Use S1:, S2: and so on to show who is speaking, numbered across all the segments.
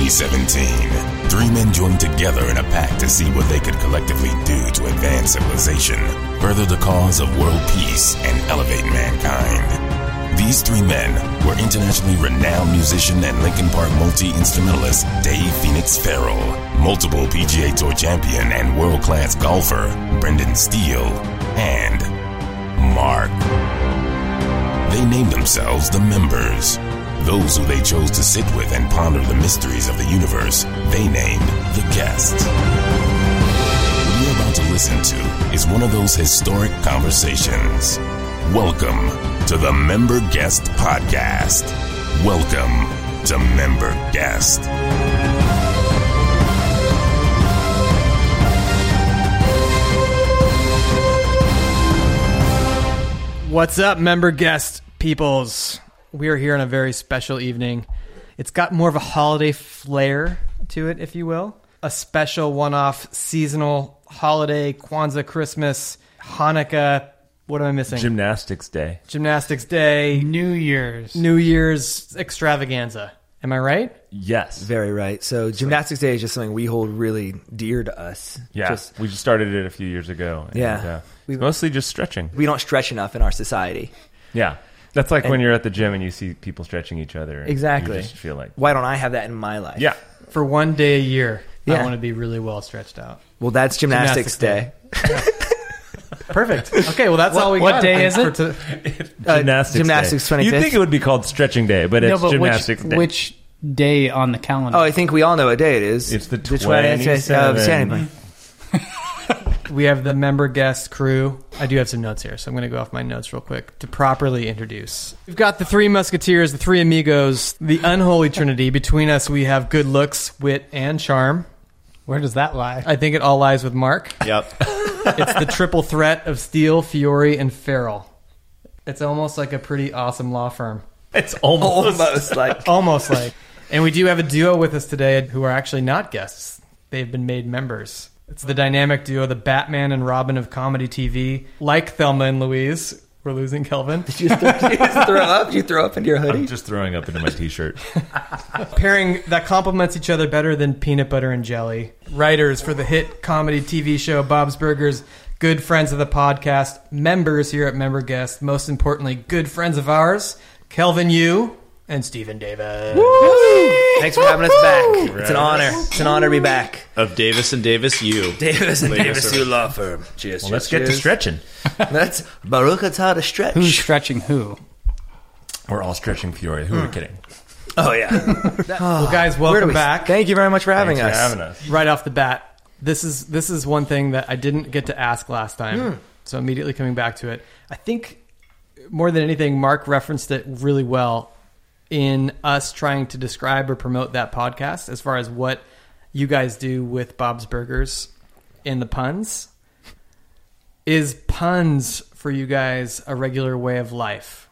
S1: 2017, three men joined together in a pact to see what they could collectively do to advance civilization, further the cause of world peace, and elevate mankind. These three men were internationally renowned musician and Lincoln Park multi instrumentalist Dave Phoenix Farrell, multiple PGA Tour champion and world class golfer Brendan Steele, and Mark. They named themselves the members. Those who they chose to sit with and ponder the mysteries of the universe, they named the guests. What you're about to listen to is one of those historic conversations. Welcome to the Member Guest Podcast. Welcome to Member Guest.
S2: What's up, member guest peoples? We are here on a very special evening. It's got more of a holiday flair to it, if you will. A special one off seasonal holiday, Kwanzaa, Christmas, Hanukkah. What am I missing?
S3: Gymnastics Day.
S2: Gymnastics Day,
S4: New Year's.
S2: New Year's extravaganza. Am I right?
S3: Yes.
S5: Very right. So gymnastics day is just something we hold really dear to us.
S3: yeah.
S5: Just,
S3: we just started it a few years ago. and,
S5: Yeah.
S3: uh,
S5: We-
S3: mostly just stretching.
S5: we don't stretch enough in our society.
S3: Yeah. That's like when you're at the gym and you see people stretching each other. and
S5: Exactly. Uh,
S3: You just feel like,
S5: Why don't I have that in my life?
S3: yeah.
S2: For one day a year, I
S5: Yeah.
S2: want to be really well stretched out.
S5: Well, that's gymnastics,
S2: Gymnastics day.
S5: day.
S2: Perfect. Okay, well, that's all we
S4: what
S2: got.
S4: day is
S2: for
S4: it?
S2: to-
S5: Uh,
S3: Gymnastics.
S5: gymnastics
S3: Day.
S5: 25th.
S3: You think it would be called stretching day, but it's
S4: no, but
S3: gymnastics
S4: which,
S3: day.
S4: which day on the calendar?
S5: oh, I think we all know what day it is.
S3: It's the 27th.
S5: of January.
S2: We have the member guest crew. I do have some notes here, so I'm going to go off my notes real quick to properly introduce. We've got the three musketeers, the three amigos, the unholy trinity. Between us, we have good looks, wit, and charm.
S4: Where does that lie?
S2: I think it all lies with Mark.
S6: Yep.
S2: It's the triple threat of Steele, Fiore, and Farrell. It's almost like a pretty awesome law firm.
S3: It's almost.
S5: Almost like
S2: Almost like. And we do have a duo with us today who are actually not guests. They've been made members. It's the dynamic duo, the Batman and Robin of comedy TV. Like Thelma and Louise, we're losing Kelvin.
S5: you just, throw, you just throw up. You throw up into your hoodie.
S3: I'm just throwing up into my t-shirt.
S2: Pairing that complements each other better than peanut butter and jelly. Writers for the hit comedy TV show Bob's Burgers, good friends of the podcast, members here at Member Guest, most importantly, good friends of ours, Kelvin Yu and Stephen Davis.
S5: Thanks for having us back. It's an honor. It's an honor to be back.
S6: Of Davis and Davis U.
S5: Davis and
S6: Ladies
S5: Davis,
S6: and-
S5: you law firm. Cheers.
S3: Well, let's get to stretching.
S5: That's Baruch Atah to stretch.
S4: Who's stretching who?
S3: We're all stretching Peoria. Who are we kidding?
S5: oh yeah.
S2: Well, guys,
S5: Where do
S2: welcome
S5: we-
S2: back.
S5: Thank you very much for having
S3: Thanks
S5: us.
S3: for having us.
S2: right off the bat. This is this is one thing that I didn't get to ask last time.
S5: Hmm.
S2: So immediately coming back to it, I think more than anything, Mark referenced it really well in us trying to describe or promote that podcast as far as what you guys do with Bob's Burgers and the puns. Is puns for you guys a regular way of life?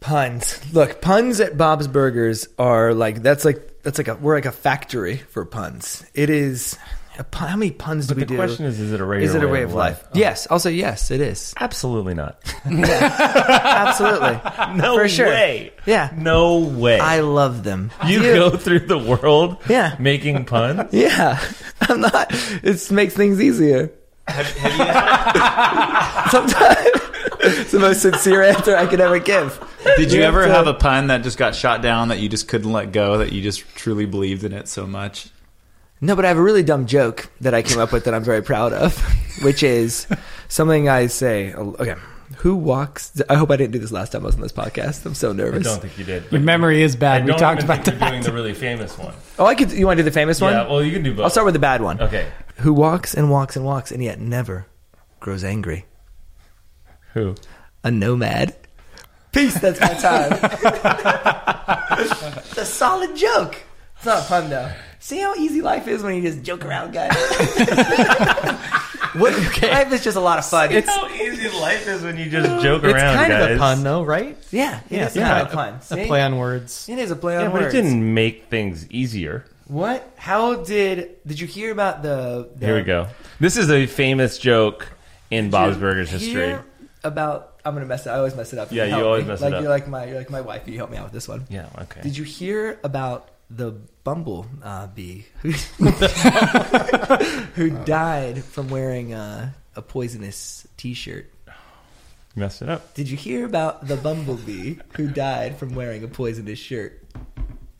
S5: Puns. Look, puns at Bob's Burgers are like that's like that's like a we're like a factory for puns. It is a pun, how many puns do we
S3: The
S5: do?
S3: question is, is it a regular
S5: Is it a way of life? Yes. I'll say yes. It is
S3: Absolutely not.
S5: absolutely
S3: No
S5: for sure.
S3: way.
S5: Yeah,
S3: No way.
S5: I love them.
S3: you go through the world
S5: Yeah.
S3: making puns?
S5: Yeah, I'm not. It makes things easier. Sometimes it's the most sincere answer I could ever give.
S6: Did you
S5: You
S6: ever
S5: have to-
S6: have a pun that just got shot down that you just couldn't let go, that you just truly believed in it so much?
S5: No, but I have a really dumb joke that I came up with that I'm very proud of, which is something I say. Okay, who walks? I hope I didn't do this last time I was on this podcast. I'm so
S3: I
S5: nervous.
S3: don't think you did.
S4: Your memory is
S3: I don't
S4: bad. We talked
S3: even
S4: about
S3: think you're
S4: that.
S3: doing the really famous one.
S5: Oh, I could. You want to do the famous one?
S3: Yeah, well, you can do both.
S5: I'll start with the bad one.
S3: Okay.
S5: Who walks and walks and walks and yet never grows angry?
S3: Who?
S5: A nomad. Peace. That's my time. it's a solid joke. It's not a pun though. See how easy life is when you just joke around, guys. what, Life is just a lot of fun.
S3: It's how easy life is when you just joke
S2: It's
S3: around,
S2: kind
S3: guys.
S2: of a pun, though, right?
S5: Yeah, it is
S2: yeah.
S5: a kind of pun.
S2: A
S5: See?
S2: play on words.
S5: It is a play on
S3: Yeah, but it
S5: words.
S3: didn't make things easier.
S5: What? How did did you hear about the? the
S3: Here we go. This is a famous joke in Bob's Burgers
S5: hear
S3: history.
S5: About I'm gonna mess it. I always mess it up.
S3: Yeah,
S5: help
S3: you always
S5: me.
S3: mess it
S5: like,
S3: up.
S5: You're like my you're like my wife. You help me out with this one.
S3: Yeah, okay.
S5: Did you hear about the bumble uh, bee who, who died from wearing uh, a poisonous T-shirt.
S3: You messed it up.
S5: Did you hear about the bumblebee who died from wearing a poisonous shirt?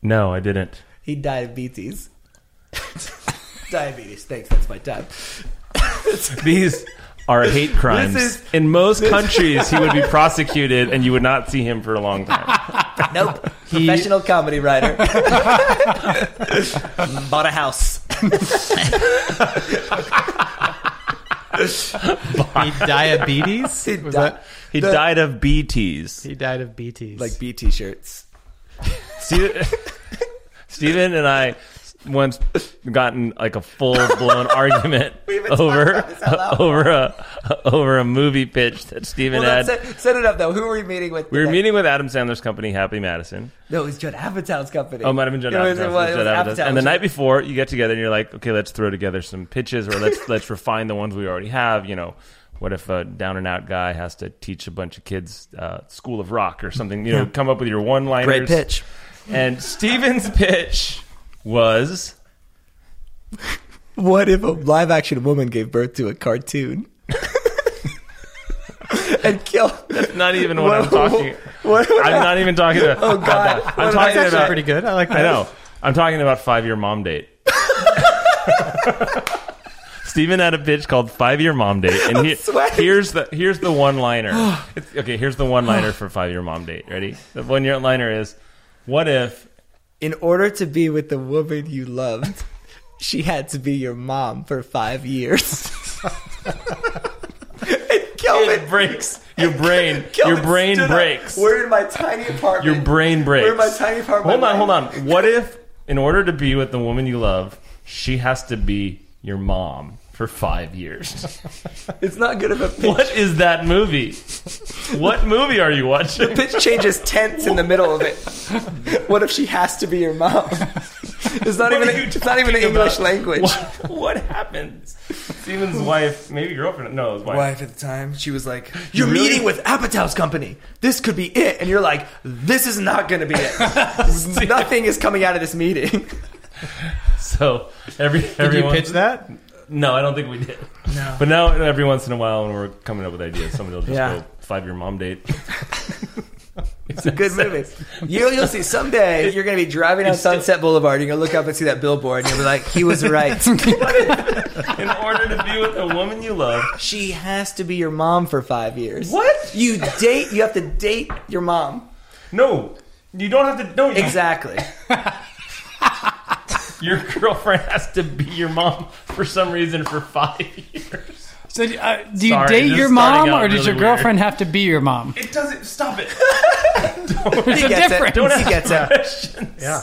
S3: No, I didn't.
S5: He died of diabetes. diabetes. Thanks. That's my time.
S3: These are hate crimes.
S5: This
S3: In most countries, he would be prosecuted, and you would not see him for a long time.
S5: Nope. Professional comedy writer. Bought a house.
S2: He diabetes?
S5: He
S2: Was
S5: di-
S2: that?
S3: He
S5: The-
S3: died of BTS.
S2: He died of BTs.
S5: like B T-shirts.
S3: Ste- Steven and I once gotten like a full blown argument
S5: haven't talked
S3: over
S5: about this out loud.
S3: over a over a movie pitch that Steven
S5: Well,
S3: had.
S5: then set, set it up though. Who were we meeting with?
S3: we were
S5: today?
S3: meeting with Adam Sandler's company, Happy Madison.
S5: No, it was Judd Apatow's company.
S3: Oh, it might have been Judd
S5: It was-
S3: Apatow's.
S5: it was- it
S3: Judd
S5: was
S3: Apatow's.
S5: Apatow.
S3: And the night before, you get together and you're like, okay, let's throw together some pitches, or let's let's refine the ones we already have. You know, what if a down and out guy has to teach a bunch of kids uh, School of Rock or something? You know, come up with your one liners.
S5: Great pitch.
S3: And Steven's pitch was
S5: What if a live action woman gave birth to a cartoon? and killed.
S3: not even what I'm talking.
S5: What,
S3: I'm not even talking about.
S5: Oh, God.
S3: about that.
S5: What
S3: I'm
S5: am I
S3: talking
S5: saying?
S3: about.
S2: pretty good. I like that.
S3: I know. I'm talking about five year mom date. Steven had a pitch called Five Year Mom Date, and he-
S5: sweating.
S3: here's the here's the one liner. okay, here's the one liner for Five Year Mom Date. Ready? The one year liner is, "What if
S5: In order to be with the woman you loved, she had to be your mom for five years. and Kelvin.
S3: it breaks your brain?
S5: Kelvin
S3: Your brain
S5: stood up.
S3: breaks.
S5: We're in my tiny apartment.
S3: Your brain breaks.
S5: We're in my tiny apartment.
S3: Hold on, hold on. What if, in order to be with the woman you love, she has to be your mom for five years?
S5: It's not good of a pitch.
S3: what is that movie? What movie are you watching?
S5: Pitch changes tense in the middle of it. What if she has to be your mom? It's not
S3: What
S5: even.
S3: are you
S5: It's not even
S3: talking
S5: English
S3: about?
S5: language.
S3: What, what happens? Steven's wife, maybe girlfriend. No, his wife.
S5: Wife at the time, she was like, "You're
S3: Really?
S5: meeting with Apatow's company. This could be it." And you're like, "This is not going to be it. Nothing is coming out of this meeting."
S3: So every
S2: Did you
S3: everyone.
S2: pitch that?
S3: No, I don't think we did. No. But now every once in a while, when we're coming up with ideas, somebody will just
S5: Yeah.
S3: go five year mom date.
S5: Good movie. You, you'll see someday. You're going to be driving on Sunset Boulevard. You're going to look up and see that billboard, and you'll be like, "He was right.
S3: In order to be with the woman you love,
S5: she has to be your mom for five years."
S3: What?
S5: you date? You have to date your mom.
S3: No, you don't have to. No, you-
S5: Exactly.
S3: your girlfriend has to be your mom for some reason for five years.
S4: So, uh, do you
S3: Sorry,
S4: date
S3: this
S4: your
S3: is starting
S4: mom,
S3: out
S4: or
S3: really
S4: does your
S3: weird.
S4: girlfriend have to be your mom?
S3: It doesn't stop it.
S4: There's
S5: He
S4: a
S5: gets
S4: difference.
S5: it. He gets it.
S2: Yeah.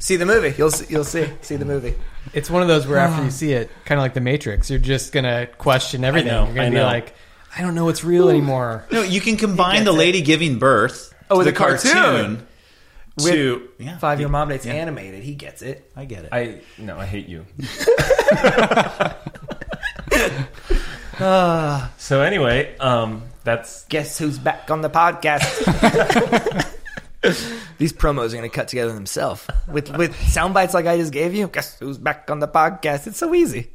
S5: See the movie. You'll see, you'll see. See the movie.
S2: It's one of those where after you see it, kind of like The Matrix, you're just going to question everything.
S3: know,
S2: you're going to
S3: I
S2: be
S3: know.
S2: like, I don't know what's real anymore.
S6: No, you can combine the lady giving birth
S5: Oh,
S6: to
S5: with
S6: the
S5: a cartoon.
S6: cartoon. to yeah,
S5: Five Year Mom Date's animated. He gets it.
S6: I get it.
S3: I no, I hate you. so anyway, um, that's
S5: Guess who's back on the podcast? These promos are going to cut together themselves with with sound bites like I just gave you. Guess who's back on the podcast? It's so easy.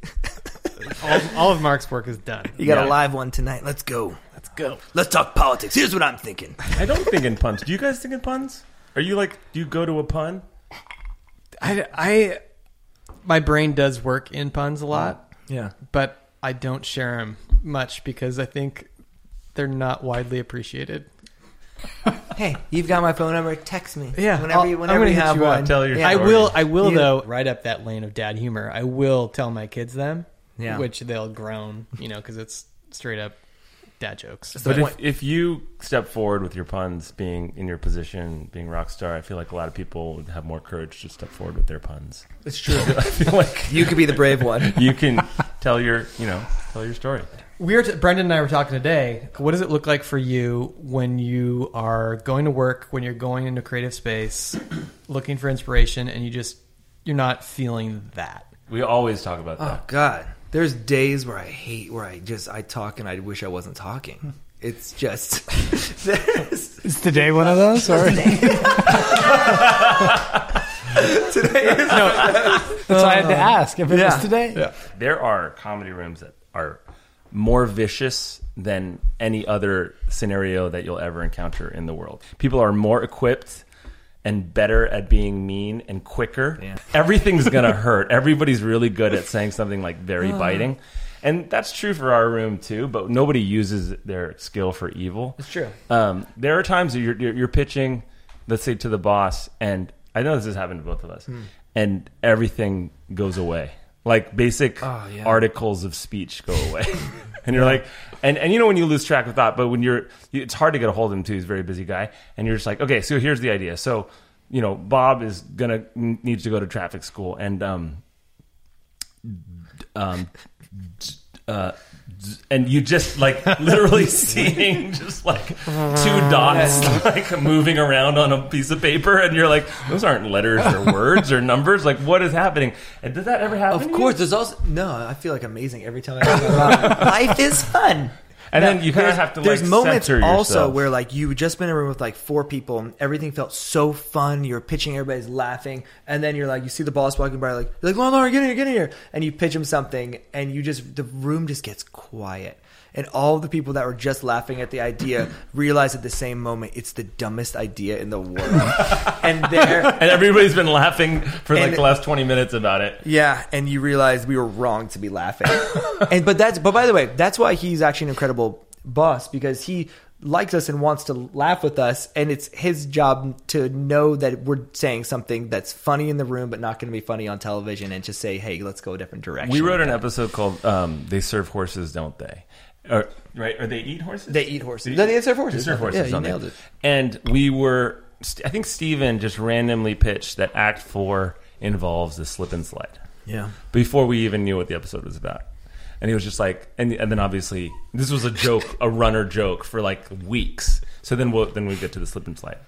S2: All, all of Mark's work is done.
S5: You got a
S3: Yeah.
S5: live one tonight. Let's go. Let's go. Let's talk politics. Here's what I'm thinking.
S3: I don't think in puns. Do you guys think in puns? Are you like do you go to a pun?
S2: I, I, my brain does work in puns a lot,
S5: Yeah.
S2: but I don't share them much because I think they're not widely appreciated.
S5: Hey, you've got my phone number. Text me.
S2: Yeah,
S5: Whenever
S2: I'll-
S5: you,
S2: I'm
S5: whenever
S2: gonna
S5: you
S2: hit
S5: have
S2: you up.
S5: one.
S3: Tell your
S5: yeah.
S2: I
S3: story.
S2: will. I will
S5: You-
S2: though. Right up that lane of dad humor. I will tell my kids them.
S5: Yeah.
S2: Which they'll groan, you know, because it's straight up dad jokes.
S3: But if, if you step forward with your puns, being in your position, being rock star, I feel like a lot of people would have more courage to step forward with their puns.
S5: It's true.
S3: I feel like
S5: You could be the brave one.
S3: you can tell your you know tell your story.
S2: We were t- Brendan and I were talking today. What does it look like for you when you are going to work, when you're going into creative space, looking for inspiration, and you just you're not feeling that?
S3: We always talk about that.
S5: Oh God, there's days where I hate where I just I talk and I wish I wasn't talking. It's just there's-
S4: Is today one of those? Or
S5: Today is
S4: That's why I had to
S3: Uh,
S4: ask if it
S5: Yeah.
S4: was today.
S3: there are comedy rooms that are more vicious than any other scenario that you'll ever encounter in the world. People are more equipped and better at being mean and quicker. Everything's going to hurt. Everybody's really good at saying something like very biting. And that's true for our room too, but nobody uses their skill for evil. It's
S5: true.
S3: Um, there are times that you're, you're, you're pitching, let's say, to the boss, and I know this has happened to both of us, and everything goes away. Like basic articles of speech go away. and you're like, and, and you know when you lose track of thought, but when you're, you, it's hard to get a hold of him too. He's a very busy guy. And you're just like, okay, so here's the idea. So, you know, Bob is going to, needs to go to traffic school. And, um, um, uh, and you just like literally seeing just like two dots like moving around on a piece of paper, and you're like, those aren't letters or words or numbers. Like, what is happening? And does that ever happen?
S5: Of
S3: to you?
S5: course, there's also no. I feel like amazing every time I think about life is fun.
S3: And
S5: Now,
S3: then you kind of
S5: there's-
S3: have to.
S5: There's
S3: like,
S5: moments
S3: censor
S5: also
S3: yourself.
S5: where like you just been in a room with like four people and everything felt so fun. You're pitching, everybody's laughing, and then you're like, you see the boss walking by, like, you're like, Lauren, Lauren, get in here, get in here, and you pitch him something, and you just the room just gets quiet. And all the people that were just laughing at the idea realize at the same moment it's the dumbest idea in the world. and they're
S3: and everybody's been laughing for like
S5: And-
S3: the last twenty minutes about it.
S5: yeah, and you realize we were wrong to be laughing. and but that's but by the way, that's why he's actually an incredible boss because he likes us and wants to laugh with us and it's his job to know that we're saying something that's funny in the room but not going to be funny on television and just say, "Hey, let's go a different direction."
S3: We wrote an episode called um, "They Serve Horses, Don't They?" Or, right? Or they eat horses?
S5: They eat horses. No, they serve horses.
S3: They serve horses.
S5: Yeah, you
S3: don't they?
S5: nailed it.
S3: And we were. I think Steven just randomly pitched that Act Four involves a slip and slide
S5: Yeah.
S3: before we even knew what the episode was about. And he was just like, and, and then obviously this was a joke, a runner joke for like weeks. So then we'll, then we get to the slip and slide.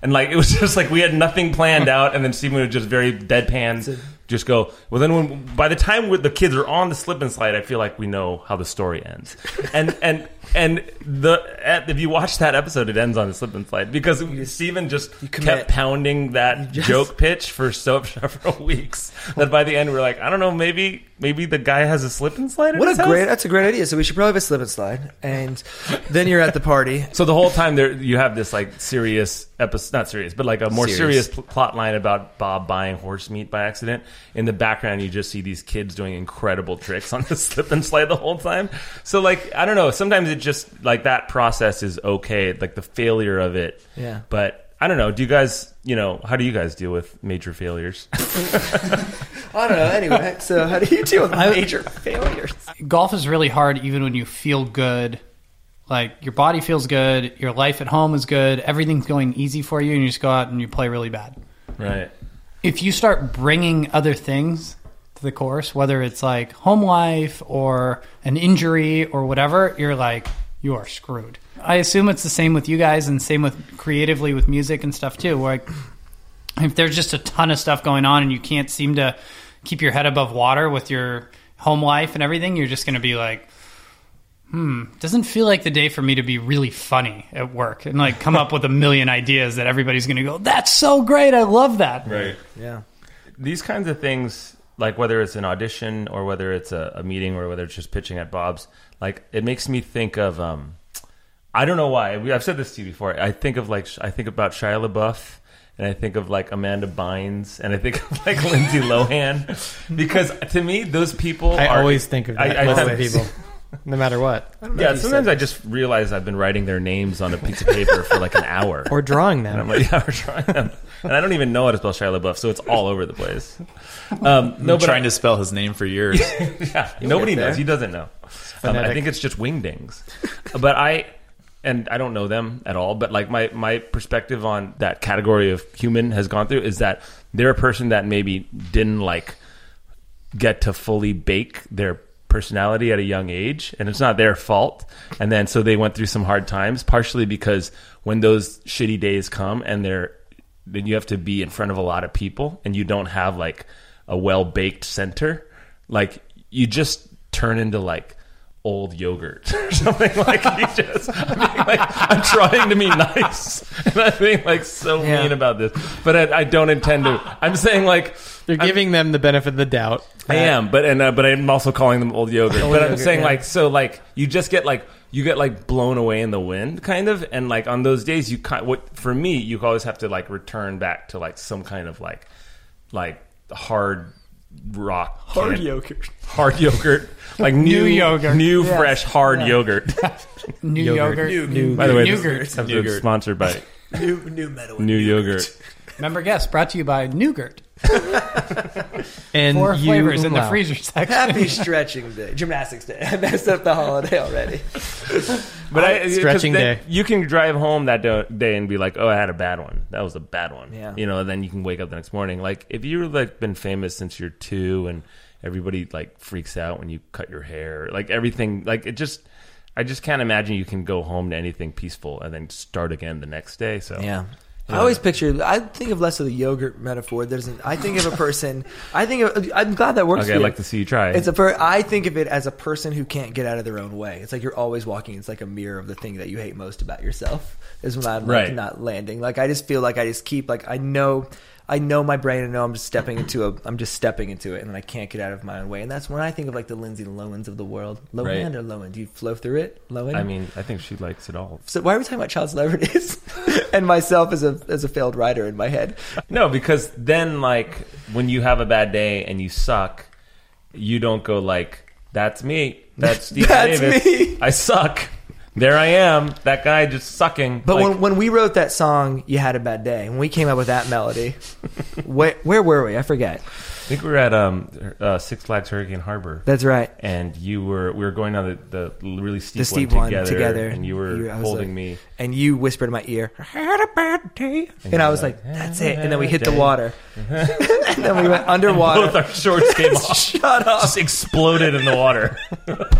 S3: And like, it was just like, we had nothing planned out. And then Steven would just very deadpan just go, well, then when, by the time we the kids are on the slip and slide, I feel like we know how the story ends. And, and, and the, at, if you watch that episode, it ends on the slip and slide because Steven just
S5: commit.
S3: kept pounding that joke pitch for so several weeks that by the end we're like, I don't know, maybe maybe the guy has a slip and slide. in
S5: What
S3: his
S5: a great
S3: house?
S5: that's a great idea. So we should probably have a slip and slide and then you're at the party.
S3: So the whole time there, you have this like serious episode, not serious, but like a more
S5: Serious.
S3: serious, pl- plot line about Bob buying horse meat by accident. In the background, you just see these kids doing incredible tricks on the slip and slide the whole time. So like, I don't know. Sometimes it just like that process is okay, like the failure of it.
S5: Yeah.
S3: But I don't know. Do you guys, you know, how do you guys deal with major failures?
S5: I don't know. Anyway, so how do you deal with
S4: I-
S5: major failures?
S4: Golf is really hard even when you feel good. Like your body feels good, your life at home is good, everything's going easy for you, and you just go out and you play really bad.
S3: right.
S4: if you start bringing other things to the course, whether it's like home life or an injury or whatever, you're like, you are screwed. I assume it's the same with you guys and same with creatively with music and stuff too. Where like, if there's just a ton of stuff going on and you can't seem to keep your head above water with your home life and everything, you're just going to be like, hmm, doesn't feel like the day for me to be really funny at work and like come up with a million ideas that everybody's going to go, that's so great. I love that.
S3: Right.
S5: Yeah.
S3: these kinds of things like whether it's an audition or whether it's a, a meeting or whether it's just pitching at bob's like it makes me think of um i don't know why We- i've said this to you before i think of like i think about shia labeouf and i think of like amanda bynes and i think of like lindsay lohan because to me those people
S2: I
S3: are,
S2: always think of that
S3: I- I
S2: list of
S3: always-
S2: people, no matter what,
S3: yeah sometimes i just realize i've been writing their names on a piece of paper for like an hour
S2: or drawing them.
S3: and I'm like, yeah, we're trying them. And I don't even know how to spell Shia LaBeouf, so it's all over the place. Um, no, but
S6: trying to spell his name for years.
S3: Yeah, nobody
S5: get there.
S3: knows. He doesn't know. Um, I
S2: phonetic.
S3: think it's just wingdings. but I and I don't know them at all. But like my my perspective on that category of human has gone through is that they're a person that maybe didn't like get to fully bake their personality at a young age and it's not their fault and then so they went through some hard times partially because when those shitty days come and they're then you have to be in front of a lot of people and you don't have like a well baked center like you just turn into like old yogurt or something like you just I mean, like I'm trying to be nice and I being like so
S5: Yeah.
S3: mean about this but I, I don't intend to I'm saying like
S2: They're
S3: I'm-
S2: giving them the benefit of the doubt.
S3: I am, but and uh, but I'm also calling them old yogurt. but I'm saying like so like you just get like you get like blown away in the wind kind of and like on those days you kind what for me you always have to like return back to like some kind of like like hard rock hard
S6: yogurt.
S3: hard yogurt like new,
S4: yogurt.
S3: new fresh hard yogurt
S4: New yogurt.
S2: Yogurt. New-
S3: by the way this
S4: Nougat.
S3: episode's
S6: Nougat.
S3: sponsored by
S5: New new metal.
S3: new yogurt
S4: Remember, guest brought to you by Nugert.
S2: And
S4: Four
S2: you
S4: flavors in the
S2: allow-
S4: freezer section.
S5: Happy stretching day, gymnastics day. I messed up the holiday already.
S3: but I, 'cause
S2: Stretching
S3: then
S2: day.
S3: you can drive home that do- day and be like oh i had a bad one that was a bad one
S5: Yeah.
S3: you know and then you can wake up the next morning like if you've like been famous since you're two and everybody like freaks out when you cut your hair like everything like it just i just can't imagine you can go home to anything peaceful and then start again the next day so
S5: Yeah. I always picture. I think of less of the yogurt metaphor. There's an. I think of a person. I think of. I'm glad that works.
S3: okay
S5: for
S3: i'd
S5: you.
S3: like to see you try
S5: It's a. Per, I think of it as a person who can't get out of their own way. It's like you're always walking. It's like a mirror of the thing that you hate most about yourself. Is when I'm like
S3: Right.
S5: not landing. Like I just feel like I just keep like I know. I know my brain. I know I'm just stepping into a. I'm just stepping into it, and I can't get out of my own way. And that's when I think of like the Lindsay Lohans of the world. Lohan
S3: Right.
S5: or Lohan? Do you flow through it? Lohan.
S3: i mean i think she likes it all
S5: So why are we talking about child celebrities and myself as a as a failed writer in my head?
S3: No, because then like when you have a bad day and you suck, you don't go like, "That's me. That's Steve
S5: That's
S3: Davis.
S5: me."
S3: I suck. There I am. That guy just sucking."
S5: But
S3: Like,
S5: when when we wrote that song, you had a bad day. When we came up with that melody, where where were we? I forget.
S3: I think we were at um uh, Six Flags Hurricane Harbor.
S5: That's right.
S3: and you were we were going on the, the really steep,
S5: The steep
S3: one,
S5: one together,
S3: and you were
S5: I was
S3: holding
S5: like-
S3: me.
S5: and you whispered in my ear, "I had a bad day," and, I was like, "That's it." And then we hit the water, and then we went
S3: Both
S5: underwater.
S3: our shorts came off,
S5: Shut up!
S3: just exploded in the water.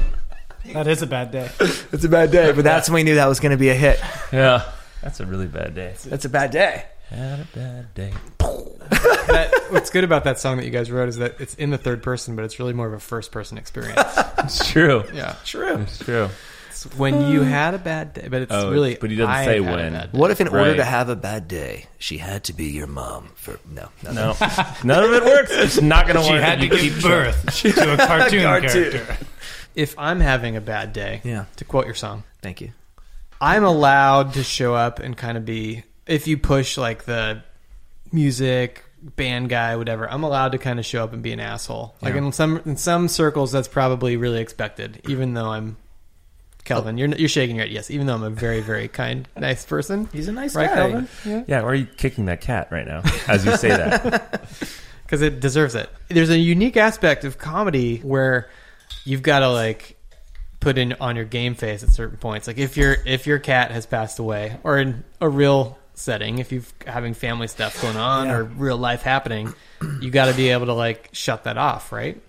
S4: That is a bad day.
S5: It's a bad day, but that's when we knew that was going to be a hit.
S3: yeah, that's a really bad day.
S5: That's a bad day.
S3: Had a bad day.
S2: that, what's good about that song that you guys wrote is that it's in the third person, but it's really more of a first person experience.
S3: It's true.
S2: Yeah,
S5: True.
S3: It's true.
S2: it's when you had a bad day, but it's
S3: Oh,
S2: really.
S3: but he doesn't
S2: I
S3: say
S2: had a
S3: when.
S2: bad day.
S5: What if, in order
S3: Right.
S5: to have a bad day, she had to be your mom? For no, no,
S3: No, none of it works. It's not going to work.
S4: She had
S3: if
S4: to
S3: you
S4: give birth to a cartoon,
S5: Cartoon.
S4: character.
S2: If I'm having a bad day,
S5: Yeah.
S2: to quote your song,
S5: Thank you.
S2: I'm allowed to show up and kind of be if you push like the music band guy whatever i'm allowed to kind of show up and be an asshole like in some in some circles that's probably really expected even though i'm kelvin you're you're shaking your head yes even though i'm a very very kind nice person
S5: He's a nice
S2: right
S5: guy.
S2: kelvin
S3: Yeah, why are you kicking that cat right now as you say that?
S2: because it deserves it. There's a unique aspect of comedy where you've got to like put in on your game face at certain points. Like if your if your cat has passed away, or in a real setting, if you've having family stuff going on or real life happening, you got to be able to like shut that off, right?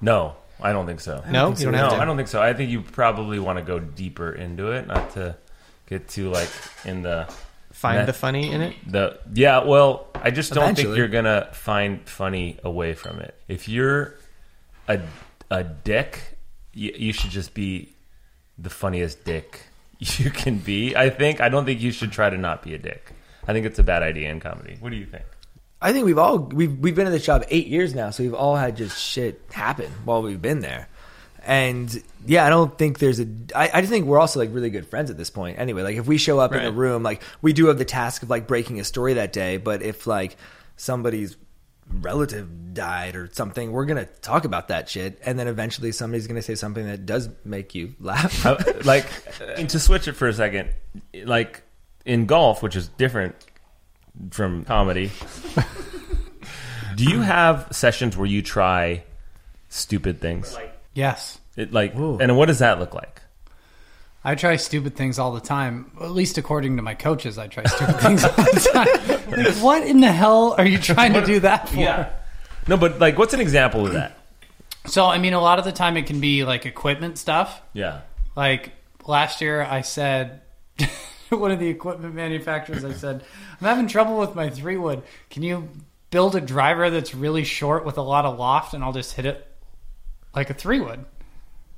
S3: no, I don't think so.
S2: No, you don't
S3: no,
S2: have to.
S3: I don't think so. I think you probably want to go deeper into it, not to get too like in the
S2: Find
S3: That-
S2: the funny in it.
S3: the. Yeah, well, I just don't think
S5: Eventually.
S3: you're gonna find funny away from it. If you're a a dick, you, you should just be the funniest dick you can be. I think. I don't think you should try to not be a dick. I think it's a bad idea in comedy. What do you think?
S5: I think we've all we've we've been at this job eight years now, so we've all had just shit happen while we've been there. And yeah, I don't think there's a. I, I just think we're also like really good friends at this point. Anyway, like if we show up in a
S2: Right.
S5: room, like we do have the task of like breaking a story that day. But if like somebody's relative died or something, we're gonna talk about that shit, and then eventually somebody's gonna say something that does make you laugh.
S3: Uh, like and to switch it for a second like in golf which is different from comedy do you have sessions where you try stupid things
S4: Yes.
S3: it, like and what does that look like
S4: I try stupid things all the time. At least according to my coaches, I try stupid things all the time. Like, what in the hell are you trying to do that for?
S3: no but like what's an example of that
S4: So, I mean, a lot of the time it can be like equipment stuff.
S3: yeah
S4: Like last year, I said one of the equipment manufacturers, I said, I'm having trouble with my three wood. Can you build a driver that's really short with a lot of loft and I'll just hit it like a three wood?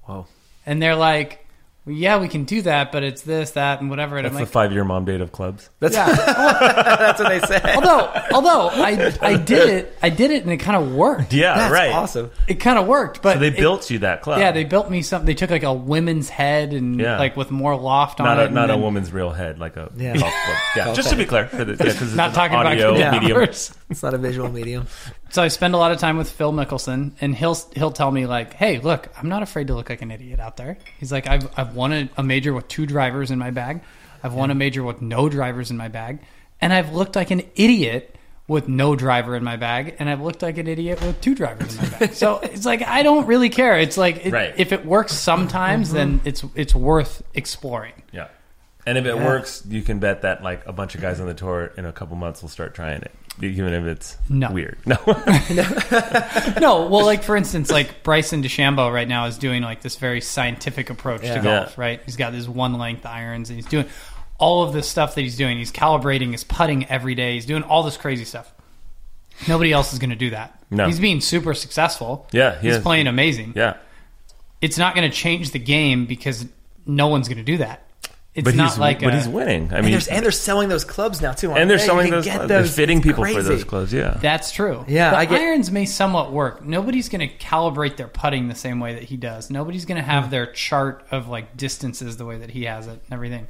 S5: Whoa.
S4: and they're like, well, "Yeah, we can do that, but it's this, that, and whatever." And
S3: That's
S4: I'm
S3: the
S4: like,
S3: five year mom date of clubs.
S5: That's that's what they say.
S4: although, although I, I did it, I did it, and it kind of worked.
S3: Yeah,
S5: that's
S3: right.
S5: awesome.
S4: It kind of worked, but
S3: So they
S4: it-
S3: built you that club.
S4: Yeah, they built me something. They took like a women's head and
S3: Yeah.
S4: like with more loft on
S3: not
S4: it.
S3: a,
S4: and
S3: not a
S4: then-
S3: woman's real head, like a
S5: Yeah.
S3: golf club. Yeah, just to be clear, for the, yeah, 'cause it's
S4: Not
S3: an
S4: talking about
S3: audio
S4: yeah.
S3: medium.
S5: It's not a visual medium.
S4: So I spend a lot of time with Phil Mickelson, and he'll he'll tell me like, "Hey, look, I'm not afraid to look like an idiot out there." He's like, "I've I've won a, a major with two drivers in my bag. I've won a major with no drivers in my bag, and I've looked like an idiot with no driver in my bag, and I've looked like an idiot with two drivers in my bag." so it's like I don't really care. It's like it,
S3: Right.
S4: if it works sometimes, then it's it's worth exploring.
S3: Yeah. And if it works, you can bet that like a bunch of guys on the tour in a couple months will start trying it, even if it's
S4: No.
S3: weird. No,
S4: No, well, like for instance, like Bryson DeChambeau right now is doing like this very scientific approach to
S5: Yeah.
S4: golf,
S3: Yeah.
S4: right? He's got his one length irons and he's doing all of this stuff that he's doing. He's calibrating his putting every day. He's doing all this crazy stuff. Nobody else is going to do that.
S3: No.
S4: He's being super successful.
S3: Yeah, he
S4: he's
S3: is.
S4: playing amazing.
S3: yeah,
S4: It's not going to change the game because no one's going to do that. It's
S3: but
S4: not
S3: he's
S4: like
S3: but
S4: a-
S3: he's winning. I
S5: And
S3: mean,
S5: they're, and they're selling those clubs now too. aren't
S3: and they're
S5: they? You
S3: selling
S5: can
S3: those.
S5: get
S3: Clubs. They're fitting
S5: It's
S3: people for
S5: crazy.
S3: those clothes. Yeah,
S4: That's true.
S5: Yeah,
S4: the
S5: I get-
S4: irons may somewhat work. Nobody's going to calibrate their putting the same way that he does. Nobody's going to have their chart of like distances the way that he has it and everything.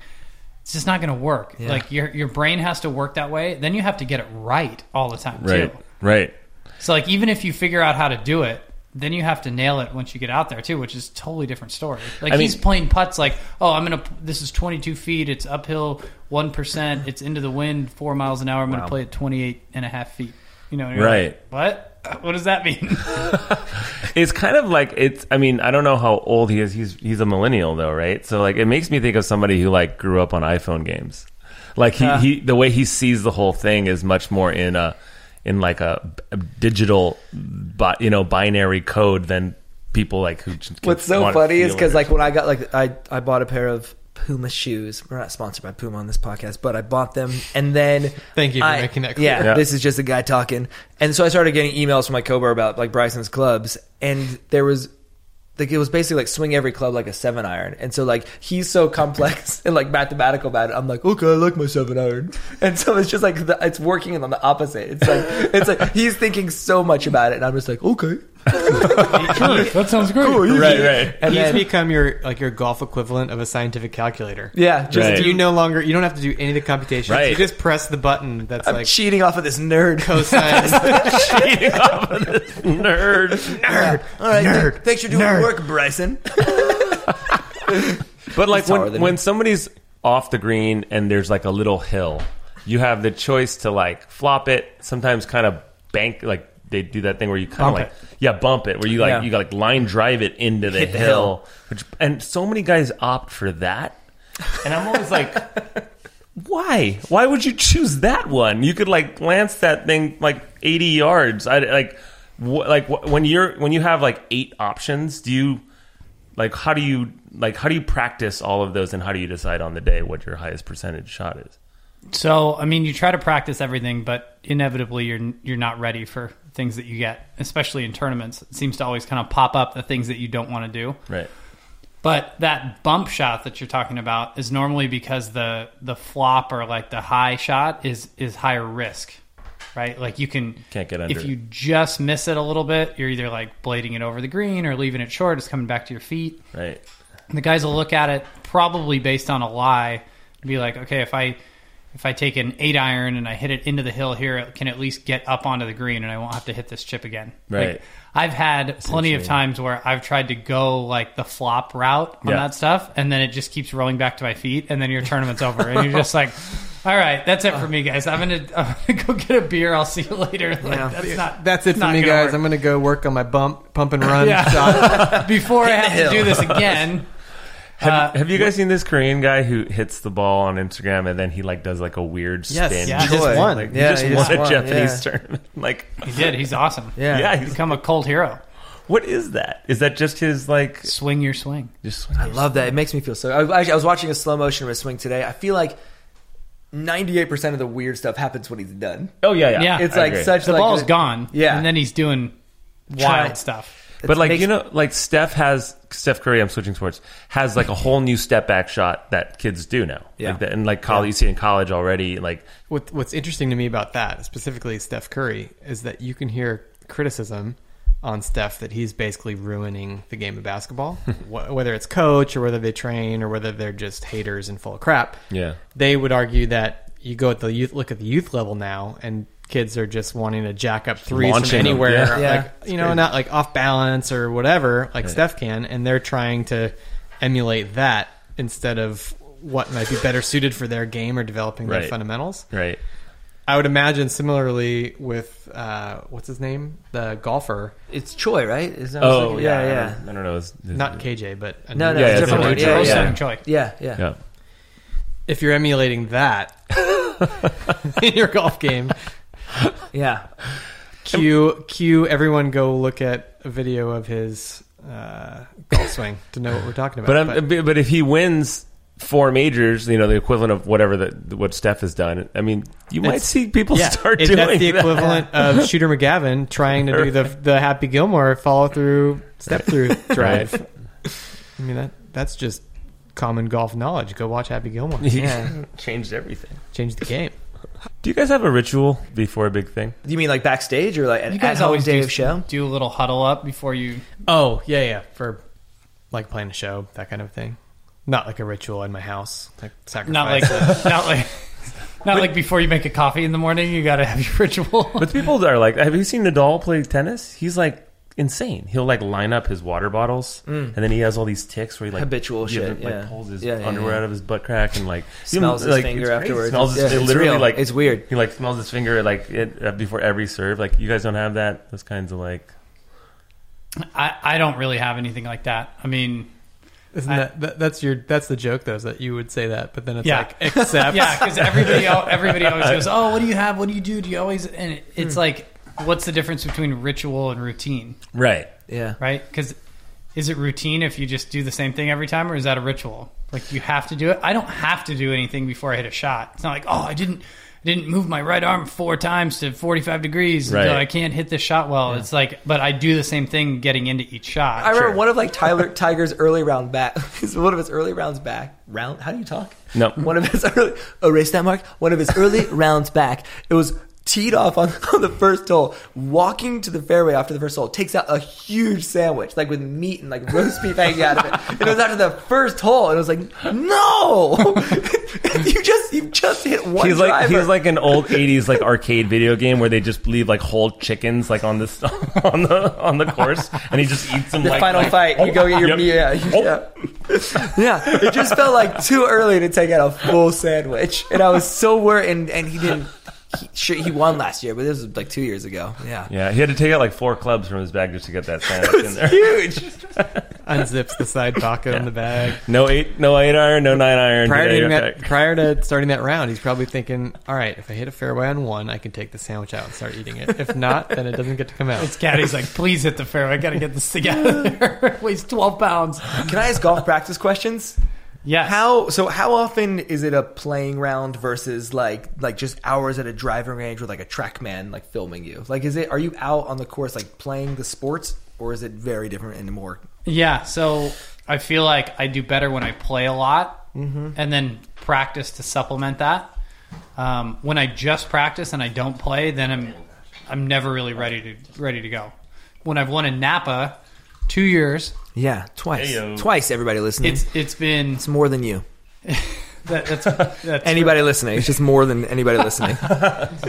S4: It's just not going to work. Like your your brain has to work that way. Then you have to get it right all the time
S3: right,
S4: too.
S3: right.
S4: So like even if you figure out how to do it, then you have to nail it once you get out there too, which is a totally different story. Like
S3: I mean-
S4: he's playing putts like, oh, I'm gonna this is 22 feet, it's uphill one percent, it's into the wind four miles an hour. I'm
S3: Wow.
S4: gonna play it 28 and a half feet. You know, and you're
S3: Right.
S4: like, what? What does that mean?
S3: It's kind of like it's. I mean, I don't know how old he is. He's he's a millennial though, right? So like, it makes me think of somebody who like grew up on iPhone games. Like he, he the way he sees the whole thing is much more in a in like a, b- digital, bi, you know, binary code than people like who. just
S5: What's so
S3: want
S5: funny is
S3: feeling
S5: because
S3: or
S5: like when I got like I I bought a pair of Puma shoes. We're not sponsored by Puma on this podcast, but I bought them and then
S2: Thank you for
S5: I-
S2: making that clear.
S5: Yeah,
S3: Yeah.
S5: this is just a guy talking. And so I started getting emails from my Cobra about like Bryson's clubs, and there was. Like it was basically like swing every club like a seven iron, and so like he's so complex and like mathematical about it. I'm like, okay, I like my seven iron, and so it's just like the, it's working on the opposite. It's like it's like he's thinking so much about it, and I'm just like, okay,
S4: that sounds great.
S3: Right, right.
S5: And
S2: He's
S5: then-
S2: become your like your golf equivalent of a scientific calculator.
S5: yeah, just
S3: Right.
S2: So you no longer you don't have to do any of the computations.
S3: Right.
S2: You just press the button that's
S5: I'm
S2: like
S5: cheating off of this nerd.
S2: cosine.
S3: cheating off of this nerd.
S5: nerd. All right,
S2: Nerd.
S5: th- thanks for doing
S2: Nerd.
S5: work, Bryson.
S3: But like
S5: taller
S3: when
S5: than
S3: when
S5: me.
S3: somebody's off the green and there's like a little hill, you have the choice to like flop it. Sometimes kind of bank like they do that thing where you kind of
S4: Bump
S3: like
S4: it.
S3: yeah bump it where you like
S5: Yeah.
S3: you like line drive it into the,
S5: Hit the
S3: hill,
S5: hill.
S3: Which, and so many guys opt for that, and I'm always like. Why? Why would you choose that one? You could like lance that thing like eighty yards. I like, wh- like wh- when you're when you have like eight options. Do you like how do you like how do you practice all of those and how do you decide on the day what your highest percentage shot is
S4: So, I mean, you try to practice everything, but inevitably you're you're not ready for things that you get, especially in tournaments. It seems to always kind of pop up the things that you don't want to do.
S3: right
S4: But that bump shot that you're talking about is normally because the the flop or like the high shot is is higher risk, right? Like you can
S3: Can't get under
S4: if
S3: it.
S4: you just miss it a little bit, you're either like blading it over the green or leaving it short. It's coming back to your feet.
S3: right
S4: And the guys will look at it probably based on a lie and be like, okay, if I if I take an eight iron and I hit it into the hill here, it can at least get up onto the green and I won't have to hit this chip again. Like,
S3: Right.
S4: I've had plenty of times where I've tried to go like the flop route on
S3: Yeah.
S4: that stuff, and then it just keeps rolling back to my feet, and then your tournament's over, and you're just like, "All right, that's it for me, guys. I'm gonna, I'm gonna go get a beer. I'll see you later." Like,
S5: Yeah.
S4: that's not
S2: That's it for
S4: not
S2: me,
S4: gonna
S2: guys.
S4: work.
S2: I'm gonna go work on my bump, pump and run
S4: Yeah.
S2: shot.
S4: before I have to
S5: hill.
S4: do this again.
S5: Uh,
S3: have, have you guys seen this korean guy who hits the ball on instagram and then he like does like a weird
S2: Yes,
S3: spin
S2: yeah. He
S5: Joy.
S2: just won.
S3: like
S5: Yeah,
S3: he
S5: he
S3: just
S5: just
S3: won a
S5: won,
S3: japanese
S5: yeah.
S3: tournament like
S4: He did. He's awesome.
S5: Yeah.
S3: yeah he's,
S4: become a cult hero.
S3: what is that is that just his like
S4: Swing your swing.
S3: just
S5: I love that. It makes me feel so. I, actually, I was watching a slow motion of a swing today. I feel like ninety eight percent of the weird stuff happens when he's done.
S3: oh yeah yeah,
S4: Yeah.
S5: It's
S3: I
S5: like
S3: agree.
S5: such.
S4: The
S5: like,
S4: ball's gone.
S5: Yeah.
S4: and then he's doing
S5: Try-
S4: wild stuff.
S3: But like
S5: makes-
S3: you know, like Steph has Steph Curry. I'm switching sports. Has like a whole new step back shot that kids do now.
S5: Yeah.
S3: like that, and like college, you see it in college already. Like
S2: What, what's interesting to me about that, specifically Steph Curry, is that you can hear criticism on Steph that he's basically ruining the game of basketball, Wh- whether it's coach or whether they train or whether they're just haters and full of crap.
S3: Yeah.
S2: they would argue that you go at the youth, look at the youth level now, and kids are just wanting to jack up threes
S3: Launching
S2: from
S3: them,
S2: anywhere,
S3: yeah.
S5: Yeah.
S2: like you know, not like off balance or whatever, like Steph can, and they're trying to emulate that instead of what might be better suited for their game or developing their
S3: Right.
S2: fundamentals.
S3: right,
S2: I would imagine similarly with uh, what's his name, the golfer,
S5: It's Choi, right? Is that
S3: oh
S5: yeah,
S3: yeah,
S5: yeah.
S3: I don't, I don't know. It's-
S2: not KJ, but
S5: No, no,
S3: Yeah,
S5: it's
S3: yeah,
S5: different.
S3: yeah,
S5: one.
S3: yeah,
S5: Yeah,
S4: Rose
S5: yeah,
S4: and Choi.
S5: yeah, yeah.
S3: yeah.
S2: If you're emulating that in your golf game,
S5: Yeah.
S2: cue cue everyone go look at a video of his uh, golf swing to know what we're talking
S3: But
S2: about.
S3: I'm, but, if he wins four majors, you know the equivalent of whatever that what Steph has done. I mean, you might
S2: It's-
S3: see people
S2: yeah,
S3: start
S2: it-
S3: doing
S2: that's the
S3: that.
S2: equivalent of Shooter McGavin trying to do the the Happy Gilmore follow through step through drive. I mean that that's just common golf knowledge. Go watch Happy Gilmore.
S3: Yeah, changed everything.
S2: Change the game.
S3: Do you guys have a ritual before a big thing?
S5: You mean like backstage or like at,
S4: You guys
S5: at
S4: always
S5: day
S4: do,
S5: of show?
S4: do a little huddle up before you.
S2: Oh yeah, yeah. For like playing a show, that kind of thing. Not like a ritual in my house. Like sacrifice.
S4: Not like not like not like before you make a coffee in the morning. You got to have your ritual.
S3: But people are like, have you seen Nadal play tennis? He's like insane. He'll like line up his water bottles, and then he has all these ticks where he like
S5: Mm. Habitual
S3: he,
S5: shit,
S3: like
S5: yeah.
S3: pulls his
S5: Yeah, yeah,
S3: underwear
S5: yeah.
S3: out of his butt crack and like
S5: Smells his
S3: like,
S5: finger
S3: it's crazy.
S5: afterwards.
S3: Smells his,
S5: Yeah,
S3: it
S5: it's
S3: literally
S5: real.
S3: like
S5: It's weird.
S3: He like smells his finger like it, uh, before every serve. Like you guys don't have that. Those kinds of like
S4: I, I don't really have anything like that. I mean,
S2: Isn't
S4: I-
S2: that, that that's your that's the joke though is that you would say that, but then it's
S4: Yeah.
S2: like except
S4: yeah, because everybody al- everybody always goes, "Oh, what do you have? What do you do? Do you always?" And it- it's like, what's the difference between ritual and routine,
S3: right.
S5: Yeah.
S4: right? Because is it routine if you just do the same thing every time, or is that a ritual? Like you have to do it. I don't have to do anything before I hit a shot. It's not like, oh, I didn't I didn't move my right arm four times to forty five degrees,
S3: Right.
S4: so I can't hit this shot well. It's like, but I do the same thing getting into each shot.
S5: I remember one of like Tyler Tiger's early round back, one of his early rounds back. Round? How do you talk?
S3: No.
S5: One of his early erase that mark. One of his early rounds back. It was teed off on, on the first hole, walking to the fairway after the first hole, takes out a huge sandwich like with meat and like roast beef hanging out of it. And it was after the first hole, and it was like, no, you just you just hit one.
S3: He's like
S5: driver.
S3: he's like an old '80s like arcade video game where they just leave like whole chickens like on this on the on the course, and he just eats them.
S5: the
S3: like,
S5: final
S3: like, oh,
S5: fight. You go get your
S3: Yep. Oh,
S5: yeah, yeah. yeah. It just felt like too early to take out a full sandwich, and I was so worried. And, and he didn't. He, sure, he won last year, but this was like two years ago. Yeah,
S3: Yeah, he had to take out like four clubs from his bag just to get that sandwich in there.
S5: huge.
S2: unzips the side pocket on the bag.
S3: No eight, no eight iron, no nine iron.
S2: Prior to,
S3: today.
S2: doing that, prior to starting that round, he's probably thinking, "All right, if I hit a fairway on one, I can take the sandwich out and start eating it. If not, then it doesn't get to come out."
S4: It's Caddy's like, please hit the fairway. I got to get this together. Weighs twelve pounds.
S5: Can I ask golf practice questions?
S4: Yes.
S5: How so? How often is it a playing round versus like like just hours at a driving range with like a track man like filming you? Like, is it are you out on the course like playing the sports, or is it very different and more?
S4: Yeah, so I feel like I do better when I play a lot
S2: Mm-hmm.
S4: and then practice to supplement that. Um, when I just practice and I don't play, then I'm I'm never really ready to ready to go. When I've won in Napa, two years,
S5: Yeah, twice,
S3: Ayo.
S5: twice. Everybody listening,
S4: it's it's been
S5: it's more than you.
S4: that, that's that's
S5: anybody listening. It's just more than anybody listening.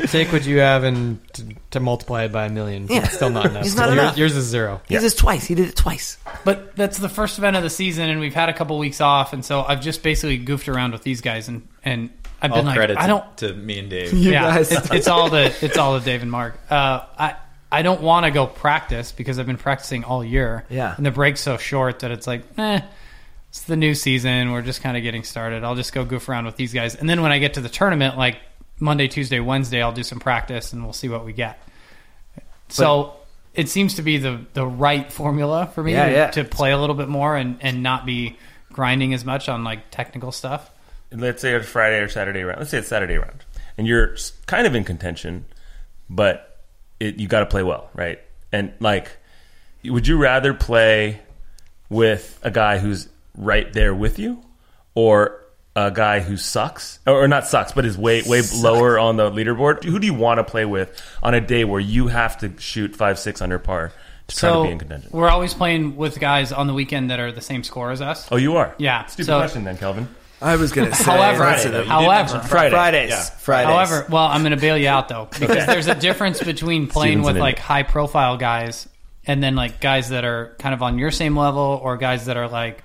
S2: Take what you have and to, to multiply it by a million.
S5: Yeah.
S2: It's still not enough.
S5: It's not
S2: Your-
S5: enough.
S2: Yours is zero.
S5: He did this twice. He did it twice.
S4: But that's the first event of the season, and we've had a couple weeks off, and so I've just basically goofed around with these guys, and and I've
S6: All
S4: been like,
S6: credit
S4: I don't
S6: to me and Dave.
S5: You
S4: yeah,
S5: guys.
S4: It's, it's all the it's all the Dave and Mark. Uh, I I don't want to go practice because I've been practicing all year.
S5: Yeah.
S4: and the break's so short that it's like, eh, it's the new season. We're just kind of getting started. I'll just go goof around with these guys, and then when I get to the tournament, like Monday, Tuesday, Wednesday, I'll do some practice, and we'll see what we get. So. It seems to be the, the right formula for me
S5: Yeah,
S4: to,
S5: yeah.
S4: to play a little bit more and, and not be grinding as much on like technical stuff.
S3: let's say it's Friday or Saturday round. Let's say it's Saturday round, and you're s- kind of in contention, but it, you got to play well, right? And like, would you rather play with a guy who's right there with you, or a guy who sucks, or, or not sucks, but is way way lower on the leaderboard? Who do you want to play with on a day where you have to shoot five six under par to try to be in contention?
S4: we're always playing with guys on the weekend that are the same score as us.
S3: Oh, you are.
S4: Yeah,
S3: Stupid
S4: so-
S3: question then, Kelvin.
S5: I was gonna say.
S4: However,
S5: that's
S3: Friday,
S5: a-
S3: though. You did
S4: however,
S3: mention Friday.
S5: Fridays,
S3: Yeah.
S5: Fridays.
S4: However, well, I'm going to bail you out though because there's a difference between playing
S3: Steven's
S4: with
S3: an
S4: like
S3: idiot.
S4: high profile guys and then like guys that are kind of on your same level or guys that are like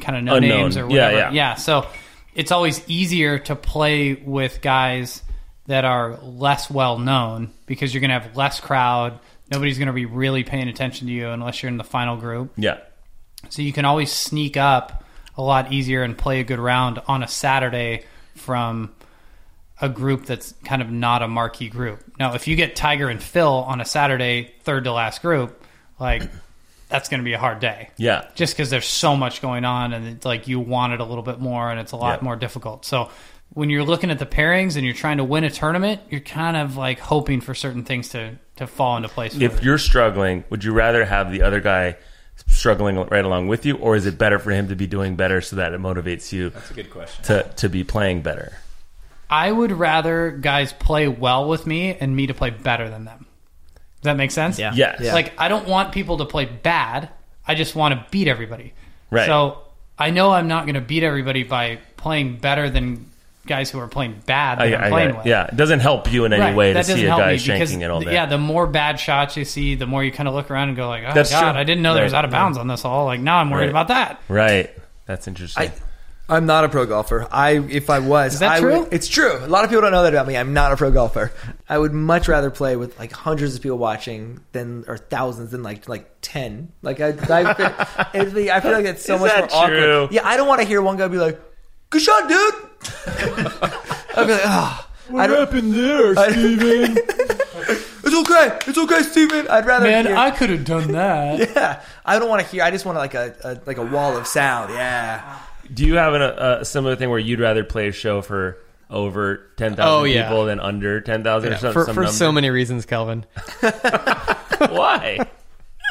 S4: kind of no
S3: Unknown.
S4: names or
S3: Yeah,
S4: whatever.
S3: yeah.
S4: so it's always easier to play with guys that are less well known because you're going to have less crowd. Nobody's going to be really paying attention to you unless you're in the final group.
S3: Yeah.
S4: So you can always sneak up a lot easier and play a good round on a Saturday from a group that's kind of not a marquee group. Now, if you get Tiger and Phil on a Saturday, third to last group, like that's going to be a hard day.
S3: Yeah.
S4: Just because there's so much going on and it's like you want it a little bit more and it's a lot
S3: Yeah.
S4: more difficult. So when you're looking at the pairings and you're trying to win a tournament, you're kind of like hoping for certain things to, to fall into place. for
S3: if
S4: you.
S3: you're struggling, would you rather have the other guy struggling right along with you, or is it better for him to be doing better so that it motivates you
S6: That's a good question.
S3: to, to be playing better?
S4: I would rather guys play well with me and me to play better than them. Does that make sense?
S5: Yeah.
S3: Yes.
S5: Yeah.
S4: Like I don't want people to play bad. I just want to beat everybody.
S3: Right.
S4: So I know I'm not going to beat everybody by playing better than guys who are playing bad that
S3: I,
S4: I'm
S3: I-
S4: playing
S3: I-
S4: with.
S3: yeah, it doesn't help you in any
S4: Right.
S3: way
S4: that
S3: to see
S4: doesn't
S3: a
S4: help
S3: guy
S4: me because,
S3: shanking it all day.
S4: Yeah, the more bad shots you see, the more you kind of look around and go like, "Oh
S3: That's
S4: God,
S3: true.
S4: I didn't know there was
S3: Right.
S4: out of bounds on this all." Like now I'm worried
S3: Right.
S4: about that.
S3: right. That's interesting.
S5: I, I'm not a pro golfer. I, if I was,
S4: Is that
S5: I
S4: true?
S5: Would, it's true. A lot of people don't know that about me. I'm not a pro golfer. I would much rather play with like hundreds of people watching than or thousands than like like ten. Like I, I, feel, it'd be- I feel like that's so
S3: Is
S5: much
S3: that
S5: more
S3: true?
S5: awkward. Yeah, I don't want to hear one guy be like, "Good shot, dude." I'd be like, ah. I don't-
S3: there,
S5: I- it's okay. It's okay, Steven. I'd rather.
S4: Man,
S5: hear-
S4: I could have done that.
S5: yeah, I don't want to hear. I just want like a, a like a wall of sound. Yeah.
S3: Do you have an, a, a similar thing where you'd rather play a show for over 10,000
S2: Oh, yeah.
S3: people than under 10,000 or
S2: Yeah,
S3: some,
S2: for
S3: some
S2: for
S3: number?
S2: so many reasons, Kelvin.
S3: Why?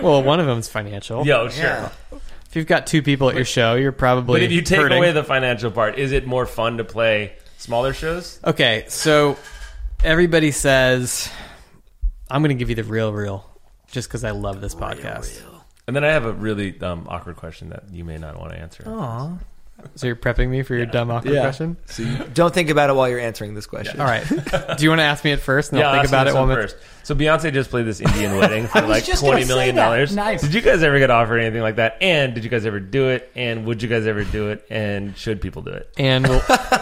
S2: Well, one of them is financial.
S3: Yo, sure.
S5: Yeah.
S2: If you've got two people at your show, you're probably.
S3: But if you take
S2: hurting.
S3: away the financial part, is it more fun to play smaller shows?
S2: Okay, so everybody says, I'm going to give you the real, real, just because I love this podcast.
S3: And then I have a really um, awkward question that you may not want to answer.
S4: Oh.
S5: Aw.
S2: So you're prepping me for your dumb, awkward
S5: Yeah.
S2: question?
S5: Don't think about it while you're answering this question.
S2: All right. Do you want to ask me it first and I'll
S3: I'll
S2: think about it
S3: ask
S2: while
S3: you
S2: I'm
S3: this first. So Beyonce just played this Indian wedding for
S4: was
S3: like
S4: just
S3: twenty
S4: gonna say
S3: million
S4: that.
S3: dollars.
S4: Nice.
S3: Did you guys ever get offered anything like that? And did you guys ever do it? And would you guys ever do it? And should people do it?
S2: And, will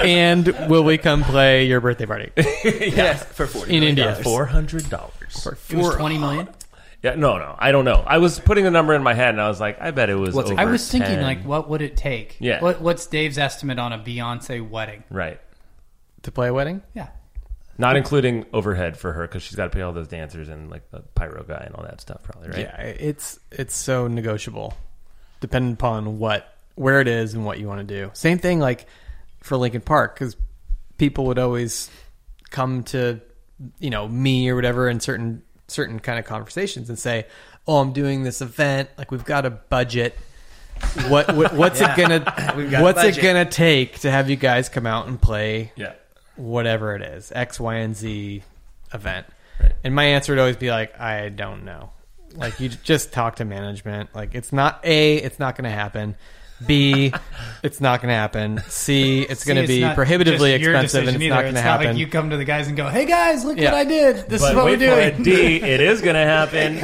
S2: and will we come play your birthday party
S5: Yes, for forty.
S2: in India?
S3: Four hundred dollars.
S4: It was twenty million.
S3: Yeah, no, no, I don't know. I was putting the number in my head, and I was like, I bet it was.
S5: What's it-
S3: over
S4: I was thinking,
S3: 10.
S4: like, what would it take?
S3: Yeah.
S4: What, what's Dave's estimate on a Beyonce wedding?
S3: right,
S2: to play a wedding?
S4: Yeah.
S3: not including overhead for her because she's got to pay all those dancers and like the pyro guy and all that stuff, probably. Right?
S2: Yeah, it's it's so negotiable, depending upon what where it is and what you want to do. Same thing like for Lincoln Park because people would always come to you know me or whatever in certain certain kind of conversations and say, "Oh, I'm doing this event. Like we've got a budget. What, what what's it
S5: We've
S2: gonna
S5: got a
S2: what's it
S5: budget."
S2: gonna take to have you guys come out and play
S3: Yeah.
S2: whatever it is, X, Y, and Z event.
S3: Right.
S2: And my answer would always be like, I don't know. Like you just talk to management. Like it's not A, it's not going to happen. B, it's not going to happen. C, it's going to
S4: See, it's
S2: be
S4: not
S2: prohibitively
S4: just your
S2: expensive and
S4: decision
S2: it's not
S4: either.
S2: going to happen.
S4: like you come to the guys and go, "Hey guys, look
S2: Yeah.
S4: what I did. This
S3: But
S4: is what we're
S3: wait for
S4: doing."
S3: it, D. It is going to happen.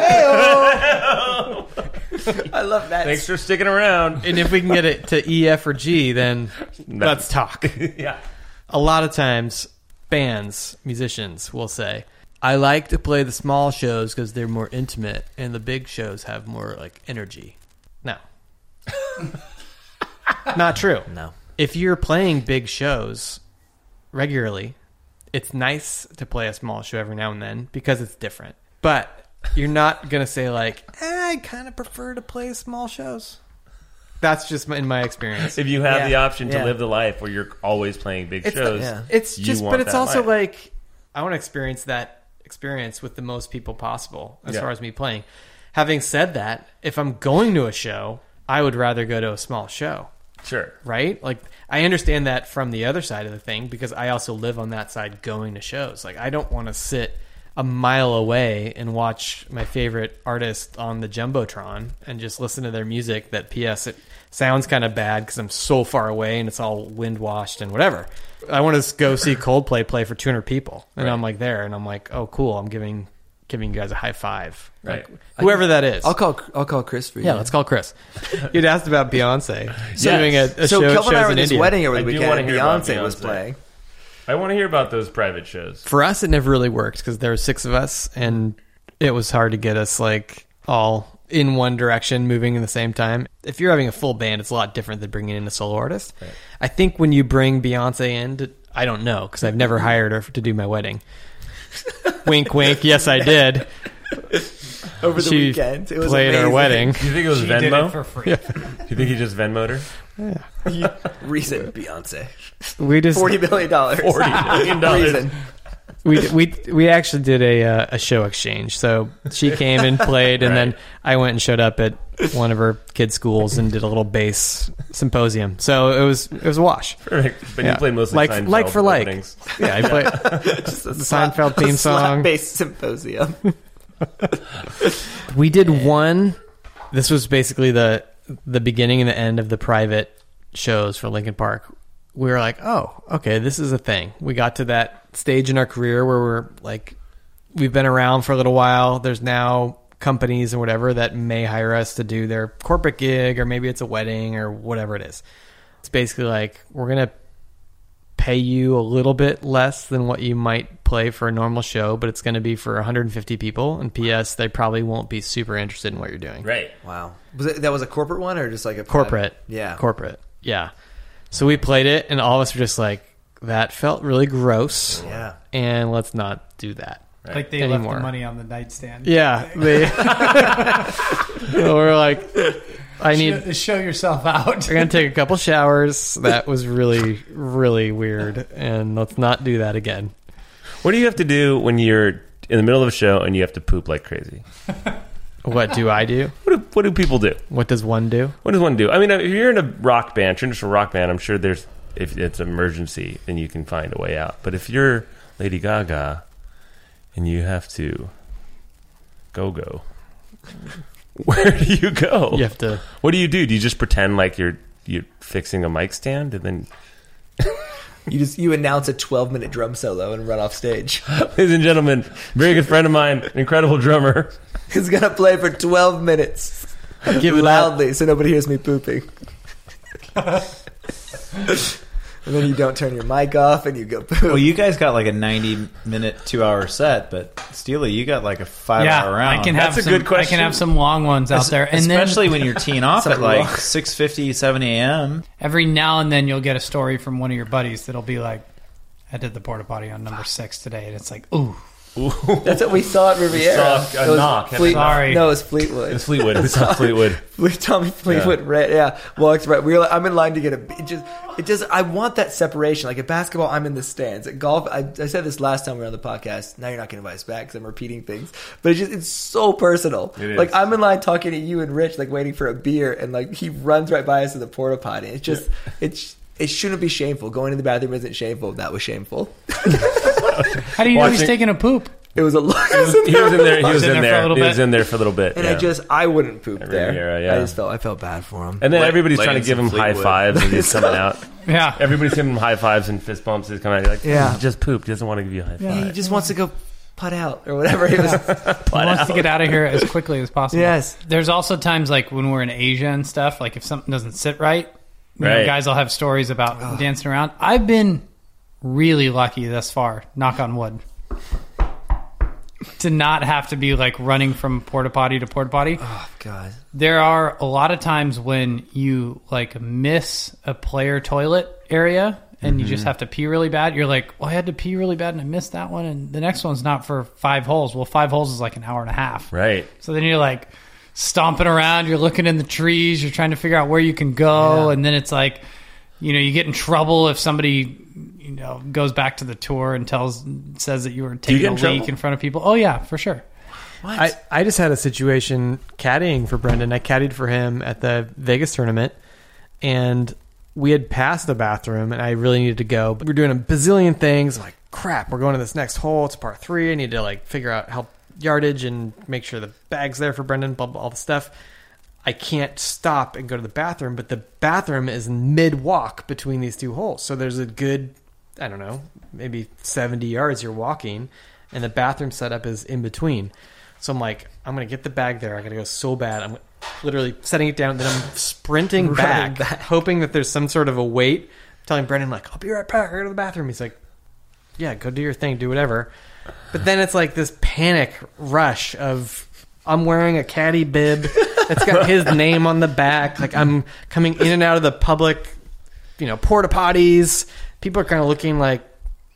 S5: I love that.
S3: Thanks for sticking around.
S2: and if we can get it to E, F, or G, then let's talk.
S3: yeah.
S2: a lot of times bands musicians will say i like to play the small shows because they're more intimate and the big shows have more like energy no not true
S5: No.
S2: if you're playing big shows regularly it's nice to play a small show every now and then because it's different but you're not gonna say like "Eh, i kind of prefer to play small shows that's just my- in my experience
S3: If you have
S5: Yeah.
S3: the option to
S5: Yeah.
S3: live the life where you're always playing big
S2: It's-
S3: shows,
S5: yeah.
S2: it's
S3: you
S2: just,
S3: want
S2: but it's
S3: that
S2: also
S3: life.
S2: like I want to experience that experience with the most people possible as
S3: Yeah.
S2: far as me playing. Having said that, if I'm going to a show, I would rather go to a small show,
S3: Sure.
S2: right? Like I understand that from the other side of the thing because I also live on that side going to shows. Like I don't want to sit a mile away and watch my favorite artist on the jumbotron and just listen to their music that ps it sounds kind of bad because i'm so far away and it's all wind washed and whatever i want to go see coldplay play for 200 people and i'm like there and i'm like oh cool i'm giving giving you guys a high five
S3: Right.
S2: like, whoever that is
S5: I'll call I'll call Chris for you.
S2: yeah, let's call Chris. You'd asked about Beyonce. So
S3: Yes.
S2: doing a, a
S5: so
S2: show at shows in
S5: Kelvin and I were at this
S2: India.
S5: wedding over
S3: I
S5: the
S3: do
S5: weekend,
S3: wanna
S5: and
S3: hear about
S5: Beyonce was
S3: Beyonce.
S5: playing.
S3: I want to hear about those private shows.
S2: For us, it never really worked because there were six of us, and it was hard to get us like all in one direction, moving in the same time. If you're having a full band, it's a lot different than bringing in a solo artist. I think when you bring Beyonce in, to- I don't know because I've never hired her to do my wedding. wink, wink. Yes, I did.
S5: over the
S2: she
S5: weekend. It was
S2: played
S5: amazing.
S2: our wedding.
S3: Do you think it was
S4: She did
S3: Venmo?
S4: it for free.
S3: Do you think he just Venmoed her?
S5: Reason Beyonce.
S2: We just
S5: Forty million dollars.
S3: Forty million dollars.
S5: Reason.
S2: we we we actually did a uh, a show exchange. So she came and played, and then I went and showed up at one of her kids' schools and did a little bass symposium. So it was it was a wash.
S3: Perfect. But you
S2: Yeah.
S3: played mostly
S2: like
S3: Seinfeld
S2: like for like.
S3: openings.
S2: Yeah, I played
S5: The
S2: Seinfeld theme song.
S5: based symposium.
S2: We did one. This was basically the the beginning and the end of the private shows for Lincoln Park. We were like, oh, okay, this is a thing. We got to that stage in our career where we're like, we've been around for a little while. There's now companies and whatever that may hire us to do their corporate gig or maybe it's a wedding or whatever it is. It's basically like we're gonna pay you a little bit less than what you might play for a normal show, but it's going to be for 150 people. And P.S., they probably won't be super interested in what you're doing.
S3: Right.
S5: Wow, was it, that was a corporate one or just like a
S2: Corporate.
S5: Um, Yeah,
S2: Corporate. Yeah. So we played it, and all of us were just like, that felt really gross.
S5: Yeah.
S2: And let's not do that.
S4: Like they
S2: Anymore.
S4: left the money on the nightstand.
S2: Yeah. They, So we're like, I need.
S4: Show, show yourself out.
S2: We're gonna take a couple showers. That was really, really weird, and let's not do that again.
S3: What do you have to do when you're in the middle of a show and you have to poop like crazy?
S2: What do I do?
S3: What do, what do people do?
S2: What does one do?
S3: What does one do? I mean, if you're in a rock band, traditional rock band, I'm sure there's if it's an emergency, then you can find a way out. But if you're Lady Gaga and you have to go go, where do you go?
S2: You have to
S3: What do you do? Do you just pretend like you're you're fixing a mic stand and then,
S5: You just you announce a twelve minute drum solo and run off stage.
S3: ladies and gentlemen, very good friend of mine, an incredible drummer.
S5: He's gonna play for twelve minutes
S2: give it out.
S5: loudly so nobody hears me pooping. and then you don't turn your mic off and you go poop.
S6: Well, you guys got like a 90 minute, two hour set, but Steely, you got like a five
S4: yeah,
S6: hour round.
S4: I can have
S3: That's a
S4: some,
S3: good question.
S4: I can have some long ones out there, and
S6: Especially
S4: then
S6: when you're teeing off at
S5: Something
S6: like
S5: wrong.
S6: 6.50, 7 a.m.
S4: every now and then you'll get a story from one of your buddies that'll be like, "I did the porta potty on number six today," and it's like, "Ooh,
S5: That's what we saw at Riviera.
S3: saw a
S5: It was
S3: knock at
S5: Fleet-
S3: a
S4: knock. Sorry.
S5: no, it was Fleetwood.
S3: It's Fleetwood. It's not Fleetwood.
S5: Fleet- Tommy Fleetwood, right? Yeah, walks right. We were. Like, I'm in line to get a. It just, it just. I want that separation. Like at basketball, I'm in the stands. At golf, I, I said this last time we were on the podcast. Now you're not going to invite us back because I'm repeating things. But it just, it's so personal.
S3: It is.
S5: Like I'm in line talking to you and Rich, like waiting for a beer, and like he runs right by us in the porta potty. It's just, it's. It shouldn't be shameful. Going to the bathroom isn't shameful. That was shameful.
S4: how do you know
S3: Watching-
S4: he's taking a poop?"
S5: It was a lot.
S3: He was in there. He was
S4: in
S3: in
S4: there for a
S3: there.
S4: little
S3: He was
S4: bit.
S3: in there for a little bit.
S5: And I
S3: yeah.
S5: just, I wouldn't poop there.
S3: Riviera, yeah.
S5: I just felt, I felt bad for him.
S3: And then
S6: Like-
S3: everybody's
S6: like
S3: trying to
S6: it's
S3: give
S6: in
S3: him high
S6: Fleetwood.
S3: fives and he's coming out.
S4: Yeah,
S3: Everybody's giving him high fives and fist bumps. He's coming out. You're like,
S5: Yeah.
S3: yeah, just pooped. He doesn't want to give you a high
S5: Yeah,
S3: five.
S5: he just wants to go putt out or whatever. He was,
S4: he wants to get out of here as quickly as possible.
S5: Yes.
S4: There's also times like when we're in Asia and stuff, like if something doesn't sit right, you know,
S3: Right.
S4: guys will have stories about dancing around. I've been really lucky thus far, knock on wood, to not have to be like running from porta potty to porta potty.
S5: oh god.
S4: There are a lot of times when you like miss a player toilet area and you
S3: Mm-hmm.
S4: just have to pee really bad. You're like, well, I had to pee really bad and I missed that one. And the next one's not for five holes. Well, five holes is like an hour and a half.
S3: Right.
S4: So then you're like stomping around, you're looking in the trees, you're trying to figure out where you can go, and then it's like you know, you get in trouble if somebody, you know, goes back to the tour and tells says that you were
S3: you
S4: taking
S3: get
S4: a
S3: in
S4: leak
S3: trouble?
S4: in front of people. Oh yeah, for sure.
S2: I, I just had a situation caddying for Brendan. I caddied for him at the Vegas tournament, and we had passed the bathroom, and I really needed to go. But we were doing a bazillion things. Like crap, we're going to this next hole. It's part three. I need to like figure out help yardage and make sure the bag's there for Brendan. Blah blah all the stuff. I can't stop and go to the bathroom, but the bathroom is mid walk between these two holes. So there's a good, I don't know, maybe 70 yards you're walking, and the bathroom setup is in between. So I'm like, I'm going to get the bag there. I'm going to go so bad. I'm literally setting it down, then I'm sprinting back, hoping that there's some sort of a wait. telling Brendan, like, I'll be right back. I go to the bathroom. He's like, yeah, go do your thing, do whatever. But then it's like this panic rush of I'm wearing a caddy bib that's got his name on the back. Like I'm coming in and out of the public, you know, porta potties. People are kind of looking like,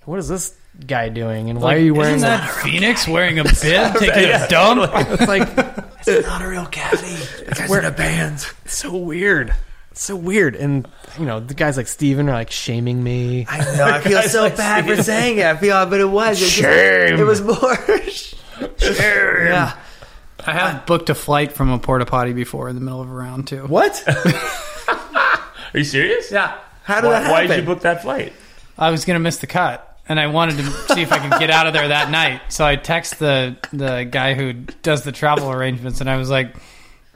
S2: what is this guy doing? And why are you wearing
S4: Isn't
S2: that?
S4: that Phoenix wearing a bib, taking a dump?
S2: It's like
S5: It's not a real caddy. That guy's in a band.
S2: it's so weird. It's so weird. And you know, the guys like Steven are like shaming me.
S5: I know. I feel so bad for saying it. I feel, but it was. It, just-
S3: Shame.
S5: it was more. Yeah.
S4: I have booked a flight from a porta potty before in the middle of a round too.
S5: What?
S3: Are you serious?
S4: Yeah,
S5: How did that
S3: Why,
S5: happen?
S3: why did you book that flight?
S4: I was gonna miss the cut, and I wanted to see if I could get out of there that night. So I text the the guy who does the travel arrangements, and I was like,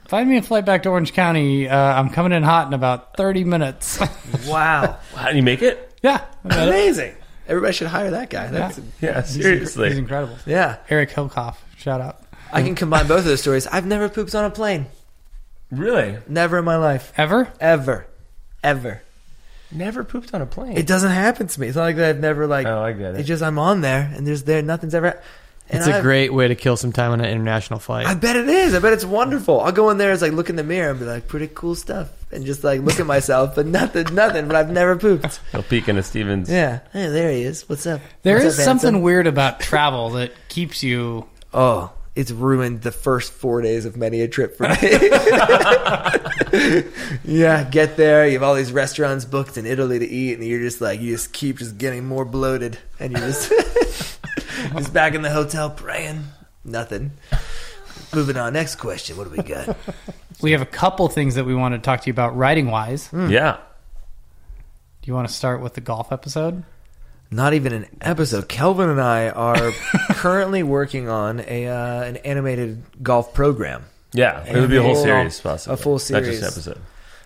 S4: "Find me a flight back to Orange County. Uh, I'm coming in hot in about 30 minutes."
S5: Wow.
S3: How did you make it?
S4: yeah, I got it.
S5: Amazing. Everybody should hire that guy. That's, yeah.
S3: Yeah,
S4: he's
S3: seriously.
S4: incredible. Eric Hilkoff, shout out.
S5: I can combine both of those stories. I've never pooped on a plane.
S3: Really?
S5: Never in my life.
S4: Ever?
S5: Ever. Ever.
S3: Never pooped on a plane.
S5: It doesn't happen to me. It's not like that I've never like.
S3: Oh, I get it.
S5: It's just I'm on there and there's there nothing's ever. And
S2: It's a
S5: I've-
S2: great way to kill some time on an international flight.
S5: I bet it is. I bet it's wonderful. I'll go in there, it's like look in the mirror and be like, pretty cool stuff, and just like look at myself, but nothing, nothing. But I've never pooped.
S3: He'll peek into Stevens.
S5: Yeah, hey, there he is. What's up?
S4: There is
S5: What's up,
S4: something
S5: handsome?
S4: weird about travel that keeps you.
S5: Oh, it's ruined the first four days of many a trip for me. yeah, get there. You have all these restaurants booked in Italy to eat, and you're just like, you just keep just getting more bloated, and you're just just back in the hotel praying. Nothing. Moving on. Next question. What do we got?
S4: We have a couple things that we want to talk to you about writing wise.
S5: Mm.
S4: Do
S3: Yeah.
S4: you want to start with the golf episode?
S5: Not even an episode. Kelvin and I are currently working on a uh, an animated golf program.
S3: Yeah. It would be a whole
S5: Full-
S3: series, possibly.
S5: a full
S3: Not just
S5: series.
S3: an episode.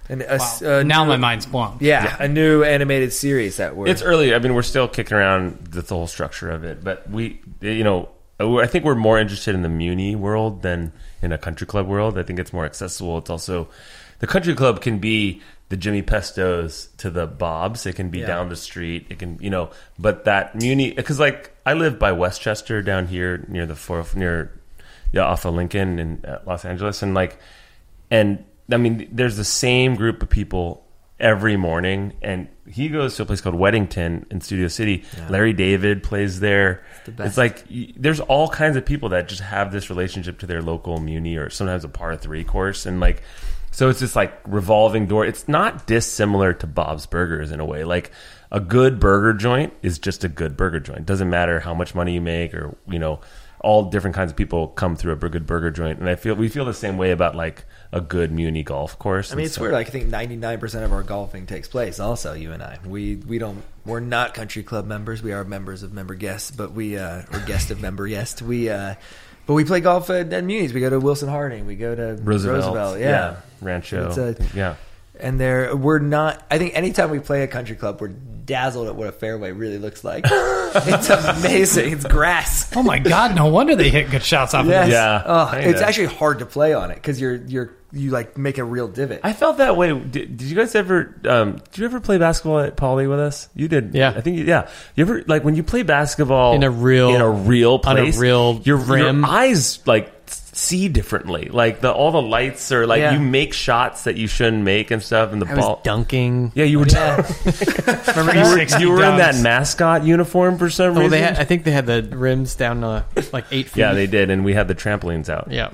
S5: And a s-
S4: Wow.
S5: a
S4: now
S5: new-
S4: my mind's blown.
S5: Uh, yeah, a new animated series that we're
S3: It's early. I mean, we're still kicking around the, the whole structure of it, but we, you know, I think we're more interested in the Muni world than in a country club world. I think it's more accessible. It's also the country club can be the Jimmy Pestos to the Bobs. It can be down the street. It can, you know, but that Muni because like I live by Westchester down here near the four near yeah off of Lincoln in uh, Los Angeles, and like and I mean, there's the same group of people every morning. And he goes to a place called Weddington in Studio City. Larry David plays there. It's, like y- there's all kinds of people that just have this relationship to their local muni or sometimes a par three course, and like. So it's this like revolving door. It's not dissimilar to Bob's Burgers in a way. Like a good burger joint is just a good burger joint. Doesn't matter how much money you make or you know all different kinds of people come through a good burger joint, and I feel we feel the same way about like a good Muni golf course.
S5: I mean, it's weird. Like, I think ninety nine percent of our golfing takes place. Also, you and I, we we don't we're not country club members. We are members of member guests, but we uh, or guest of member guests. We uh, but we play golf at, at Muni's. We go to Wilson Harding. We go to
S3: Roosevelt,
S5: Roosevelt. yeah.
S3: Rancho,
S5: It's a-
S3: yeah,
S5: And there, we're not. I think anytime we play a country club, we're dazzled at what a fairway really looks like. it's amazing. It's grass.
S4: Oh my God! No wonder they hit good shots off of
S5: Yes.
S4: this.
S3: Yeah,
S5: Oh,
S3: kinda.
S5: it's actually hard to play on it because you're you're you like make a real divot.
S3: I felt that way. Did, did you guys ever? Um, did you ever play basketball at Poly with us? You did.
S2: Yeah.
S3: I think. you- Yeah. You ever like when you play basketball
S2: In a real-
S3: in a real
S2: on a
S3: place,
S2: real
S3: your
S2: rim.
S3: Your eyes like see differently. Like the all the lights are like
S5: Yeah.
S3: you make shots that you shouldn't make and stuff, and the
S2: I
S3: ball.
S2: was dunking.
S3: Yeah, you were.
S4: Remember
S3: You were,
S4: 60
S3: you were in that
S4: dubs?
S3: mascot uniform for some
S2: Well,
S3: reason.
S2: Oh, they had, I think they had the rims down to like eight feet.
S3: Yeah, they did, and we had the trampolines out.
S2: Yeah.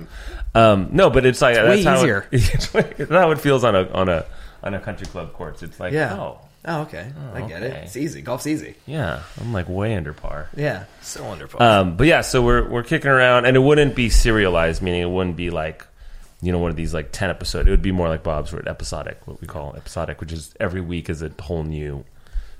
S3: Um, no, but it's like that's
S2: way
S3: how
S2: easier.
S3: It, it's like- it's how it feels on a on a on a country club course. It's like
S5: Yeah.
S3: oh,
S5: Oh, okay. I get
S3: okay.
S5: it. It's easy. Golf's easy.
S3: Yeah, I'm like way under par.
S5: Yeah. So wonderful.
S3: Um, but yeah, so we're we're kicking around, and it wouldn't be serialized, meaning it wouldn't be like you know one of these like ten episode. It would be more like Bob's, where episodic, what we call episodic, which is every week is a whole new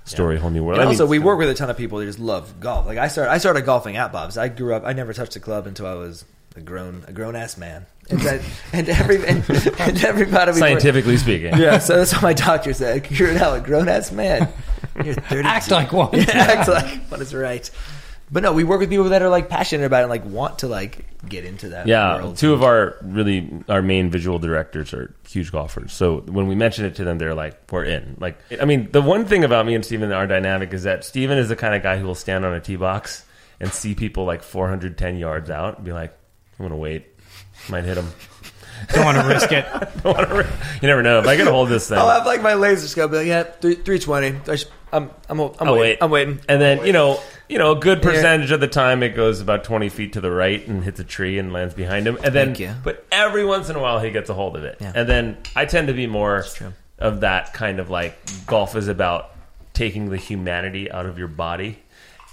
S3: story, whole new world.
S5: And
S3: I mean,
S5: also, we work with a ton of people that just love golf. Like I started, I started golfing at Bob's. I grew up. I never touched a club until I was a grown, a grown ass man. And, that, and every and, and everybody we work-
S3: scientifically speaking.
S5: Yeah, so that's what my doctor said. You're now a grown ass man. You're 30.
S4: Act like one.
S5: Yeah, act like what is right. But no, we work with people that are like passionate about it and like want to like get into that.
S3: Yeah,
S5: world.
S3: two of our really our main visual directors are huge golfers. So when we mention it to them, they're like, "We're in." Like, I mean, the one thing about me and Steven, our dynamic is that Steven is the kind of guy who will stand on a tee box and see people like 410 yards out and be like, "I'm gonna wait, might hit them."
S4: Don't want to risk it.
S3: you never know. If I can hold this thing,
S5: I'll Oh, have like my laser scope. Be like, yeah, three three twenty. I'm I'm I'm
S3: I'll
S5: waiting.
S3: Oh, wait.
S5: I'm waiting.
S3: And then you know, you know, a good percentage of the time it goes about twenty feet to the right and hits a tree and lands behind him. And then,
S5: Thank you.
S3: but every once in a while he gets a hold of it.
S5: Yeah.
S3: And then I tend to be more
S5: true.
S3: of that kind of like golf is about taking the humanity out of your body.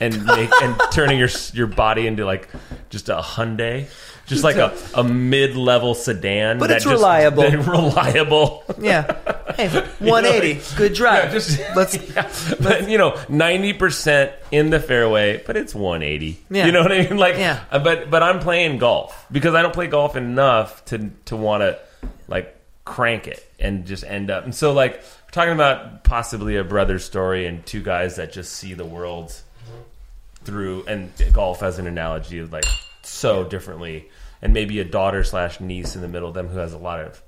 S3: And make, and turning your your body into like just a Hyundai, just like a, a mid level sedan,
S5: But
S3: that
S5: it's
S3: just-
S5: reliable.
S3: that- reliable.
S5: Yeah. Hey, 180.
S3: like-
S5: good drive.
S3: Yeah, just-
S5: let's.
S3: Yeah, but you know, ninety percent in the fairway, but it's one eighty.
S5: Yeah.
S3: You know what I mean? Like,
S5: Yeah.
S3: uh, but but I'm playing golf because I don't play golf enough to to want to like crank it and just end up. And so like we're talking about possibly a brother story and two guys that just see the world through and golf as an analogy of like so differently and maybe a daughter slash niece in the middle of them who has a lot of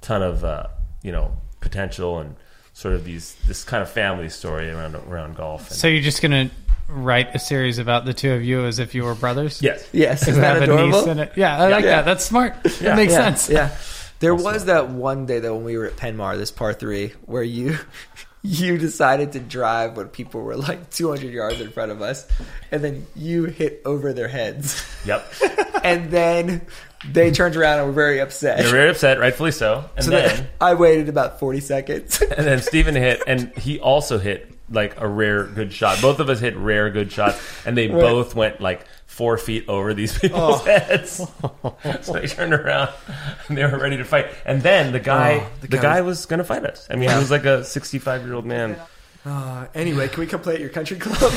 S3: ton of uh, you know potential and sort of these this kind of family story around around golf and,
S4: So you're just gonna write a series about the two of you as if you were brothers?
S3: yes
S5: Yes, isn't
S4: Does
S5: that
S4: that have
S5: adorable?
S4: a niece in it? Yeah, I like
S5: Yeah.
S4: that. That's smart. That makes
S5: yeah,
S4: sense.
S5: Yeah. There was that one day though when we were at Penmar, this par three, where you you decided to drive when people were like 200 yards in front of us, and then you hit over their heads,
S3: yep
S5: and then they turned around and were very upset.
S3: they're very upset rightfully so and
S5: so
S3: then
S5: then I waited about 40 seconds.
S3: and then Steven hit and he also hit like a rare good shot both of us hit rare good shots and they both went like four feet over these people's
S5: Oh.
S3: heads so they turned around and they were ready to fight and then the guy
S5: Oh,
S3: the,
S5: the
S3: guy,
S5: guy
S3: was, gonna fight us i mean he was like a 65 year old man
S5: Uh, anyway, can we come play at your country club?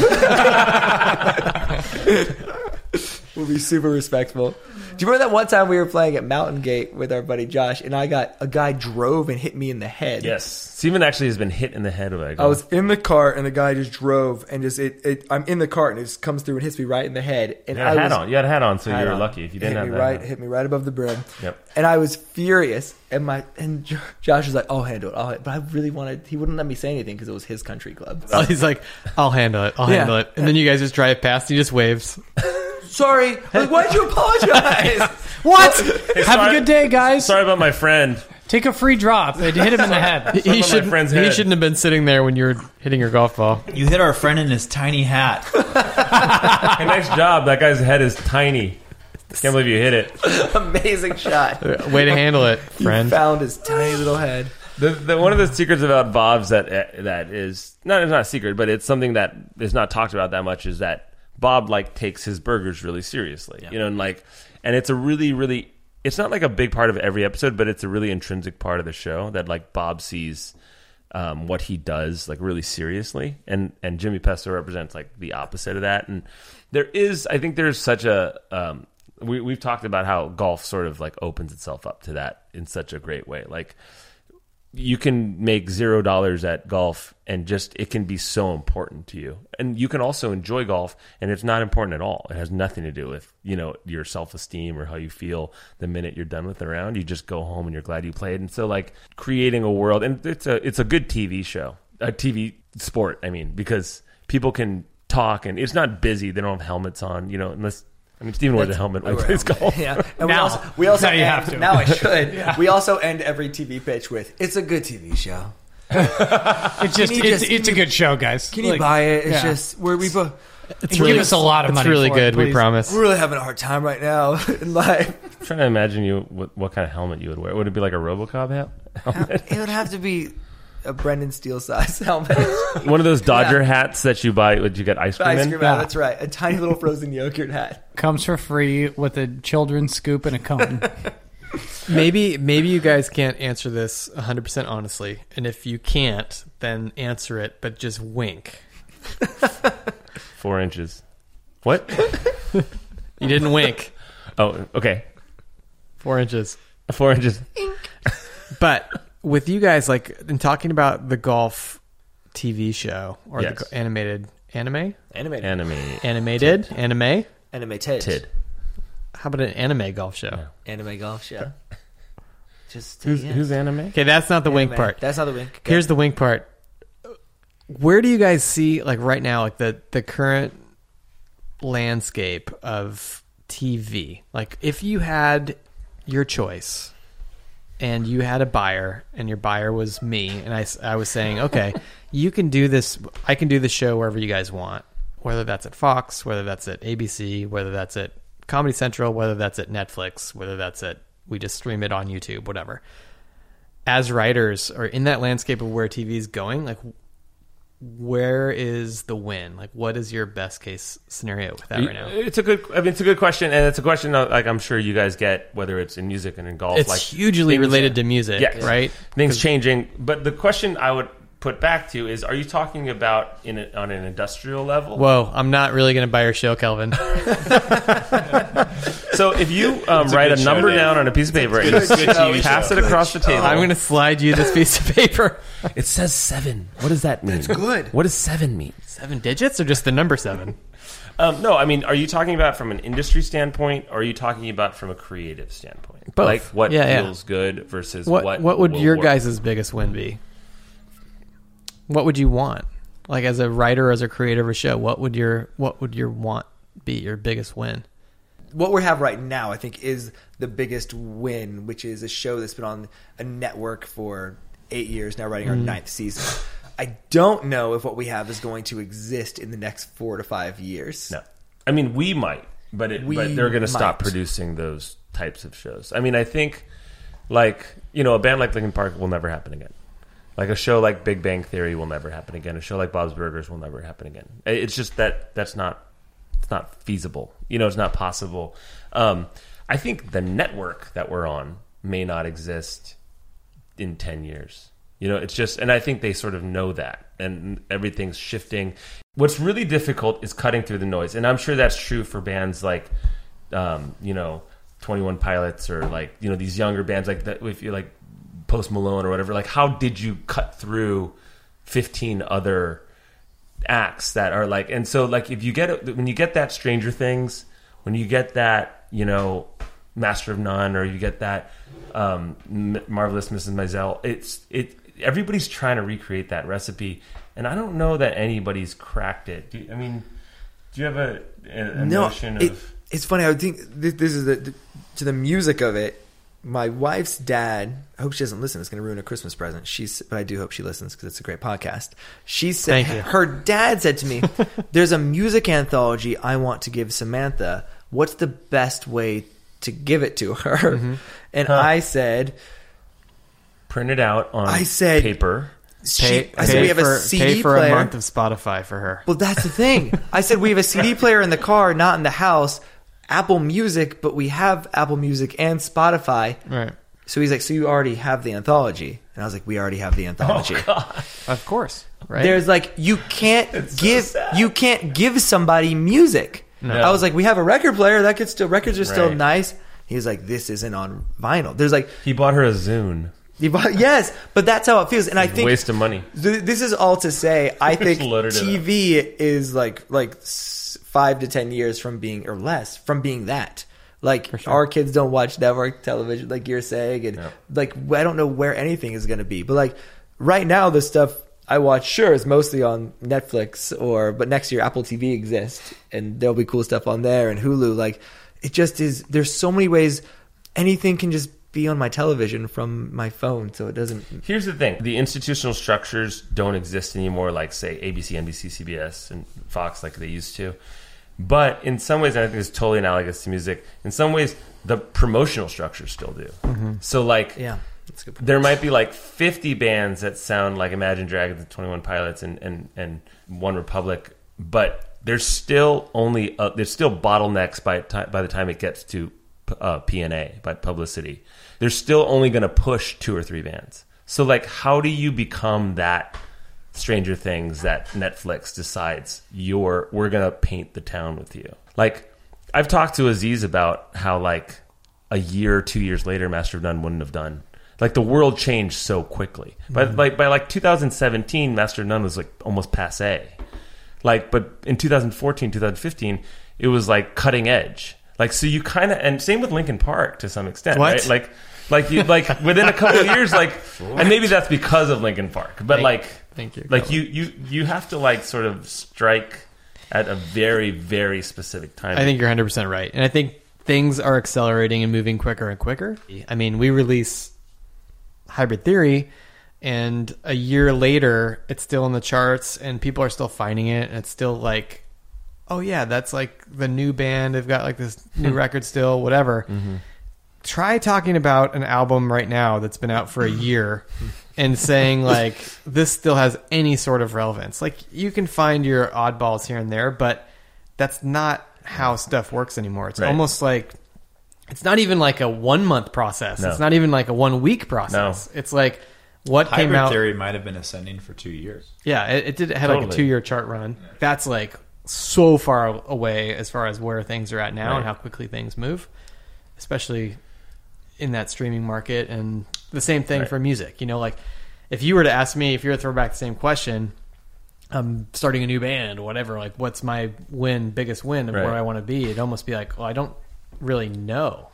S5: we'll be super respectful. Do you remember that one time we were playing at Mountain Gate with our buddy Josh, and I got a guy drove and hit me in the head?
S3: yes Steven actually has been hit in the head by a
S5: I
S3: golf
S5: was in the car, and the guy just drove, and just it. it I'm in the cart, and it just comes through and hits me right in the head. And
S3: You had a
S5: I
S3: hat
S5: was,
S3: on. You had a hat on, so you
S5: hat
S3: were
S5: on.
S3: lucky. If you
S5: It
S3: didn't
S5: hit
S3: have
S5: me
S3: that,
S5: right,
S3: hat.
S5: hit me right above the brim.
S3: Yep.
S5: And I was furious, and my and Jo- Josh was like, "I'll handle it." I'll, handle it." but I really wanted. He wouldn't let me say anything because it was his country club.
S3: Oh,
S2: So he's like, I'll handle it. I'll
S5: Yeah.
S2: handle it. And then you guys just drive past. And he just waves.
S5: Sorry. Like, why'd you apologize?
S4: What?
S3: Hey,
S4: Have
S3: sorry-
S4: a good day, guys.
S3: Sorry about my friend.
S4: Take a free drop. It hit him in the head.
S2: He
S3: my
S2: shouldn't.
S3: friend's
S2: He
S3: head.
S2: shouldn't have been sitting there when you were hitting your golf ball.
S6: You hit our friend in his tiny hat.
S3: Hey, nice job. That guy's head is tiny. Can't believe you hit it.
S5: Amazing shot.
S2: Way to handle it,
S5: He
S2: friend.
S5: found his tiny little head.
S3: The, the, one of the secrets about Bob's that that is not it's not a secret, but it's something that is not talked about that much is that Bob like takes his burgers really seriously, you know, and like, and it's a really really it's not like a big part of every episode, but it's a really intrinsic part of the show that like Bob sees um, what he does like really seriously, and and Jimmy Pesto represents like the opposite of that, and there is I think there's such a um, we we've talked about how golf sort of like opens itself up to that in such a great way, like you can make zero dollars at golf and just it can be so important to you and you can also enjoy golf and it's not important at all it has nothing to do with you know your self-esteem or how you feel the minute you're done with the round you just go home and you're glad you played and so like creating a world and it's a it's a good tv show a tv sport i mean because people can talk and it's not busy they don't have helmets on you know unless i mean steven wears a helmet when he plays golf
S5: Yeah. And
S4: Now.
S5: we also, we also
S4: Now you
S5: end-
S4: have to.
S5: Now I should. We also end every TV pitch with, "It's a good TV show.
S4: It's just,
S5: you
S4: it's,
S5: just-
S4: it's a good show, guys.
S5: Can you
S4: Like,
S5: buy it? It's
S4: yeah.
S5: just where we both.
S2: It's
S4: give us a lot of
S2: it's
S4: money
S2: really
S4: for it,
S2: good. we
S4: please.
S2: promise.
S5: We're really having a hard time right now in life.
S3: i'm trying to imagine you what, what kind of helmet you would wear would it be like a robocop hat
S5: It would have to be a Brendan Steele size helmet.
S3: One of those Dodger hats that you buy when you get ice cream
S5: Ice
S3: in.
S5: cream
S4: Yeah.
S5: hat. That's right. A tiny little frozen yogurt hat.
S4: Comes for free with a children's scoop and a cone.
S2: Maybe maybe you guys can't answer this 100% honestly, and if you can't, then answer it, but just wink.
S3: Four inches. What?
S2: You didn't wink.
S3: Oh, okay.
S2: Four inches.
S3: Four inches.
S2: But with you guys, like in talking about the golf TV show or
S3: Yes.
S2: the go- animated anime,
S5: Animated.
S3: Anime.
S2: animated anime.
S5: Animated.
S3: Tid.
S2: How about an anime golf show?
S5: Anime golf show. Just
S3: Who's,
S5: yeah.
S3: who's anime?
S2: Okay, that's not the wink
S5: Anime.
S2: part.
S5: That's not the wink.
S2: Here's the wink part. Where do you guys see like right now like the the current landscape of TV? Like if you had your choice and you had a buyer and your buyer was me and I, s- I was saying, "Okay, you can do this I can do the show wherever you guys want, whether that's at Fox, whether that's at ABC, whether that's at Comedy Central, whether that's at Netflix, whether that's at we just stream it on YouTube, whatever." as writers or in that landscape of where TV is going, like where is the win? Like what is your best case scenario with that right now?
S3: It's a good. I mean, it's a good question, and it's a question that, like I'm sure you guys get whether it's in music and in golf.
S2: It's
S3: like
S2: hugely
S3: things-
S2: related to music,
S3: Yes.
S2: right?
S3: Things changing, but the question I would put back to you is: Are you talking about in a, on an industrial level?
S2: Whoa, I'm not really going to buy your show, Kelvin.
S3: so if you um,
S6: a
S3: write
S6: good
S3: a
S6: show,
S3: number
S6: Dave.
S3: down on a piece of paper and
S6: good- good TV
S3: pass
S6: show.
S3: it across the table,
S2: I'm going to slide you this piece of paper.
S3: it says seven. What does that mean? That's
S5: good.
S3: What does seven mean?
S2: Seven digits or just the number seven?
S3: Um, no, I mean, are you talking about from an industry standpoint, or are you talking about from a creative standpoint?
S2: Both.
S3: Like what
S2: Yeah, yeah.
S3: feels good versus
S2: What
S3: what?
S2: what, would
S3: will
S2: your
S3: work.
S2: guys' biggest win be? What would you want? Like as a writer, as a creator of a show, what would your what would your want be your biggest win?
S5: what we have right now, I think, is the biggest win, which is a show that's been on a network for eight years now, writing our ninth season. I don't know if what we have is going to exist in the next four to five years.
S3: No, I mean we might, but it,
S5: We
S3: but they're going to stop
S5: might.
S3: producing those types of shows. I mean, I think like you know, a band like Linkin Park will never happen again. Like a show like Big Bang Theory will never happen again. A show like Bob's Burgers will never happen again. I- It's just that that's not it's not feasible. You know, it's not possible. Um, I think the network that we're on may not exist in 10 years. You know, it's just, and I think they sort of know that, and everything's shifting. What's really difficult is cutting through the noise, and I'm sure that's true for bands like, um, you know, 21 Pilots or like, you know, these younger bands like that, if you like Post Malone or whatever, like, how did you cut through 15 other acts that are like and so like if you get when you get that stranger things when you get that you know master of none or you get that um M- marvelous mrs Maisel, it's it everybody's trying to recreate that recipe and i don't know that anybody's cracked it do you, i mean do you have a, a, a notion of
S5: it- it's funny. I would think this, this is the, the to the music of it. My wife's dad. I hope she doesn't listen. It's going to ruin a Christmas present. She's, but I do hope she listens because it's a great podcast. She said
S2: Thank you.
S5: her dad said to me, "There's a music anthology I want to give Samantha. What's the best way to give it to her?"
S2: Mm-hmm.
S5: And I said,
S3: print it out on
S5: I said-
S3: paper
S5: she,
S2: Pay,
S5: "I said
S2: pay
S5: we have
S2: for,
S5: a CD
S2: pay for
S5: player."
S2: a month of Spotify for her.
S5: Well, that's the thing. I said we have a CD player in the car, not in the house. Apple Music, but we have Apple Music and Spotify.
S2: Right.
S5: So he's like, "So you already have the anthology?" And I was like, "We already have the
S3: Oh,
S5: anthology."
S2: Of course. Right.
S5: There's like, you can't give you can't give somebody music. I was like, "We have a record player that could still records are still
S3: Right.
S5: nice." He was like, "This isn't on vinyl." There's like,
S3: he bought her a zune
S5: yes, but that's how it feels. And I think
S3: waste of money
S5: Th- this is all to say i think
S3: loaded it up.
S5: tv is like like s- five to ten years from being or less from being that like our kids don't watch network television like you're saying and like i don't know where anything is going to be but like right now the stuff i watch sure is mostly on netflix or but next year apple tv exists and there'll be cool stuff on there and hulu like it just is there's so many ways anything can just be on my television from my phone so it doesn't
S3: Here's the thing: the institutional structures don't exist anymore, like say ABC, NBC, CBS, and Fox, like they used to. But in some ways, and I think it's totally analogous to music. In some ways, the promotional structures still do. So, like,
S5: Yeah. That's a good point.
S3: there might be like 50 bands that sound like Imagine Dragons and 21 Pilots and, and, and One Republic, but there's still only uh, there's still bottlenecks by time, by the time it gets to p- uh, PNA by publicity. They're still only going to push two or three bands. So like, how do you become that Stranger Things that Netflix decides you're we're gonna paint the town with you? Like, I've talked to Aziz about how like a year, two years later, Master of None wouldn't have done. Like the world changed so quickly. By like by like 2017, Master of None was like almost passe. Like, but in 2014, 2015, it was like cutting edge. Like, so you kind of and same with Lincoln Park to some extent,
S4: What?
S3: right? Like, like you like within a couple of years, like, and maybe that's because of Lincoln Park, but like,
S2: thank you,
S3: Like you you you have to like sort of strike at a very very specific time.
S2: I think you're 100 percent right, and I think things are accelerating and moving quicker and quicker. I mean, we release Hybrid Theory, and a year later, it's still in the charts, and people are still finding it, and it's still like, oh yeah, that's like the new band. They've got like this new record still, whatever. Try talking about an album right now that's been out for a year. And saying like this still has any sort of relevance. Like you can find your oddballs here and there, but that's not how stuff works anymore. It's
S3: Right.
S2: almost like it's not even like a one month process.
S3: No.
S2: It's not even like a one week process. It's like what came
S6: Hybrid
S2: out.
S6: Theory might have been ascending for two years.
S2: Yeah, it, it did it had like a
S3: Totally.
S2: two year chart run. That's like so far away as far as where things are at now and
S3: Right.
S2: how quickly things move, especially in that streaming market. And the same thing
S3: Right.
S2: for music. You know, like if you were to ask me, if you were to throw back the same question, I'm starting a new band, whatever. Like, what's my win, biggest win of where
S3: Right.
S2: I want to be? It'd almost be like, well, I don't really know.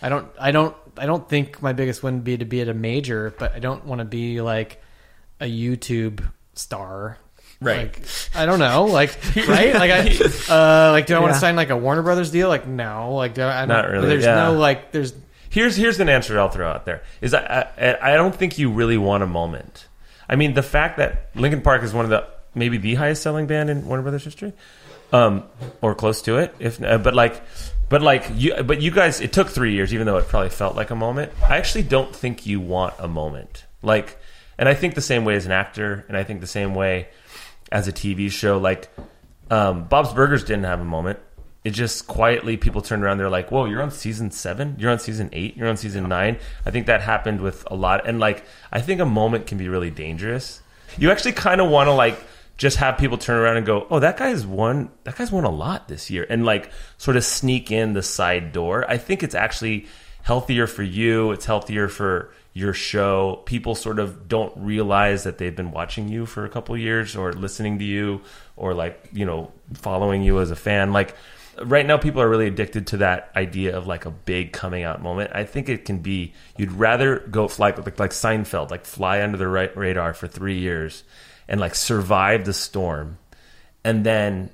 S2: I don't, I don't, I don't think my biggest win would be to be at a major, but I don't want to be like a YouTube star.
S3: Right.
S2: Like, I don't know. Like, right? Like, I, uh, like, do I want to
S5: Yeah.
S2: sign like a Warner Brothers deal? Like, no. Like, do I, I don't,
S3: Not really,
S2: There's
S3: yeah.
S2: no like, there's
S3: here's here's an answer I'll throw out there is I, I I don't think you really want a moment. I mean, the fact that Lincoln Park is one of the maybe the highest selling band in Warner Brothers history, um, or close to it. If uh, but like, but like you but you guys, it took three years, even though it probably felt like a moment. I actually don't think you want a moment. Like, and I think the same way as an actor, and I think the same way as a TV show. Like, um, Bob's Burgers didn't have a moment. It just quietly people turned around. They're like, "Whoa, you're on season seven. You're on season eight. You're on season nine. I think that happened with a lot. And like, I think a moment can be really dangerous. You actually kind of want to like just have people turn around and go, "Oh, that guy's won. That guy's won a lot this year," and like sort of sneak in the side door. I think it's actually healthier for you. It's healthier for your show. People sort of don't realize that they've been watching you for a couple years or listening to you or like, you know, following you as a fan. Like right now people are really addicted to that idea of like a big coming out moment. I think it can be you'd rather go fly like, like Seinfeld, like fly under the ra- radar for 3 years and like survive the storm and then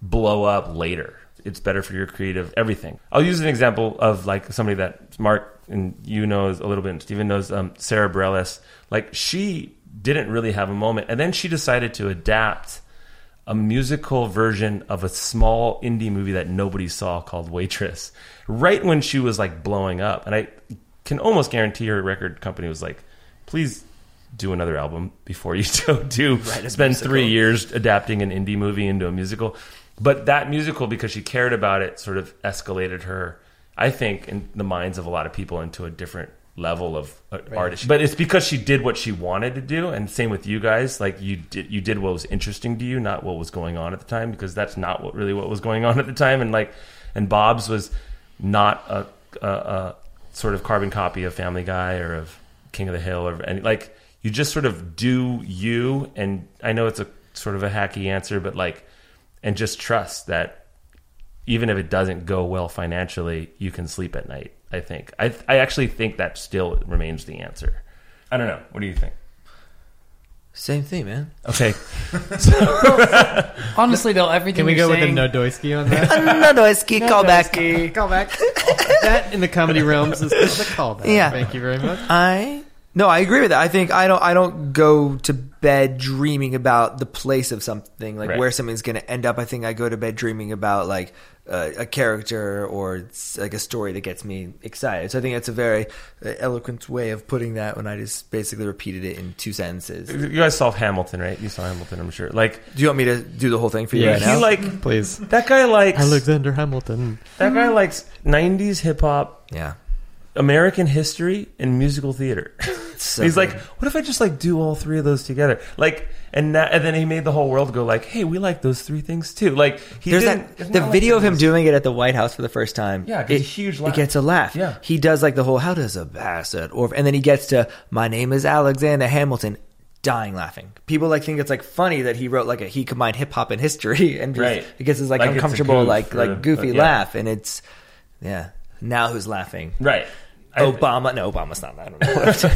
S3: blow up later. It's better for your creative everything. I'll use an example of like somebody that Mark and you knows a little bit, and Steven knows um, Sarah Bareilles. Like she didn't really have a moment, and then she decided to adapt a musical version of a small indie movie that nobody saw called Waitress. Right when she was like blowing up, and I can almost guarantee her record company was like, "Please do another album before you do, do spend three years adapting an indie movie into a musical. But that musical, because she cared about it, sort of escalated her, I think, in the minds of a lot of people into a different level of uh, artist. But it's because she did what she wanted to do, and same with you guys. Like you did, you did what was interesting to you, not what was going on at the time, because that's not what really what was going on at the time. And like, and Bob's was not a, a, a sort of carbon copy of Family Guy or of King of the Hill or any like you just sort of do you and I know it's a sort of a hacky answer but like and just trust that even if it doesn't go well financially you can sleep at night I think I I actually think that still remains the answer I don't know what do you think
S5: Same thing, man.
S3: okay
S4: Honestly, though, everything
S2: Can we
S4: you're
S2: go with a
S4: saying,
S2: Nodoisky on that?
S5: no, no, it's geek call back.
S2: Call back. that in the comedy realms is called a callback.
S5: Yeah.
S2: Thank you very much.
S5: I no, I agree with that. I think I don't I don't go to bed dreaming about the place of something, like
S3: Right.
S5: where something's going to end up. I think I go to bed dreaming about like uh, a character or s- like a story that gets me excited. So I think that's a very uh, eloquent way of putting that when I just basically repeated it in two sentences. Do
S3: You guys saw Hamilton, right? You saw Hamilton, I'm sure. Like
S5: you want me to do the whole thing for you
S2: Yeah.
S5: right
S3: he
S5: now?
S3: like
S2: Please.
S3: that guy likes
S2: Alexander Hamilton.
S3: that guy likes 90s hip hop,
S5: yeah.
S3: American history, and musical theater.
S5: So
S3: He's like,
S5: good.
S3: what if I just like do all three of those together? Like, and that, and then he made the whole world go like, hey, we like those three things too. Like he
S5: There's
S3: didn't.
S5: that the video of him doing it at the White House for the first time.
S3: Yeah, it
S5: it,
S3: gets a huge laugh.
S5: It gets a laugh.
S3: Yeah.
S5: he does like the whole "How does a bastard?" Or and then he gets to "My name is Alexander Hamilton," dying laughing. People like think it's like funny that he wrote like a he combined hip hop and history, and just,
S3: Right.
S5: it gets this like,
S3: Like it's a
S5: uncomfortable,
S3: goof
S5: like
S3: or a-
S5: like goofy
S3: uh, yeah.
S5: laugh, and it's yeah. Now who's laughing?
S3: right. I-
S5: Obama? No, Obama's not. I don't know.
S3: Oh,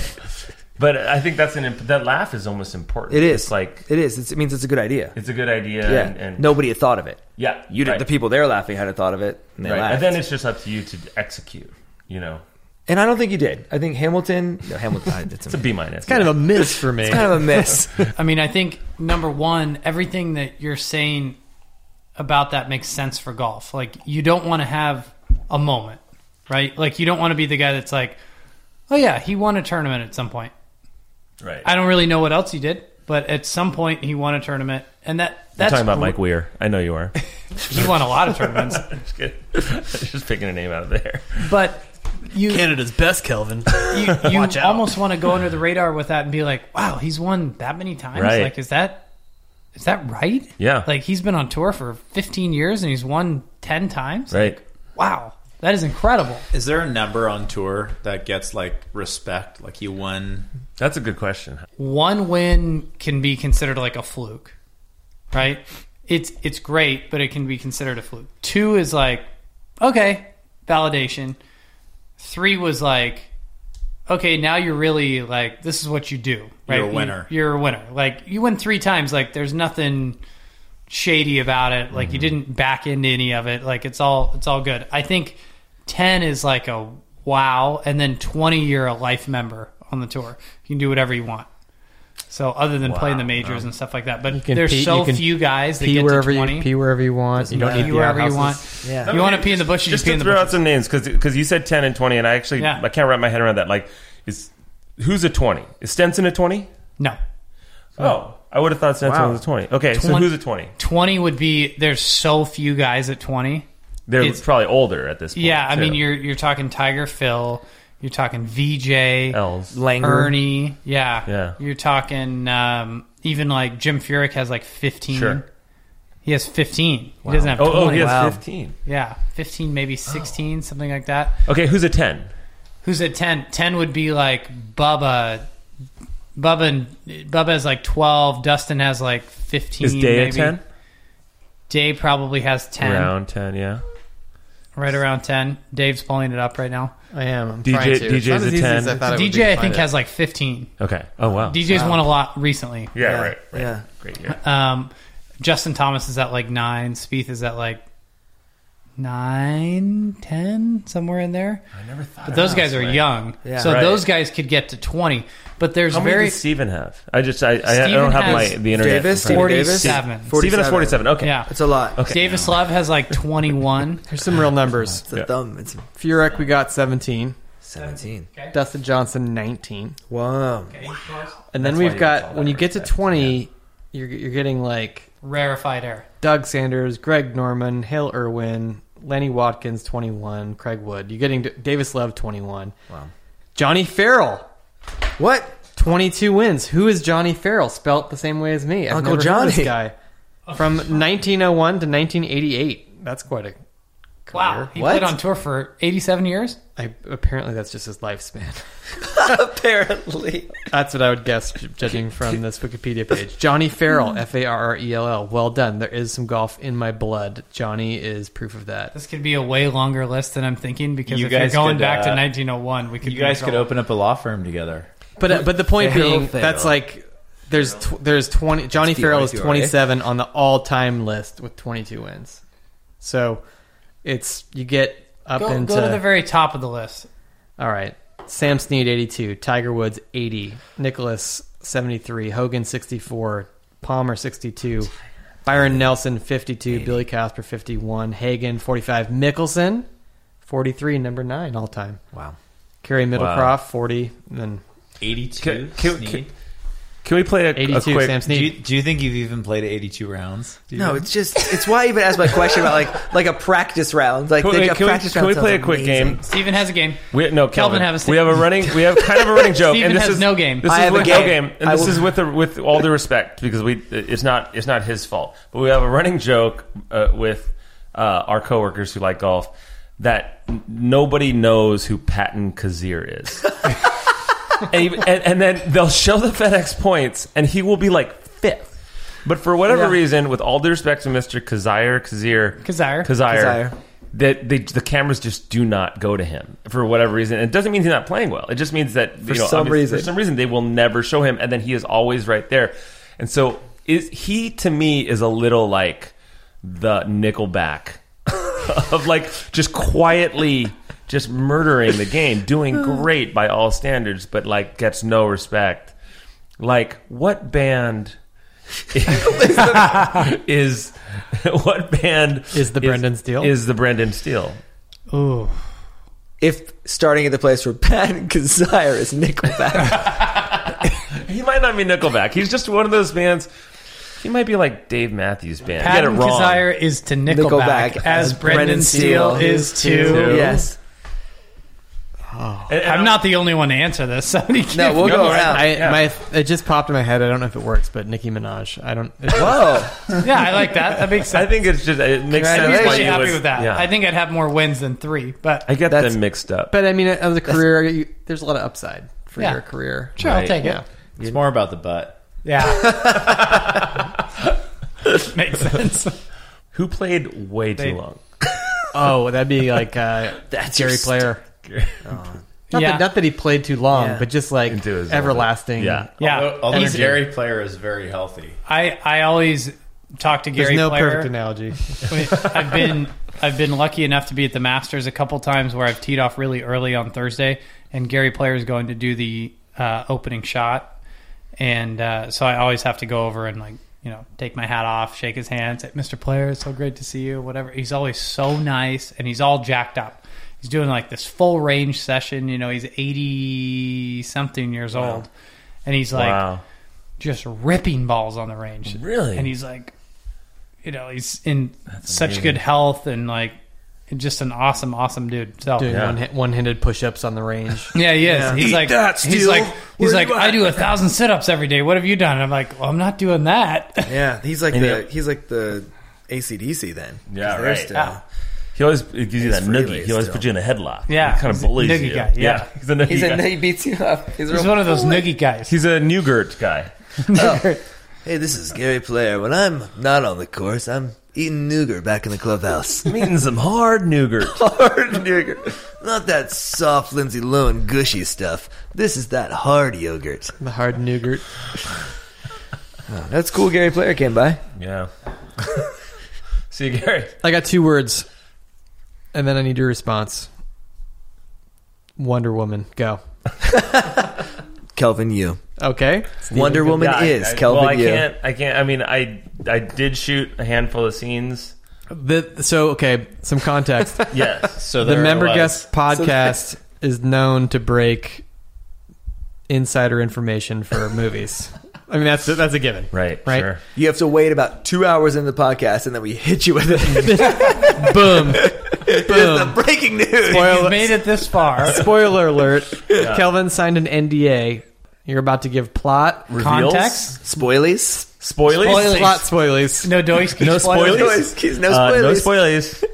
S3: but I think that's an imp- that laugh is almost important.
S5: it is
S3: It's like
S5: it is. It's, it means it's a good idea.
S3: it's a good idea.
S5: yeah,
S3: and, and
S5: nobody had thought of it.
S3: yeah,
S5: You did,
S3: right,
S5: the people there laughing had thought of it, and they
S3: right.
S5: laughed.
S3: And then it's just up to you to execute. You know,
S5: And I don't think he did. I think Hamilton. No, Hamilton. I- It's,
S3: it's a B minus.
S2: Kind of a miss for me.
S5: kind of a miss.
S4: I mean, I think number one, everything that you're saying about that makes sense for golf. Like, you don't want to have a moment, right? Like, you don't want to be the guy that's like, oh, yeah, he won a tournament at some point.
S3: right.
S4: I don't really know what else he did, but at some point he won a tournament. And that,
S3: I'm
S4: that's
S3: talking about Mike Weir. I know you are.
S4: He won a lot of tournaments,
S3: just, kidding. just picking a name out of the air.
S4: but you,
S2: Canada's best, Kelvin.
S4: you, you
S2: Watch out.
S4: almost want to go under the radar with that and be like, wow, he's won that many times.
S3: Right.
S4: Like, is that is that right?
S3: Yeah.
S4: Like he's been on tour for 15 years and he's won 10 times.
S3: Right.
S4: Wow, that is incredible.
S6: Is there a number on tour that gets like respect? Like you won
S3: That's a good question.
S4: One win can be considered like a fluke, right? It's it's great, but it can be considered a fluke. Two is like, okay, validation. Three was like, okay, now you're really like this is what you do. Right?
S6: You're a winner.
S4: You, are a winner. Like you win three times. Like there's nothing shady about it. Like
S2: Mm-hmm.
S4: you didn't back into any of it. Like it's all it's all good. I think ten is like a wow, and then twenty you're a life member on the tour. You can do whatever you want. So other than playing the majors and stuff like that, but
S2: can
S4: there's
S2: pee-
S4: so
S2: you can
S4: few guys that
S2: pee
S4: get
S2: wherever
S4: to twenty.
S2: you pee wherever you want. You don't
S4: Pee
S2: need the
S4: wherever you
S2: outhouses.
S4: want.
S5: Yeah.
S4: You want to pee in the bushes, you
S3: Just
S4: pee in
S3: to
S4: the
S3: throw out
S4: bushes.
S3: some names because you said ten and twenty, and I actually
S4: Yeah.
S3: I can't wrap my head around that. Like, is who's a twenty? Is Stenson a twenty?
S4: No.
S3: Oh, I would have thought Stenson
S5: Wow.
S3: was a twenty. Okay, so
S4: Twen-
S3: who's a twenty?
S4: 20 would be there's so few guys at 20.
S3: They're
S4: It's-
S3: probably older at this point.
S4: Yeah, I
S3: too.
S4: mean you're you're talking Tiger Phil, you're talking VJ,
S3: L's.
S5: Langer.
S4: Ernie, yeah.
S3: Yeah.
S4: You're talking um, even like Jim Furyk has like 15.
S3: Sure.
S4: He has 15. He doesn't have
S3: Oh,
S4: 20.
S3: oh, he has
S5: Wow.
S3: fifteen.
S4: yeah, 15 maybe 16, something like that.
S3: Okay, who's a ten?
S4: Who's at 10? 10 would be like Bubba Bubba and Bubba has like 12, Dustin has like 15
S3: Is Day
S4: maybe.
S3: a ten?
S4: Day probably has 10.
S3: Around ten, yeah.
S4: Right around 10. Dave's pulling it up right now.
S2: I am. I'm
S3: DJ
S2: trying to. It's
S3: DJ's
S2: not as
S3: a
S2: easy as
S3: 10.
S2: I thought it would be
S4: DJ,
S2: to
S4: I think,
S2: find it.
S4: has like 15.
S3: Okay. Oh wow.
S4: DJ's won a lot recently.
S3: yeah,
S5: Yeah,
S3: Right. Right.
S5: yeah.
S3: Great year.
S4: Um, Justin Thomas is at like 9. Spieth is at like nine, ten, somewhere in there.
S3: I never thought.
S4: But those
S3: about
S4: guys are
S3: that.
S4: young.
S5: Yeah.
S4: So
S3: Right.
S4: those guys could get to 20. But there's
S3: How many
S4: very.
S3: does Steven have? I just I, I, I
S4: Steven
S3: don't have my
S4: has
S3: the internet. in
S5: Davis?
S3: front of me.
S5: Davis?
S4: 47.
S3: Steven has forty-seven. Okay.
S4: Yeah.
S5: It's a lot.
S3: Okay.
S4: Davis Love has like 21.
S2: Here's some real numbers.
S5: It's a
S3: Yeah.
S5: thumb. It's
S2: Furyk, we got 17.
S5: seventeen.
S2: Dustin Johnson, 19.
S5: Wow.
S2: And then
S3: That's why
S2: we've
S3: you
S2: got,
S3: call
S2: when
S3: that
S2: you get to
S3: respect,
S2: 20, you're, you're getting like
S4: Rarefied air.
S2: Doug Sanders, Greg Norman, Hale Irwin, Lenny Watkins, 21, Craig Wood. You're getting D- Davis Love, 21.
S5: Wow.
S2: Johnny Farrell,
S5: What?
S2: 22 wins. Who is Johnny Farrell? Spelt the same way as me. I've never
S5: Uncle
S2: heard of this
S5: Johnny.
S2: guy. From 1901 to 1988. That's quite a career.
S4: Wow. He
S5: What?
S4: played on tour for 87 years?
S2: I, apparently, that's just his lifespan.
S5: Apparently.
S2: That's what I would guess, j- judging from this Wikipedia page. Johnny Farrell, F A R R E L L. Well done. There is some golf in my blood. Johnny is proof of that.
S4: This could be a way longer list than I'm thinking because
S6: You
S4: if you're
S6: guys
S4: going
S6: could,
S4: back to
S6: uh,
S4: 1901, we could.
S6: You
S4: be in
S6: guys could
S4: trouble.
S6: open up a law firm together.
S2: But uh, but the point
S5: Farrell,
S2: being,
S5: Farrell.
S2: that's like there's tw- there's twenty. Johnny
S5: That's
S2: Farrell is
S5: DRI.
S2: twenty seven on the all time list with twenty two wins. So it's you get up
S4: Go,
S2: into
S4: go to the very top of the list.
S2: all right. Sam Snead eighty two, Tiger Woods eighty, Nicholas 73, Hogan 64, Palmer 62, Byron Nelson 52, Billy Casper 51, Hagen 45, Mickelson 43, number 9 all time.
S5: Wow.
S2: Kerry Middlecroft
S3: Wow.
S2: 40, and then
S6: 82.
S3: Can, can, can, can we play a, a
S2: 82,
S3: quick?
S2: Sam
S6: do, you,
S2: Snead.
S6: do you think you've even played 82 rounds? Do you
S5: No,
S6: think-
S5: it's just it's why I even asked my question about like like a practice round. Like
S3: Can
S5: think
S3: we,
S5: a
S3: can we-
S5: practice
S3: can
S5: round
S3: we
S5: sounds
S3: play a quick
S5: amazing.
S3: game?
S4: Steven has a game.
S3: We, no,
S4: Calvin,
S3: Calvin.
S4: have a sta-
S3: we have a running. We have kind of a running joke.
S4: Steven
S3: and this
S4: has
S3: is,
S4: no game.
S3: This
S5: I
S3: is
S5: have a
S3: with no
S5: game.
S3: game, and
S5: I
S3: this
S5: will-
S3: is with a, with all due respect because we it's not it's not his fault. But we have a running joke uh, with uh, our coworkers who like golf that n- nobody knows who Patton Kazir is. and, even- and, and then they'll show the FedEx points, and he will be like fifth. But for whatever
S5: Yeah.
S3: reason, with all due respect to Mr. Kazire, Kazir,
S5: Kazire.
S4: Kazire.
S3: Kazire, that they, the cameras just do not go to him for whatever reason. It doesn't mean he's not playing well. It just means that for you know,
S5: some
S3: obviously-
S5: reason.
S3: for some reason they will never show him, and then he is always right there. And so, is he to me is a little like the Nickelback of like just quietly just murdering the game, doing great by all standards, but like gets no respect. Like what band is what band
S2: Is the Brendan Steele?
S3: Is the Brendan Steele?
S4: Ooh.
S5: If starting at the place where Pat Kazire is Nickelback,
S3: He might not be Nickelback. He's just one of those bands. He might be like Dave Matthews Band. You
S4: Patton
S3: get it wrong.
S4: Desire is to Nickelback,
S5: Nickelback
S4: as Brendan Steele is to.
S3: Two.
S5: yes,
S3: And- and
S4: I'm not the only one to answer this. Somebody
S5: no,
S4: give-
S5: we'll
S3: No,
S5: go
S3: I-
S5: around.
S2: I,
S3: Oh, Yeah.
S2: my, it just popped in my head. I don't know if it works, but Nicki Minaj. I don't. It's,
S5: Whoa,
S4: yeah, I like that. That makes sense.
S3: I think it's just it makes
S5: I'd
S4: I'm
S3: sense.
S5: be really
S3: why
S4: actually
S3: you
S4: happy
S3: would-
S4: with that.
S3: Yeah.
S4: I think I'd have more wins than three, but
S3: I get
S5: That's-
S3: them mixed up.
S2: But I mean, as a career, you, there's a lot of upside for
S4: Yeah.
S2: your career.
S4: sure, I'll
S3: Right.
S4: take
S2: Yeah.
S4: it.
S6: it's more about the butt.
S4: Yeah. makes sense.
S3: Who played way too
S4: They-
S3: long?
S2: Oh, that'd be like uh,
S5: That's your
S2: Jerry Player. Not,
S4: Yeah.
S2: that, not that he played too long,
S5: Yeah.
S2: but just like
S3: Into his
S2: everlasting.
S3: Yeah.
S4: Yeah.
S6: Although, although
S4: Easy.
S6: Jerry Player is very healthy.
S4: I, I always talk to
S2: There's
S4: Gary
S2: no
S4: Player.
S2: perfect analogy.
S4: I've been I've been lucky enough to be at the Masters a couple times where I've teed off really early on Thursday, and Gary Player is going to do the uh, opening shot, and uh, so I always have to go over and like you know take my hat off, shake his hand, say, "Mr. Player, it's so great to see you." Whatever. He's always so nice, and he's all jacked up. He's doing like this full range session. You know, he's eighty something years old, and he's like
S3: wow.
S4: just ripping balls on the range.
S3: Really?
S4: And he's like, you know, he's in such good health and like just an awesome, awesome dude. So
S2: Doing
S3: Yeah.
S2: one one handed push ups on the range.
S4: yeah, he is. He's
S5: Eat
S4: like,
S5: that,
S4: he's
S5: Steele.
S4: like,
S5: Where
S4: he's
S5: you
S4: like, I
S5: at?
S4: do a thousand sit ups every day. What have you done? And I'm like, well, I'm not doing that.
S5: yeah, he's like
S3: And
S5: the
S3: he-
S5: he's like the ACDC then.
S3: Yeah,
S5: 'Cause they're
S3: right.
S5: still-
S4: Yeah.
S3: He always gives you that noogie.
S5: freely
S3: He always
S5: still.
S3: puts you in a headlock.
S4: Yeah.
S3: He kind of
S4: He's a
S3: bullies
S4: noogie
S3: you.
S4: guy, yeah.
S3: He's a noogie
S5: He's
S3: guy.
S5: a, he beats you up. He's, a
S4: He's
S5: real-
S4: one of those noogie guys.
S3: He's a Newgert guy.
S5: Hey, this is Gary Player. When I'm not on the course, I'm eating nougat back in the clubhouse.
S3: I'm eating some hard Newgert.
S5: hard yogurt. Not that soft Lindsay Lohan gushy stuff. This is that hard yogurt.
S2: The hard nougat.
S5: That's cool. Gary Player came by.
S3: Yeah. See you, Gary.
S2: I got two words, and then I need your response. Wonder Woman, go.
S5: Kelvin Yu.
S2: Okay.
S5: Wonder Woman
S3: Yeah, I-
S5: is
S3: I,
S5: Kelvin
S3: Well, I
S5: Yu.
S3: can't. I can't. I mean, I I did shoot a handful of scenes.
S2: The, so, okay, some context.
S3: Yes.
S6: So
S2: the
S6: there it
S2: member
S6: was.
S2: guest podcast is known to break insider information for movies. I mean that's that's a given.
S3: right.
S2: Right.
S3: Sure.
S5: You have to wait about two hours in the podcast, and then we hit you with it.
S2: Boom.
S5: the
S2: Boom.
S5: breaking news.
S4: he's made it this far.
S2: Spoiler alert. Kelvin signed an NDA. You're about to give plot
S3: Reveals?
S4: Context?
S5: Spoilies.
S3: Spoilies.
S4: Spoilies.
S2: plot spoilers.
S4: No doiski.
S3: No
S5: No
S3: spoilers.
S5: spoilies. No
S3: Uh, no
S5: spoilies.
S3: spoilers.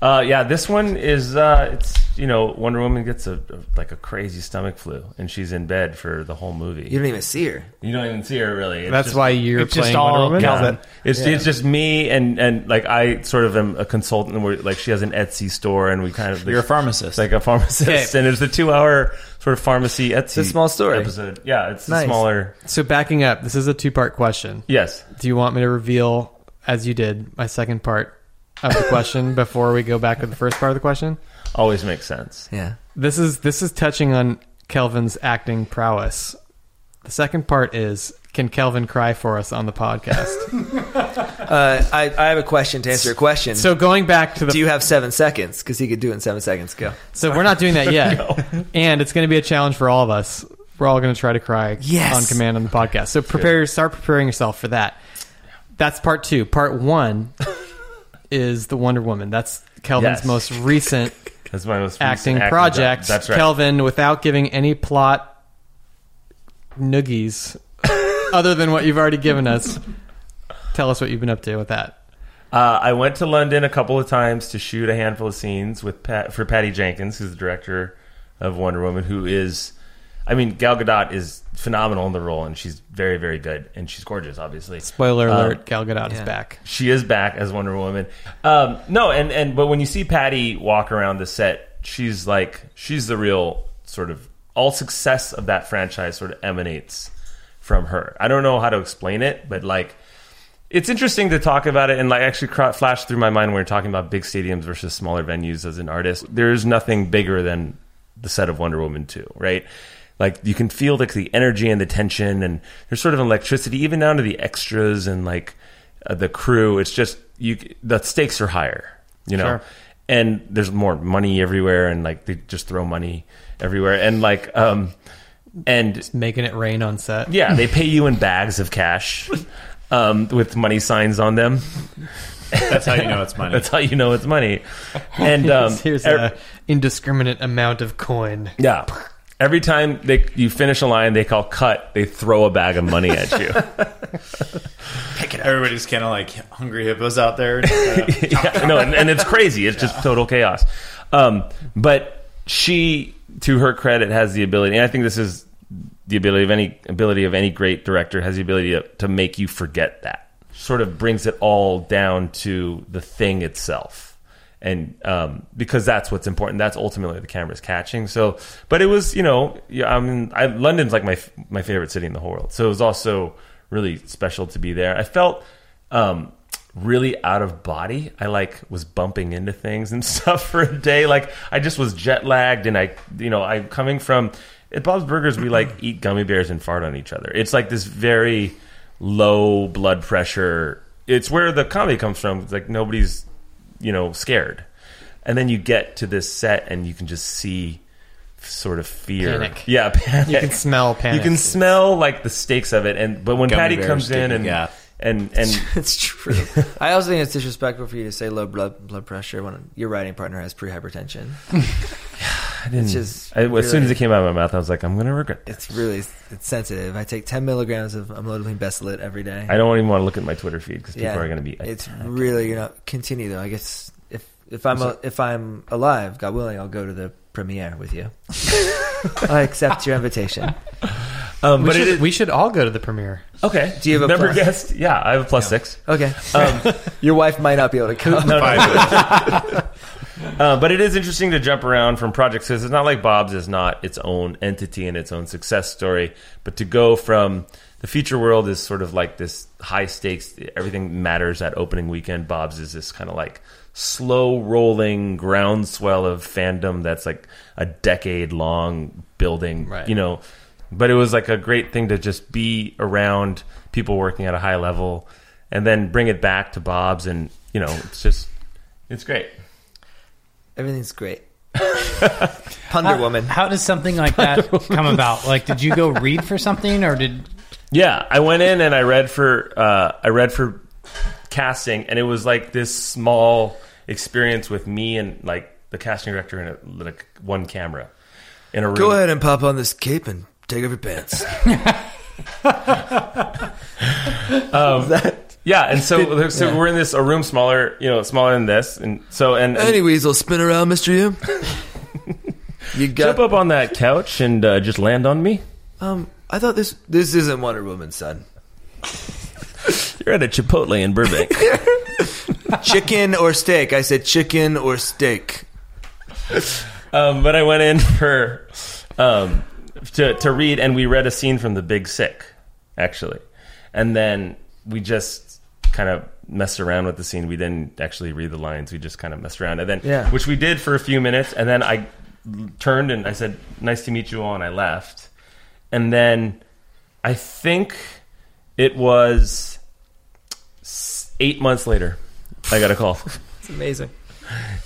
S3: Uh, yeah, this one is uh, it's you know Wonder Woman gets a, a like a crazy stomach flu and she's in bed for the whole movie.
S5: you don't even see her.
S3: You don't even see her really. It's
S2: That's
S3: just-
S2: why you're
S4: It's just
S2: playing
S4: all
S2: Wonder Woman.
S4: Kelvin.
S2: How's that?
S3: It's it's just me and and like I sort of am a consultant. and Where like she has an Etsy store and we kind of
S6: You're a pharmacist.
S3: like a pharmacist,
S2: Okay.
S3: and it's a two-hour sort of pharmacy Etsy.
S5: a small story.
S3: episode. Yeah, it's
S5: Nice.
S3: a smaller.
S2: So backing up, this is a two-part question.
S3: Yes,
S2: Do you want me to reveal as you did my second part of the question before we go back to the first part of the question?
S3: always makes sense.
S5: Yeah.
S2: This is this is touching on Kelvin's acting prowess. The second part is can Kelvin cry for us on the podcast?
S5: Uh, I, I have a question to answer your question.
S2: so going back to the
S5: do you have seven seconds? Because he could do it in seven seconds. Go.
S2: So we're not doing that yet. And it's going to be a challenge for all of us. We're all going to try to cry
S5: Yes.
S2: on command on the podcast. So prepare, start preparing yourself for that. That's part two. Part one is the Wonder Woman. That's Kelvin's
S3: Yes.
S2: most recent
S3: That's my most recent
S2: acting
S3: job.
S2: project.
S3: That's right.
S2: Kelvin, without giving any plot noogies other than what you've already given us, tell us what you've been up to with that.
S3: Uh, I went to London a couple of times to shoot a handful of scenes with Pat, for Patty Jenkins, who's the director of Wonder Woman, who is, I mean, Gal Gadot is phenomenal in the role, and she's very, very good, and she's gorgeous, obviously.
S2: Spoiler
S3: Um,
S2: alert: Gal Gadot is back.
S3: She is back as Wonder Woman. Um, no, and and but when you see Patty walk around the set, she's like she's the real sort of all success of that franchise sort of emanates from her. I don't know how to explain it, but like it's interesting to talk about it and like actually cro- flashed through my mind when we are talking about big stadiums versus smaller venues as an artist. There's nothing bigger than the set of Wonder Woman 2, right? Like you can feel like the energy and the tension and there's sort of electricity even down to the extras and like uh, the crew. It's just you the stakes are higher, you know.
S2: Sure.
S3: And there's more money everywhere and like they just throw money everywhere and like um and
S2: Making it rain on set.
S3: yeah, they pay you in bags of cash um, with money signs on them.
S6: That's how you know it's money.
S3: That's how you know it's money. And um,
S2: Here's
S3: er-
S2: an indiscriminate amount of coin.
S3: yeah, every time they you finish a line, they call cut. They throw a bag of money at you.
S6: Everybody's kind of like hungry hippos out there.
S3: yeah, no, and, and it's crazy. It's just total chaos. Um, but she, to her credit, has the ability, and I think this is the ability of any ability of any great director has the ability to, to make you forget that. Sort of brings it all down to the thing itself, and um, because that's what's important. That's ultimately what the camera's catching. So, but it was you know, yeah, I mean, I, London's like my f- my favorite city in the whole world. So it was also really special to be there. I felt um, really out of body. I like was bumping into things and stuff for a day. Like I just was jet lagged, and I, you know, I'm coming from at Bob's Burgers. We like eat gummy bears and fart on each other. It's like this very low blood pressure. It's where the comedy comes from. It's like nobody's, you know, scared, and then you get to this set and you can just see sort of fear.
S2: Panic.
S3: Yeah, panic.
S2: You can smell panic.
S3: You can smell like the stakes of it, and but when
S6: Gummy
S3: Patty
S6: bears
S3: comes in
S6: do,
S3: and
S6: yeah.
S3: and and
S5: It's true. I also think it's disrespectful for you to say low blood blood pressure when your writing partner has prehypertension. It's just
S3: I, as soon as
S5: really-
S3: it came out of my mouth, I was like, I'm gonna regret. This.
S5: it's really it's sensitive. I take ten milligrams of amlodipine bestolate every day.
S3: I don't even want to look at my Twitter feed because people are gonna be.
S5: It's really you know continue though. I guess if if I'm a, if I'm alive, God willing, I'll go to the premiere with you. I accept your invitation.
S3: um,
S2: We
S3: but
S2: should,
S3: it is
S2: we should all go to the premiere.
S3: okay.
S5: Do you have a
S3: never
S5: plus?
S3: guessed? Yeah, I have a plus six.
S5: Okay, Um, your wife might not be able to come.
S3: No, no, Uh, but it is interesting to jump around from projects because it's not like Bob's is not its own entity and its own success story. But to go from the feature world is sort of like this high stakes, everything matters at opening weekend. Bob's is this kind of like slow rolling groundswell of fandom that's like a decade long building,
S2: Right.
S3: you know. But it was like a great thing to just be around people working at a high level and then bring it back to Bob's and, you know, it's just, it's great.
S5: Everything's great. Ponder Woman.
S4: How does something like that come about? Like, did you go read for something, or did
S3: Yeah, I went in and I read for uh, I read for casting, and it was like this small experience with me and like the casting director and a, like one camera in a room.
S5: Go ahead and pop on this cape and take off your pants.
S3: Yeah, and so so we're in this a room smaller, you know, smaller than this, and so and, and
S5: Any weasel spin around, Mister You. You
S3: jump
S5: got.
S3: up on that couch and uh, just land on me.
S5: Um, I thought this this isn't Wonder Woman, son.
S3: You're at a Chipotle in Burbank.
S5: Chicken or steak? I said chicken or steak.
S3: um, but I went in for um, to to read, and we read a scene from The Big Sick, actually, and then we just kind of messed around with the scene. We didn't actually read the lines. We just kind of messed around, and then
S5: Yeah.
S3: which we did for a few minutes, and then I turned and I said, "Nice to meet you all," and I left, and then I think it was s- eight months later. I got a call.
S5: It's amazing.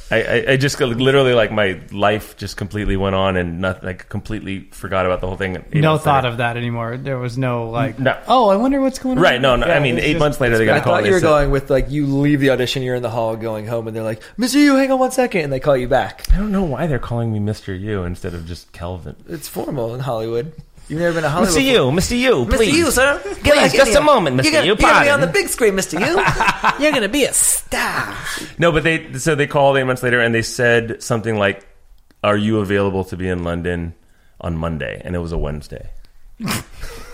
S3: I, I, I just got- literally like my life just completely went on and not like completely forgot about the whole thing. Eight
S4: no
S3: months
S4: thought
S3: later.
S4: of that anymore. There was no like,
S3: No.
S4: oh, I wonder what's going on.
S3: right. No, no.
S4: Yeah,
S3: I mean,
S4: it's
S3: eight
S4: just-
S3: months later they got
S5: I
S3: a call.
S5: thought
S3: They
S5: you were
S3: said-
S5: going with like you leave the audition, you're in the hall going home, and they're like, "Mr. You, hang on one second. and they call you back.
S3: I don't know why they're calling me Mister You instead of just Kelvin.
S5: It's formal in Hollywood. You've never been to Hollywood.
S3: Mister You, Mister You,
S5: before. Mr.
S3: please.
S5: You, sir. Get
S3: Please,
S5: back in
S3: just a
S5: here.
S3: moment, Mr.
S5: You're gonna,
S3: You,
S5: you're gonna be
S3: pardon.
S5: on the big screen, Mr. You. you're gonna be a star.
S3: No, but they so they called eight months later and they said something like, "Are you available to be in London on Monday?" And it was a Wednesday.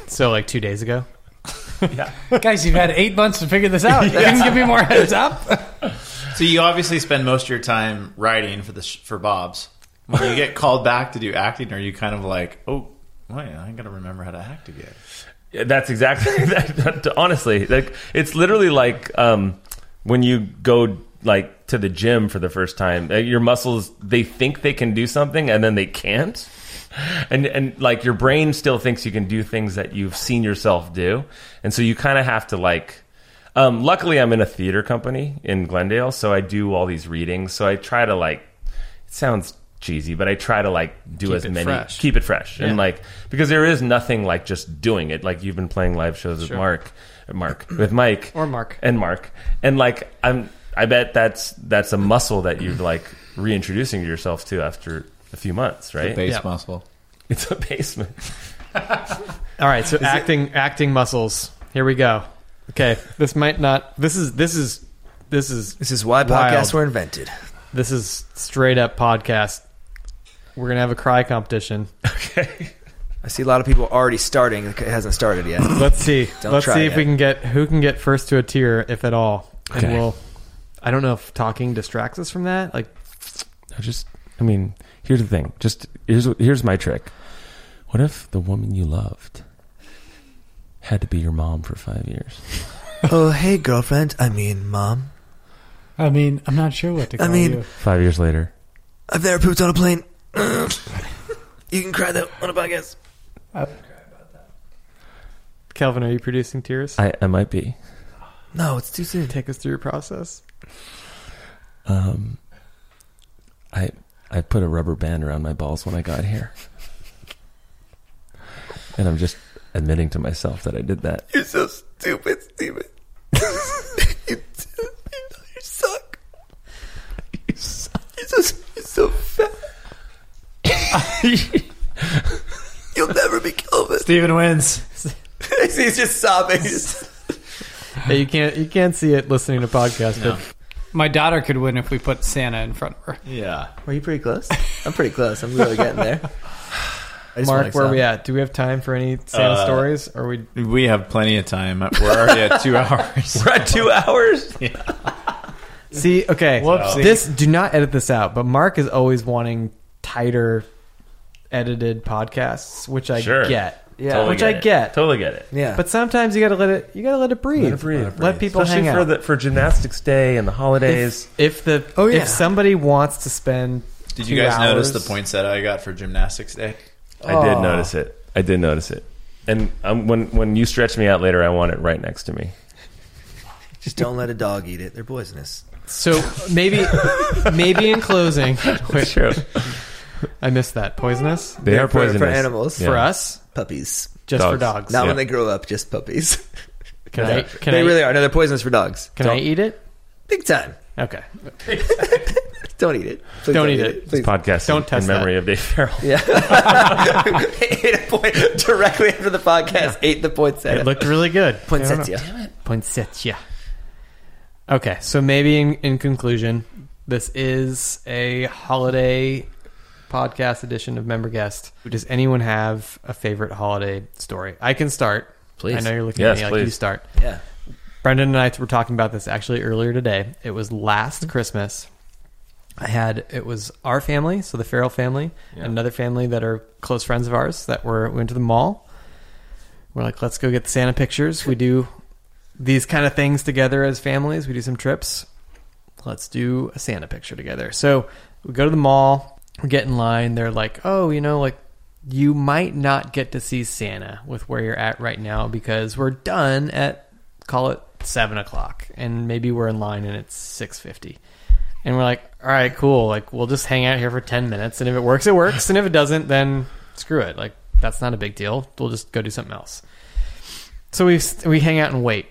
S2: So like two days ago.
S4: guys, you've had eight months to figure this out. You didn't give me more heads up.
S6: So you obviously spend most of your time writing for the sh- for Bob's. When you get called back to do acting, are you kind of like, oh, wait, I gotta remember how to act again?
S3: Yeah, That's exactly that, that- honestly. Like it's literally like um, when you go like to the gym for the first time. uh, Your muscles they think they can do something and then they can't. And and like your brain still thinks you can do things that you've seen yourself do. And so you kind of have to like um, luckily I'm in a theater company in Glendale, so I do all these readings. So I try to like it sounds cheesy, but I try to like do as
S6: it
S3: many
S6: fresh.
S3: keep it fresh and like because there is nothing like just doing it like you've been playing live shows with mark mark with mike
S2: Or Mark.
S3: and mark and like i'm i bet that's that's a muscle that you're like reintroducing yourself to after a few months right
S6: Base
S2: Yeah.
S6: muscle.
S3: it's a basement
S2: All right, so acting acting muscles. Here we go. Okay, this might not. This is this is this is
S5: This is why
S2: Wild.
S5: podcasts were invented.
S2: this is straight up podcast. We're gonna have a cry competition.
S5: I see a lot of people already starting. It hasn't started yet.
S2: Let's see.
S5: Don't
S2: Let's
S5: try
S2: see
S5: it
S2: if we
S5: yet.
S2: can get who can get first to a tear, if at all. And
S3: Okay.
S2: we'll. I don't know if talking distracts us from that. Like,
S3: I just i mean here's the thing just here's here's my trick what if the woman you loved had to be your mom for five years
S5: oh, hey, girlfriend. I mean, mom.
S4: I mean, I'm not sure what to
S5: I
S4: call
S5: mean-
S4: you.
S3: five years later
S5: I've never pooped on a plane. you can cry that on a podcast.
S2: Kelvin, are you producing tears?
S3: i i might be
S5: No, it's too soon.
S2: Take us through your process.
S3: Um, I I put a rubber band around my balls when I got here, and I'm just admitting to myself that I did that.
S5: You're so stupid, Steven. you, you suck. You suck. You're so, you're so fat. You'll never be Kelvin.
S4: Steven wins.
S5: He's just sobbing. He's-
S2: Yeah, you can't you can't see it listening to podcast. But
S4: My daughter could win if we put Santa in front of her.
S6: Yeah.
S5: Were you pretty close? I'm pretty close. I'm really getting there. I just
S2: Mark, where
S5: wanna
S2: are we at? Do we have time for any Santa
S6: Uh,
S2: stories? Or we
S6: We have plenty of time. We're already at two hours.
S3: We're at two hours.
S2: see? Okay,
S4: Whoopsie.
S2: this do not edit this out. But Mark is always wanting tighter edited podcasts, which I
S3: Sure.
S2: get.
S5: Yeah. Totally
S2: which I get.
S3: Totally get it.
S5: Yeah.
S2: But sometimes you gotta let it. You gotta let it breathe. Let
S3: it breathe. Let it
S2: people
S3: Especially
S2: hang
S3: for
S2: out.
S3: the for gymnastics day and the holidays.
S2: if, if the
S5: Oh, yeah.
S2: if somebody wants to spend,
S6: Did
S2: two
S6: you guys notice
S2: hours-
S6: the poinsettia I got for gymnastics day?
S3: I did notice it. I did notice it. And um, when when you stretch me out later, I want it right next to me.
S5: Just don't let a dog eat it. They're poisonous.
S2: So maybe maybe in closing,
S3: It's true.
S2: I missed that poisonous
S3: They
S5: They're
S3: are
S5: for- for
S3: poisonous
S5: animals.
S2: for us,
S5: Puppies.
S2: just for
S3: Dogs.
S2: dogs.
S5: Not
S3: Yeah.
S5: when they grow up, just puppies.
S2: Can I? Can
S5: they
S2: I?
S5: really are. No, they're poisonous for dogs.
S2: can I eat it?
S5: Big time.
S2: Okay.
S5: Don't eat it. Please
S2: Don't eat it.
S5: Please.
S3: Podcast
S2: Don't
S3: in-
S2: test
S3: in memory of Dave Farrell.
S5: ate a point directly after the podcast. Ate the
S2: It
S5: poinsettia.
S2: looked really good.
S5: poinsettia.
S2: Poinsettia. Okay, so maybe in, in conclusion, this is a holiday podcast edition of Member Guest. Does anyone have a favorite holiday story? I can start. Please. I know you're looking
S3: Yes,
S2: at me like
S3: please.
S2: you start.
S5: Yeah.
S2: Brendan and I were talking about this actually earlier today. It was last Christmas. I had it was our family, so the Farrell family, and another family that are close friends of ours that were went to the mall. We're like, let's go get the Santa pictures. We do these kind of things together as families. We do some trips. Let's do a Santa picture together. So we go to the mall. We get in line. They're like, oh, you know, like you might not get to see Santa with where you're at right now because we're done at call it seven o'clock, and maybe we're in line and it's six fifty, and we're like, all right, cool, like we'll just hang out here for ten minutes, and if it works, it works, and if it doesn't, then screw it, like that's not a big deal. We'll just go do something else. So we we hang out and wait.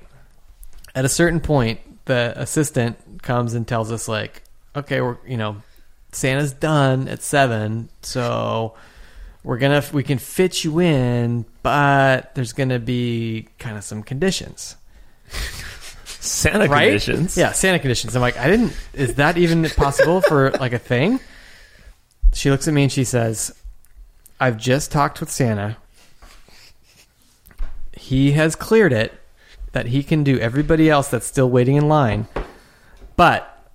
S2: At a certain point, the assistant comes and tells us like, okay, we're you know, Santa's done at seven, so we're gonna we can fit you in, but there's gonna be kind of some conditions,
S3: Santa
S2: right?
S3: conditions.
S2: Yeah, Santa conditions. I'm like, I didn't. Is that even possible for like a thing? She looks at me and she says, "I've just talked with Santa. He has cleared it that he can do everybody else that's still waiting in line, but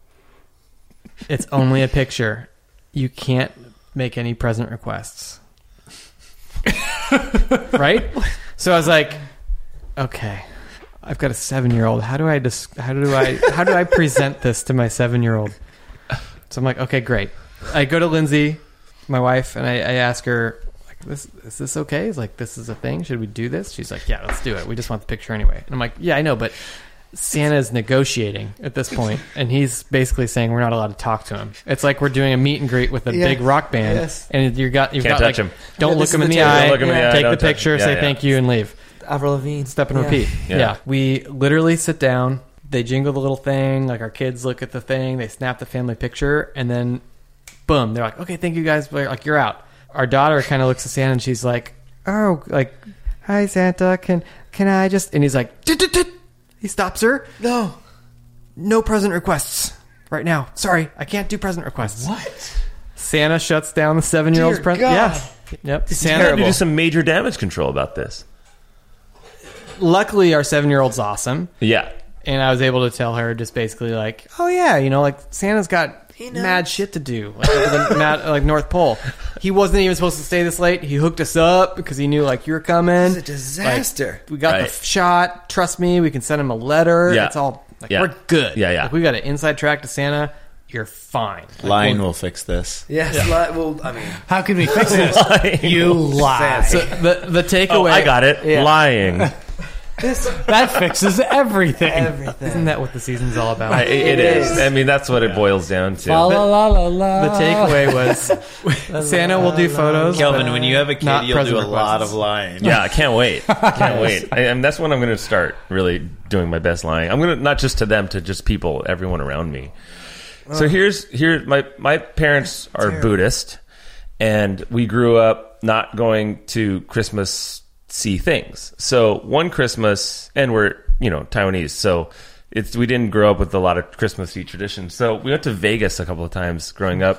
S2: it's only a picture. You can't make any present requests." right? So I was like, okay. I've got a seven-year-old. How do I dis- how do I how do I present this to my seven-year-old? So I'm like, okay, great. I go to Lindsay, my wife, and I, I ask her, like, this is this okay? Is like this is a thing? Should we do this? She's like, yeah, let's do it. We just want the picture anyway. And I'm like, yeah, I know, but Santa's negotiating at this point, and he's basically saying we're not allowed to talk to him. It's like we're doing a meet and greet with a
S5: Yeah.
S2: big rock band,
S5: Yes.
S2: and you got you've
S3: Can't
S2: got
S3: touch
S2: like,
S3: him.
S2: don't
S5: Yeah,
S2: look
S5: this
S2: him
S5: is
S2: in
S5: the
S2: the
S5: table.
S2: eye,
S5: Don't look him in
S3: the eye,
S2: take
S3: don't
S2: the
S3: touch him.
S2: picture,
S3: Yeah,
S2: say
S3: yeah.
S2: thank you, and leave.
S5: Avril Lavigne.
S2: Step and
S5: Yeah.
S2: repeat.
S3: Yeah.
S2: Yeah. We literally sit down, they jingle the little thing, like our kids look at the thing, they snap the family picture, and then boom, they're like, okay, thank you guys, but like you're out. Our daughter kind of looks at Santa and she's like, oh, like, hi Santa, can can I just? And he's like, "Tut, tut, tut." he stops her.
S5: No.
S2: No present requests right now. Sorry, I can't do present requests.
S5: What?
S2: Santa shuts down the seven year old's
S5: Dear
S2: present.
S5: God.
S2: Yeah. Yep.
S3: Santa had to
S2: Santa.
S3: do some major damage control about this.
S2: Luckily, our seven year old's awesome.
S3: Yeah.
S2: and I was able to tell her just basically like, oh yeah, you know, like Santa's got
S5: knows.
S2: mad shit to do, like, over the mad, like North Pole. He wasn't even supposed to stay this late. He hooked us up because he knew like you were coming.
S5: It's a disaster.
S2: We got
S3: Right.
S2: the shot. Trust me, we can send him a letter.
S3: Yeah.
S2: It's all like
S3: Yeah.
S2: we're good.
S3: Yeah, yeah.
S2: Like, we got an inside track to Santa. You're fine. Like,
S6: Line
S2: we'll-
S6: will fix this.
S5: yes. li- well, I mean,
S4: How can we fix this? you lie.
S2: so the the takeaway.
S3: Oh, I got it. Lying. I,
S5: this
S4: That fixes everything.
S5: everything.
S2: Isn't that what the season's all about?
S3: it is. I mean, that's what it boils down to.
S4: La, la, la, la, la.
S2: the takeaway was Santa will do photos.
S6: Kelvin, when you have a kid,
S2: Not
S6: you'll do a
S2: present
S6: lot
S2: requests.
S6: of lying.
S3: Yeah, I can't wait. Can't wait. I, and that's when I'm going to start really doing my best lying. I'm going to not just to them, to just people, everyone around me. So here's here my my parents are Buddhist, and we grew up not going to Christmas see things. So one Christmas, and we're you know Taiwanese, so it's we didn't grow up with a lot of Christmassy traditions. So we went to Vegas a couple of times growing up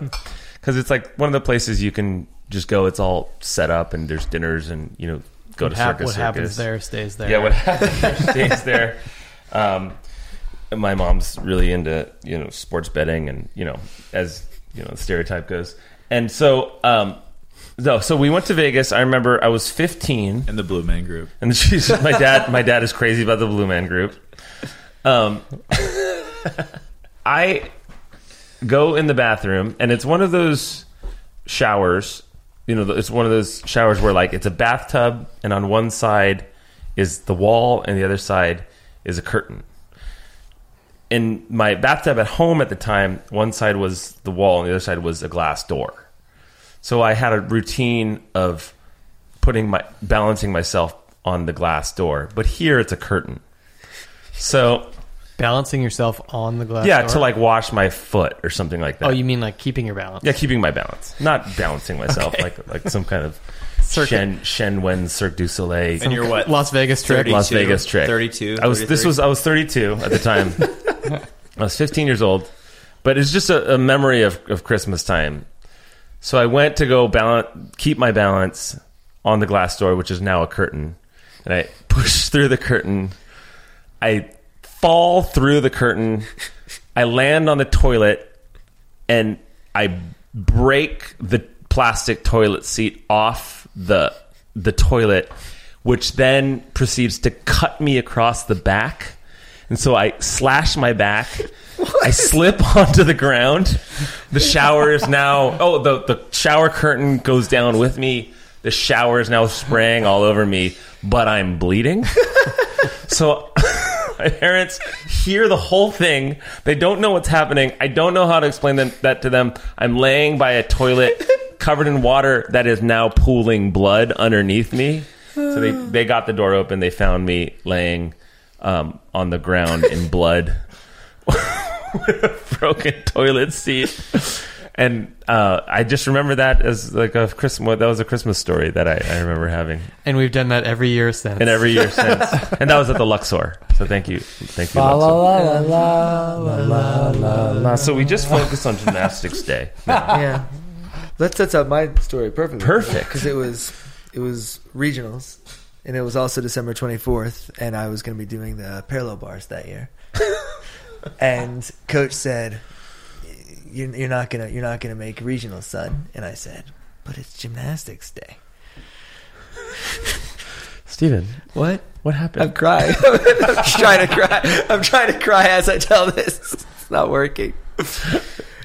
S3: because it's like one of the places you can just go. It's all set up, and there's dinners, and you know go to
S2: Hap-
S3: circus.
S2: what happens
S3: Circus.
S2: there stays there.
S3: Yeah, what happens there stays there. Um, my mom's really into you know sports betting and you know as you know the stereotype goes, and so um, no, so we went to Vegas. I remember I was 15,
S6: And the Blue Man Group.
S3: and she's my dad. My dad is crazy about the Blue Man Group. Um, I go in the bathroom, and it's one of those showers. You know, it's one of those showers where like it's a bathtub, and on one side is the wall, and the other side is a curtain. In my bathtub at home at the time, one side was the wall, and the other side was a glass door. So I had a routine of putting my balancing myself on the glass door, but here it's a curtain. So
S2: balancing yourself on the glass.
S3: yeah,
S2: door?
S3: to like wash my foot or something like that.
S2: Oh, you mean like keeping your balance?
S3: yeah, keeping my balance, not balancing myself like like some kind of Shen Shen Wen Cirque du Soleil
S6: And you're what?
S2: Las Vegas trick.
S6: 30.
S3: Las
S6: 32,
S3: Vegas trick.
S6: 32,
S3: I was this
S6: 33.
S3: was I was 32 at the time. I was 15 years old, but it's just a, a memory of, of Christmas time. So I went to go balance, keep my balance on the glass door, which is now a curtain, and I push through the curtain. I fall through the curtain. I land on the toilet, and I break the plastic toilet seat off the the toilet, which then proceeds to cut me across the back. And so I slash my back. I slip onto the ground. The shower is now oh the the shower curtain goes down with me. The shower is now spraying all over me, but I'm bleeding. so my parents hear the whole thing. They don't know what's happening. I don't know how to explain them, that to them. I'm laying by a toilet covered in water that is now pooling blood underneath me. So they, they got the door open. They found me laying um, on the ground in blood with a broken toilet seat. And uh, I just remember that as like a Christmas. That was a Christmas story that I, I remember having,
S2: And we've done that every year since.
S3: and every year since. And that was at the Luxor. So thank you, thank you,
S4: La, la,
S3: Luxor.
S4: la, la, la, la, la, la, la.
S3: So we just focused on gymnastics day.
S5: yeah. That sets up my story perfectly.
S3: Perfect.
S5: Because it was it was regionals, and it was also December twenty fourth, and I was going to be doing the parallel bars that year. and coach said, you're, "You're not gonna you're not gonna make regionals, son." And I said, "But it's gymnastics day."
S3: Steven,
S5: What?
S3: what
S5: I'm
S3: happened?
S5: crying. I'm trying to cry. I'm trying to cry as I tell this. It's not working.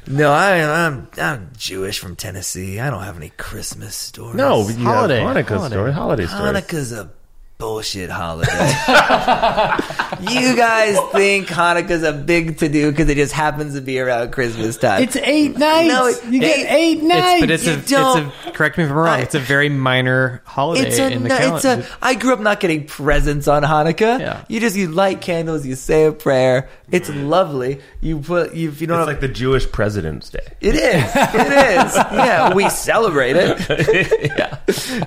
S5: No, I, I'm I'm Jewish from Tennessee. I don't have any Christmas stories.
S3: no, you
S2: Holiday,
S3: have Hanukkah
S2: holiday.
S3: story, holiday story.
S5: Hanukkah's a bullshit holiday. you guys think Hanukkah's a big to do because it just happens to be around Christmas time.
S4: It's eight nights.
S5: No, it-
S4: you get
S5: it-
S4: eight
S2: It's,
S4: nights.
S2: but it's a,
S5: You
S2: it's a, correct me if I'm wrong,
S5: I-
S2: it's a very minor holiday
S5: It's a,
S2: in the
S5: no- it's
S2: calendar.
S5: a. I grew up not getting presents on Hanukkah.
S2: Yeah.
S5: You just you light candles, you say a prayer. It's lovely. You put you you
S3: It's
S5: don't have
S3: like the Jewish President's Day.
S5: It is. It is. Yeah, we celebrate it. yeah.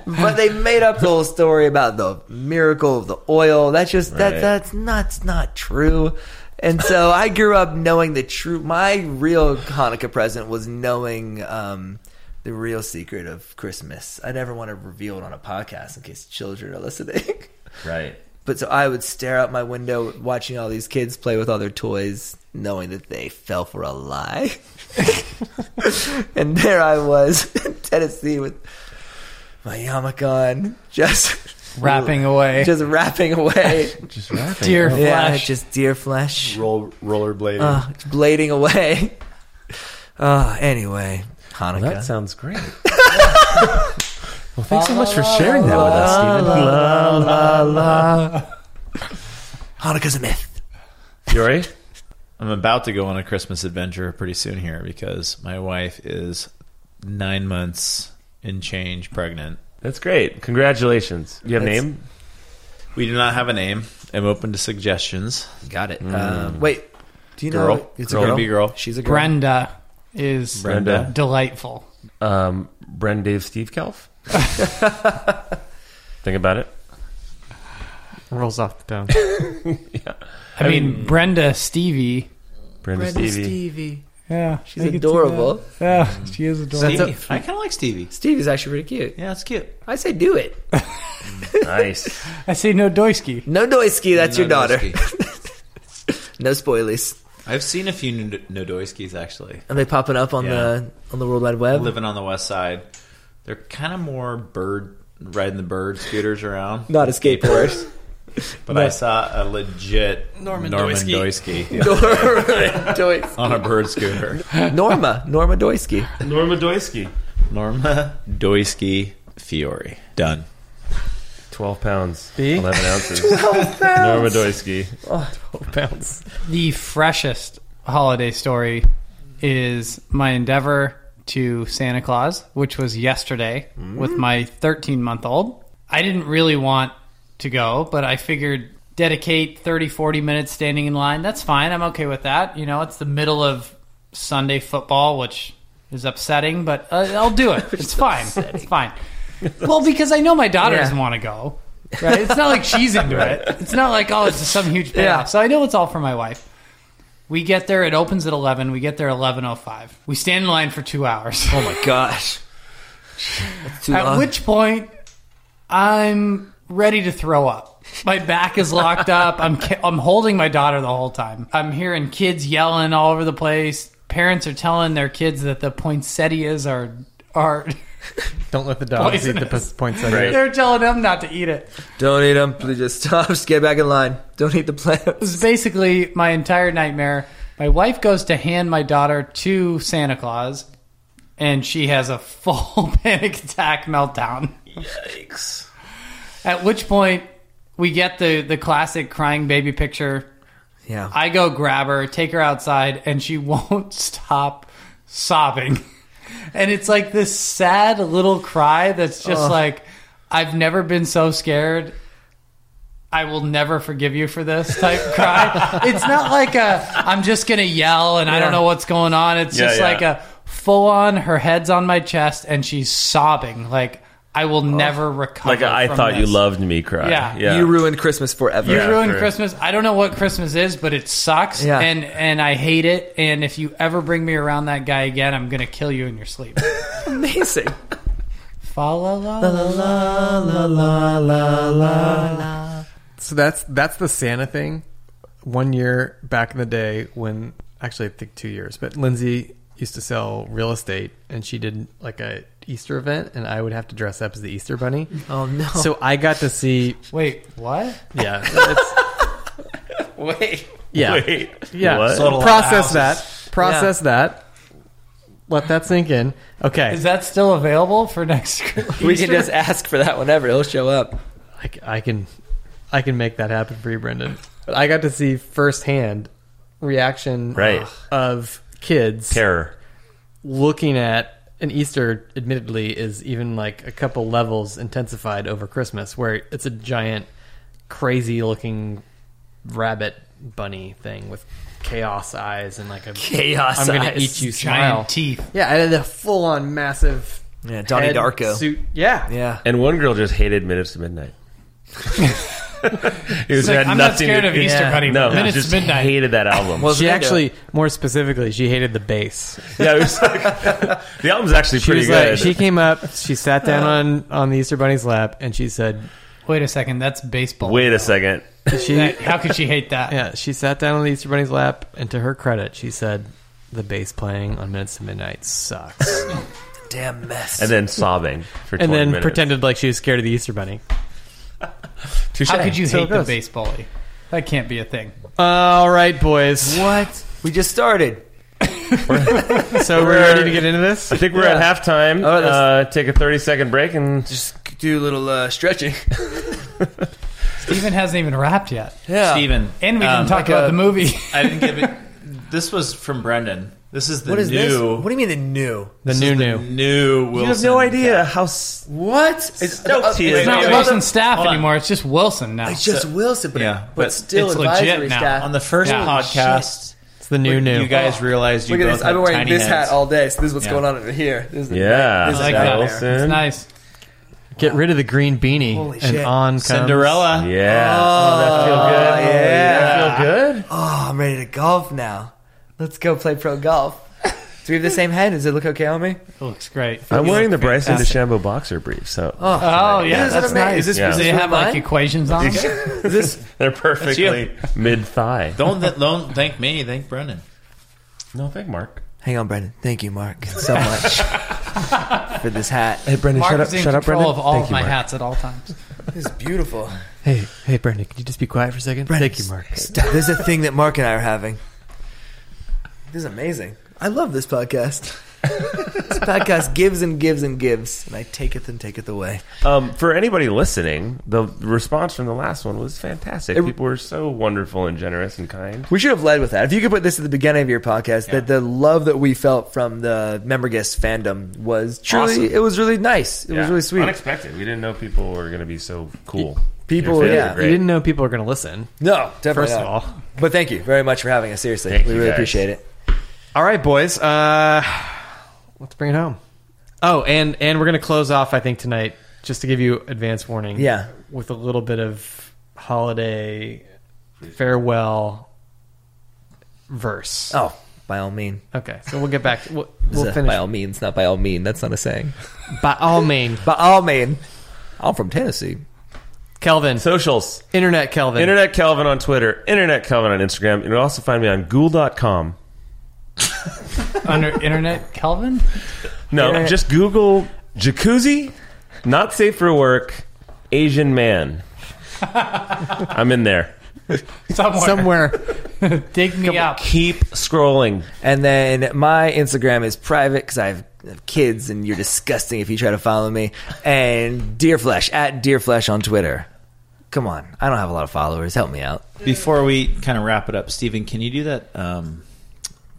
S5: But they made up the whole story about the miracle of the oil. That's just that
S3: Right.
S5: that's not it's not true. And so I grew up knowing the true my real Hanukkah present was knowing um the real secret of Christmas. I never want to reveal it on a podcast in case children are listening.
S3: Right.
S5: But so I would stare out my window watching all these kids play with all their toys, knowing that they fell for a lie. and there I was in Tennessee with my yarmulke on, just
S4: Wrapping away.
S5: just wrapping away.
S3: Just rapping.
S4: Dear
S5: yeah,
S4: flesh.
S5: just deer flesh,
S6: Roll rollerblading.
S5: uh, it's blading away. Uh, anyway, Hanukkah.
S3: That sounds great. well, thanks so much for sharing that with us, Steven.
S5: Hanukkah's a myth.
S3: Yuri?
S6: I'm about to go on a Christmas adventure pretty soon here because my wife is nine months and change pregnant.
S3: That's great. Congratulations. You have a
S5: That's-
S3: name?
S6: We do not have a name. I'm open to suggestions.
S5: Got it. Um, wait, do you know
S6: Mm. Girl.
S5: it's
S6: Girl.
S5: a girl?
S6: Be girl.
S5: She's a girl.
S4: Brenda is
S3: Brenda.
S4: delightful.
S3: Um, Bren Dave Steve Kelf? Think about it.
S2: Rolls off the tongue.
S4: I, mean, Brenda Stevie.
S3: Brenda,
S5: Brenda
S3: Stevie.
S5: Stevie.
S4: Yeah,
S5: She's adorable.
S4: Yeah, she is adorable.
S5: That's a-
S6: I kind of like Stevie.
S5: Stevie's actually pretty cute.
S6: Yeah, it's cute.
S5: I say do it.
S3: Nice.
S4: I say Assim, no Doisky.
S5: No Doisky, that's your daughter.
S6: Nodoisky.
S5: No spoilies.
S6: I've seen a few Nod- Nodoiskis actually
S5: Are they popping up on
S6: Yeah.
S5: the on the World Wide Web?
S6: living on the west side. They're kind of more bird riding the bird scooters around.
S5: Not a skateboard.
S6: But I saw a legit Norman, Doisky,
S5: Norma, Dois-
S6: on a bird scooter.
S5: Norma. Norma Doisky.
S3: Norma Doisky.
S6: Norma Doisky Fiore. Done.
S3: 12 pounds.
S2: B?
S3: 11 ounces. 12 pounds. Norma Doisky.
S2: Bounce.
S4: The freshest holiday story is my endeavor to Santa Claus, which was yesterday with my 13 month old. I didn't really want to go, but I figured dedicate 30, 40 minutes standing in line. That's fine. I'm okay with that. You know, it's the middle of Sunday football, which is upsetting, but uh, I'll do it. It's fine. It's fine. Well, because I know my daughter
S5: Yeah.
S4: doesn't want to go. Right? It's not like she's into it. It's not like oh, it's some huge payoff.
S5: Yeah.
S4: So I know it's all for my wife. We get there. It opens at eleven. We get there eleven oh five. We stand in line for two hours.
S5: Oh my gosh. That's too
S4: At
S5: long.
S4: which point, I'm ready to throw up. My back is locked up. I'm ki- I'm holding my daughter the whole time. I'm hearing kids yelling all over the place. Parents are telling their kids that the poinsettias are are.
S2: Don't let the dogs eat the
S4: Poisonous.
S2: p- poinsettia.
S3: Right.
S4: They're telling them not to eat it.
S5: Don't eat them. Please just stop. Just get back in line. Don't eat the plants.
S4: This is basically my entire nightmare. My wife goes to hand my daughter to Santa Claus, and she has a full panic attack meltdown.
S6: Yikes.
S4: At which point we get the the classic crying baby picture.
S5: Yeah.
S4: I go grab her, take her outside, and she won't stop sobbing. And it's like this sad little cry that's just like, I've never been so scared. I will never forgive you for this type cry. It's not like a I'm just gonna yell and I don't know what's going on. It's
S3: Yeah,
S4: just
S3: yeah.
S4: like a full on her head's on my chest and she's sobbing like I will never recover.
S3: Like a, I
S4: from
S3: thought you
S4: this."
S3: loved me cry.
S4: Yeah.
S3: yeah.
S5: You ruined Christmas forever.
S4: You
S3: Yeah,
S4: ruined
S3: true.
S4: Christmas. I don't know what Christmas is, but it sucks.
S5: Yeah.
S4: And and I hate it. And if you ever bring me around that guy again, I'm gonna kill you in your sleep.
S5: Amazing.
S4: Fa la la la la.
S2: So that's that's the Santa thing. One year back in the day, when actually I think two years, but Lindsay used to sell real estate, and she did like a Easter event, and I would have to dress up as the Easter bunny.
S5: Oh no.
S2: So I got to see,
S4: Wait, what?
S2: yeah, it's,
S6: Wait.
S2: yeah,
S3: Wait.
S2: yeah.
S3: What?
S2: So
S4: lot
S2: process
S4: of
S2: that, process that. Let that sink in. Okay,
S4: Is that still available for next?
S7: We can just ask for that whenever it'll show up.
S2: I, c- I can I can make that happen for you, Brendan. But I got to see firsthand reaction
S3: Right.
S2: of kids
S3: Terror.
S2: looking at an Easter admittedly is even like a couple levels intensified over Christmas where it's a giant crazy looking rabbit bunny thing with chaos eyes and like a
S5: Chaos
S2: I'm gonna
S5: eyes,
S2: eat you smile.
S4: Giant teeth.
S2: Yeah, I had a full on massive
S5: Yeah, Donnie
S2: head
S5: Darko.
S2: suit. Yeah.
S5: yeah.
S3: And one girl just hated minutes to midnight. it was
S4: It's like,
S3: had
S4: I'm not
S3: nothing
S4: scared
S3: to,
S4: of Easter
S5: Yeah.
S4: Bunny.
S3: No,
S4: No, minutes
S3: just
S4: to midnight.
S3: hated that album.
S5: Well,
S2: She
S5: Zendaya.
S2: actually, more specifically, she hated the bass.
S3: yeah, it was like, the album's actually
S2: She
S3: pretty
S2: was
S3: good.
S2: like, she came up, she sat
S5: Uh.
S2: down on on the Easter Bunny's lap, and she said,
S4: Wait a second. That's baseball.
S3: Wait a second.
S2: she
S4: That- how could she hate that?
S2: yeah, she sat down on the Easter Bunny's lap, and to her credit, she said, the bass playing on Minutes to Midnight sucks,
S5: Damn mess.
S3: And then sobbing for 20
S2: and then
S3: minutes.
S2: pretended like she was scared of the Easter Bunny.
S4: How could you
S2: So
S4: hate
S2: it
S4: the
S2: goes.
S4: baseball? That can't be a thing.
S2: All right, boys.
S5: what? We just started.
S2: So we're ready to get into this.
S3: I think we're
S5: Yeah.
S3: at halftime.
S5: Oh, that's-
S3: uh, take a 30 second break and
S7: Just do a little uh, stretching.
S4: Steven hasn't even wrapped yet.
S5: Yeah.
S6: Steven.
S4: And we
S6: um,
S4: didn't talk
S5: like
S4: about
S5: a-
S4: the movie.
S6: I didn't give it. This was from Brendan. This is the
S5: What is
S6: new.
S5: this? What do you mean the new?
S2: The new new.
S6: New Wilson.
S3: how
S5: What? It's,
S3: Stoked he is.
S5: wait,
S4: It's not
S5: wait, wait.
S4: Wilson staff
S6: Hold on.
S4: anymore. It's just Wilson now.
S5: It's just
S6: So-
S5: Wilson, but,
S6: Yeah,
S5: but,
S6: but
S5: still
S4: it's legit
S5: advisory
S4: now.
S5: staff.
S6: On the first
S4: Yeah.
S6: podcast,
S2: It's the new new.
S6: you guys realized you
S5: Look at
S6: both
S5: this.
S6: had
S5: I've been wearing
S6: tiny
S5: this
S6: heads.
S5: hat all day, so this is what's
S6: Yeah.
S5: going on over here. This is
S3: Yeah.
S5: This
S4: I
S5: is
S4: like
S5: right
S4: that.
S5: there.
S3: Wilson.
S4: It's nice.
S2: get rid of the green beanie
S5: Holy
S2: and
S5: shit.
S2: on comes
S6: Cinderella.
S3: Yeah. Oh, that feel good.
S5: yeah.
S3: That feel good.
S5: Oh, I'm ready to golf now. Let's go play pro golf. Do we have the same head? Does it look okay on me?
S4: It looks great.
S3: I'm wearing the Bryson
S4: fantastic.
S3: DeChambeau boxer brief, so
S4: Oh yeah,
S5: Isn't it
S4: that's
S5: amazing?
S4: nice.
S5: Is this-
S3: Yeah. is
S4: Do
S3: this
S4: they have
S5: mine?
S4: like equations on? it?
S5: Is this
S3: they're perfectly mid thigh.
S6: Don't th- don't thank me. Thank Brendan.
S3: No, thank Mark.
S5: Hang on, Brendan. Thank you, Mark, so much for this hat.
S2: Hey Brendan,
S4: Mark
S2: shut up!
S4: is in
S2: Shut up,
S4: control
S2: Brendan.
S4: of all
S2: Thank
S4: of
S2: you,
S4: my
S2: Mark.
S4: hats at all times.
S5: This is beautiful.
S2: Hey, hey, Brendan, can you just be quiet for a second? Thank you, Mark.
S5: Stop. There's a thing that Mark and I are having. This is amazing. I love this podcast. this podcast gives and gives and gives, and I taketh and taketh away.
S3: Um, for anybody listening, the response from the last one was fantastic. People were so wonderful and generous and kind.
S5: We should have led with that. If you could put this at the beginning of your podcast, that the love that we felt from the Memberguest fandom was truly,
S3: Awesome.
S5: it was really nice. It was
S3: Yeah.
S5: really sweet.
S3: Unexpected. We didn't know people were going to be so cool. Your
S5: People-
S3: fans
S5: yeah.
S3: are
S2: You
S3: great.
S2: didn't know people were going to listen.
S5: no, definitely.
S2: First
S5: not.
S2: of all.
S5: But thank you very much for having us. Seriously,
S3: Thank
S5: we
S3: you,
S5: really
S3: guys.
S5: appreciate it.
S2: All right, boys. Uh, let's bring it home. Oh, and and we're gonna close off. I think tonight, just to give you advance warning.
S5: Yeah.
S2: with a little bit of holiday farewell verse.
S5: Oh, by all means.
S2: Okay, so we'll get back. We'll,
S5: It's
S2: we'll
S5: a-
S2: finish
S5: By all means, not by all mean. That's not a saying.
S2: by all means.
S5: By all mean, I'm from Tennessee.
S2: Kelvin,
S3: Socials.
S2: internet Kelvin.
S3: Internet Kelvin on Twitter. Internet Kelvin on Instagram. You can also find me on ghoul.com.
S4: Under internet, Kelvin.
S3: No, just Google jacuzzi, not safe for work, Asian man. I'm in there.
S4: Somewhere.
S2: somewhere.
S4: Dig me up.
S3: Keep scrolling.
S5: And then my Instagram is private because I've have kids and you're disgusting if you try to follow me. And Deerflesh at Deerflesh on Twitter. Come on, I don't have a lot of followers. Help me out.
S6: Before we kind of wrap it up, Stephen, can you do that um,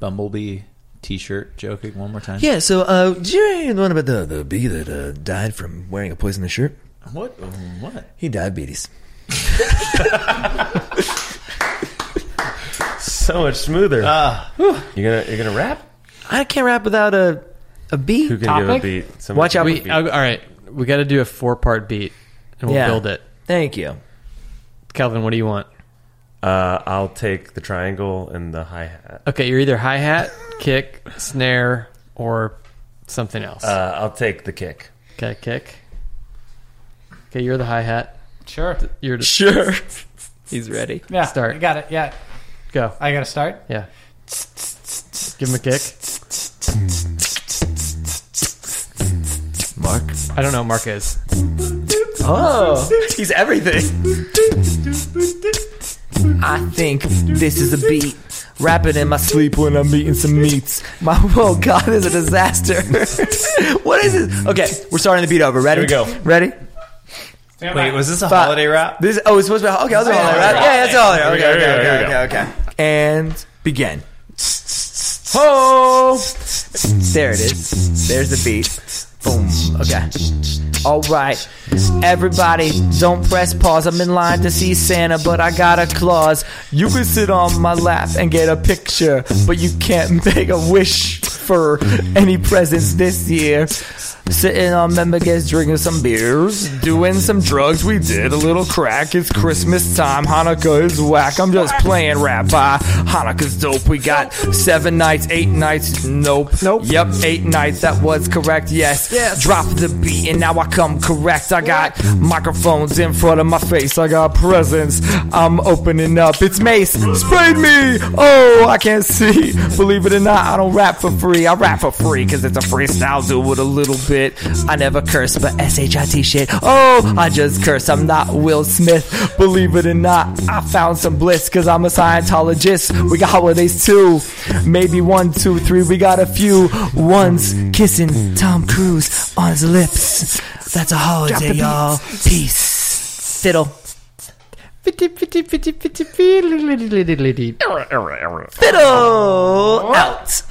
S6: Bumblebee T-shirt joke one more time?
S5: Yeah. So, uh, did you hear the one about the the bee that uh, died from wearing a poisonous shirt?
S6: What? What?
S5: He diabetes.
S3: So much smoother. you're gonna you're gonna rap.
S5: I can't rap without a a bee.
S3: Who can
S4: Topic?
S3: give a beat? Someone
S5: Watch
S3: can
S5: out!
S3: give a
S2: We, uh,
S3: beat.
S2: all right, we got to do a four part beat and we'll
S5: Yeah.
S2: build it.
S5: Thank you.
S2: Kelvin, what do you want?
S3: Uh, I'll take the triangle and the hi hat.
S2: Okay, you're either hi hat, kick, snare, or something else.
S3: Uh, I'll take the kick.
S2: okay, kick. Okay, you're the hi hat.
S4: Sure.
S2: You're the,
S7: Sure. He's ready.
S4: Yeah.
S2: Start.
S4: I got it. Yeah.
S2: go.
S4: I got to start.
S2: Yeah. Give him a kick.
S5: Mark.
S2: I don't know. Mark is.
S5: Oh,
S7: He's everything.
S5: I think this is a beat. Rapping in my sleep when I'm eating some meats. My oh god, this is a disaster. what is this? Okay, we're starting the beat over. Ready?
S6: Here we go.
S5: Ready?
S6: Wait, was this a
S5: Five.
S6: holiday rap?
S5: This oh, it's supposed to be okay. I'll do a holiday, right? Yeah, it's a holiday.
S3: Here we
S5: Okay,
S3: go,
S5: okay,
S3: here we go,
S5: okay,
S3: here we
S5: okay, okay, And begin. Oh, there it is. There's the beat. Boom. Okay. All right, everybody, don't press pause. I'm in line to see Santa, but I got a clause. You can sit on my lap and get a picture, but you can't make a wish for any presents this year. Sitting on member gets drinking some beers, doing some drugs. We did a little crack. It's Christmas time. Hanukkah is whack. I'm just playing rabbi. Hanukkah's dope. We got seven nights, eight nights. Nope. Nope. Yep. Eight nights. That was correct. Yes. Yes. Drop the beat and now I come correct. I got microphones in front of my face. I got presents. I'm opening up. It's Mace. Sprayed me. Oh, I can't see. Believe it or not, I don't rap for free. I rap for free because it's a freestyle. Do it a little bit. I never curse, but S H I T shit. Oh, I just curse. I'm not Will Smith. Believe it or not, I found some bliss because I'm a Scientologist. We got holidays too. Maybe one, two, three. We got a few. One's kissing Tom Cruise on his lips. That's a holiday, y'all. Peace. Fiddle.
S3: Error, error, error.
S5: Fiddle out.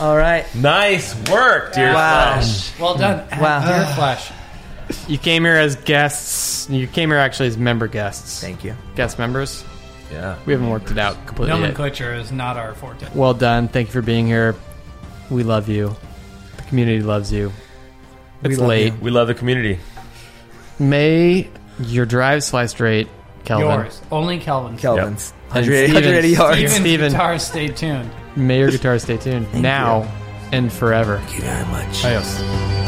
S5: All right.
S3: Nice work, dear.
S5: Wow.
S4: Well done.
S5: Wow.
S4: Deer flesh.
S2: You came here as guests. You came here actually as member guests.
S5: Thank you.
S2: Guest members.
S3: Yeah.
S2: We haven't worked it out completely yet.
S4: Nomenclature is not our forte.
S2: Well done. Thank you for being here. We love you. The community loves you.
S5: We
S2: It's
S5: love
S2: late.
S3: We love the community.
S2: May your drive slice straight, Kelvin.
S4: Yours. Only Kelvin.
S5: Kelvin's.
S2: And
S5: 180,
S2: Steven.
S5: 180 yards.
S4: Steven's
S2: Steven.
S4: guitar, stay tuned.
S2: May your guitar stay tuned now and forever.
S5: Thank you very much.
S2: Adios.
S5: Bye.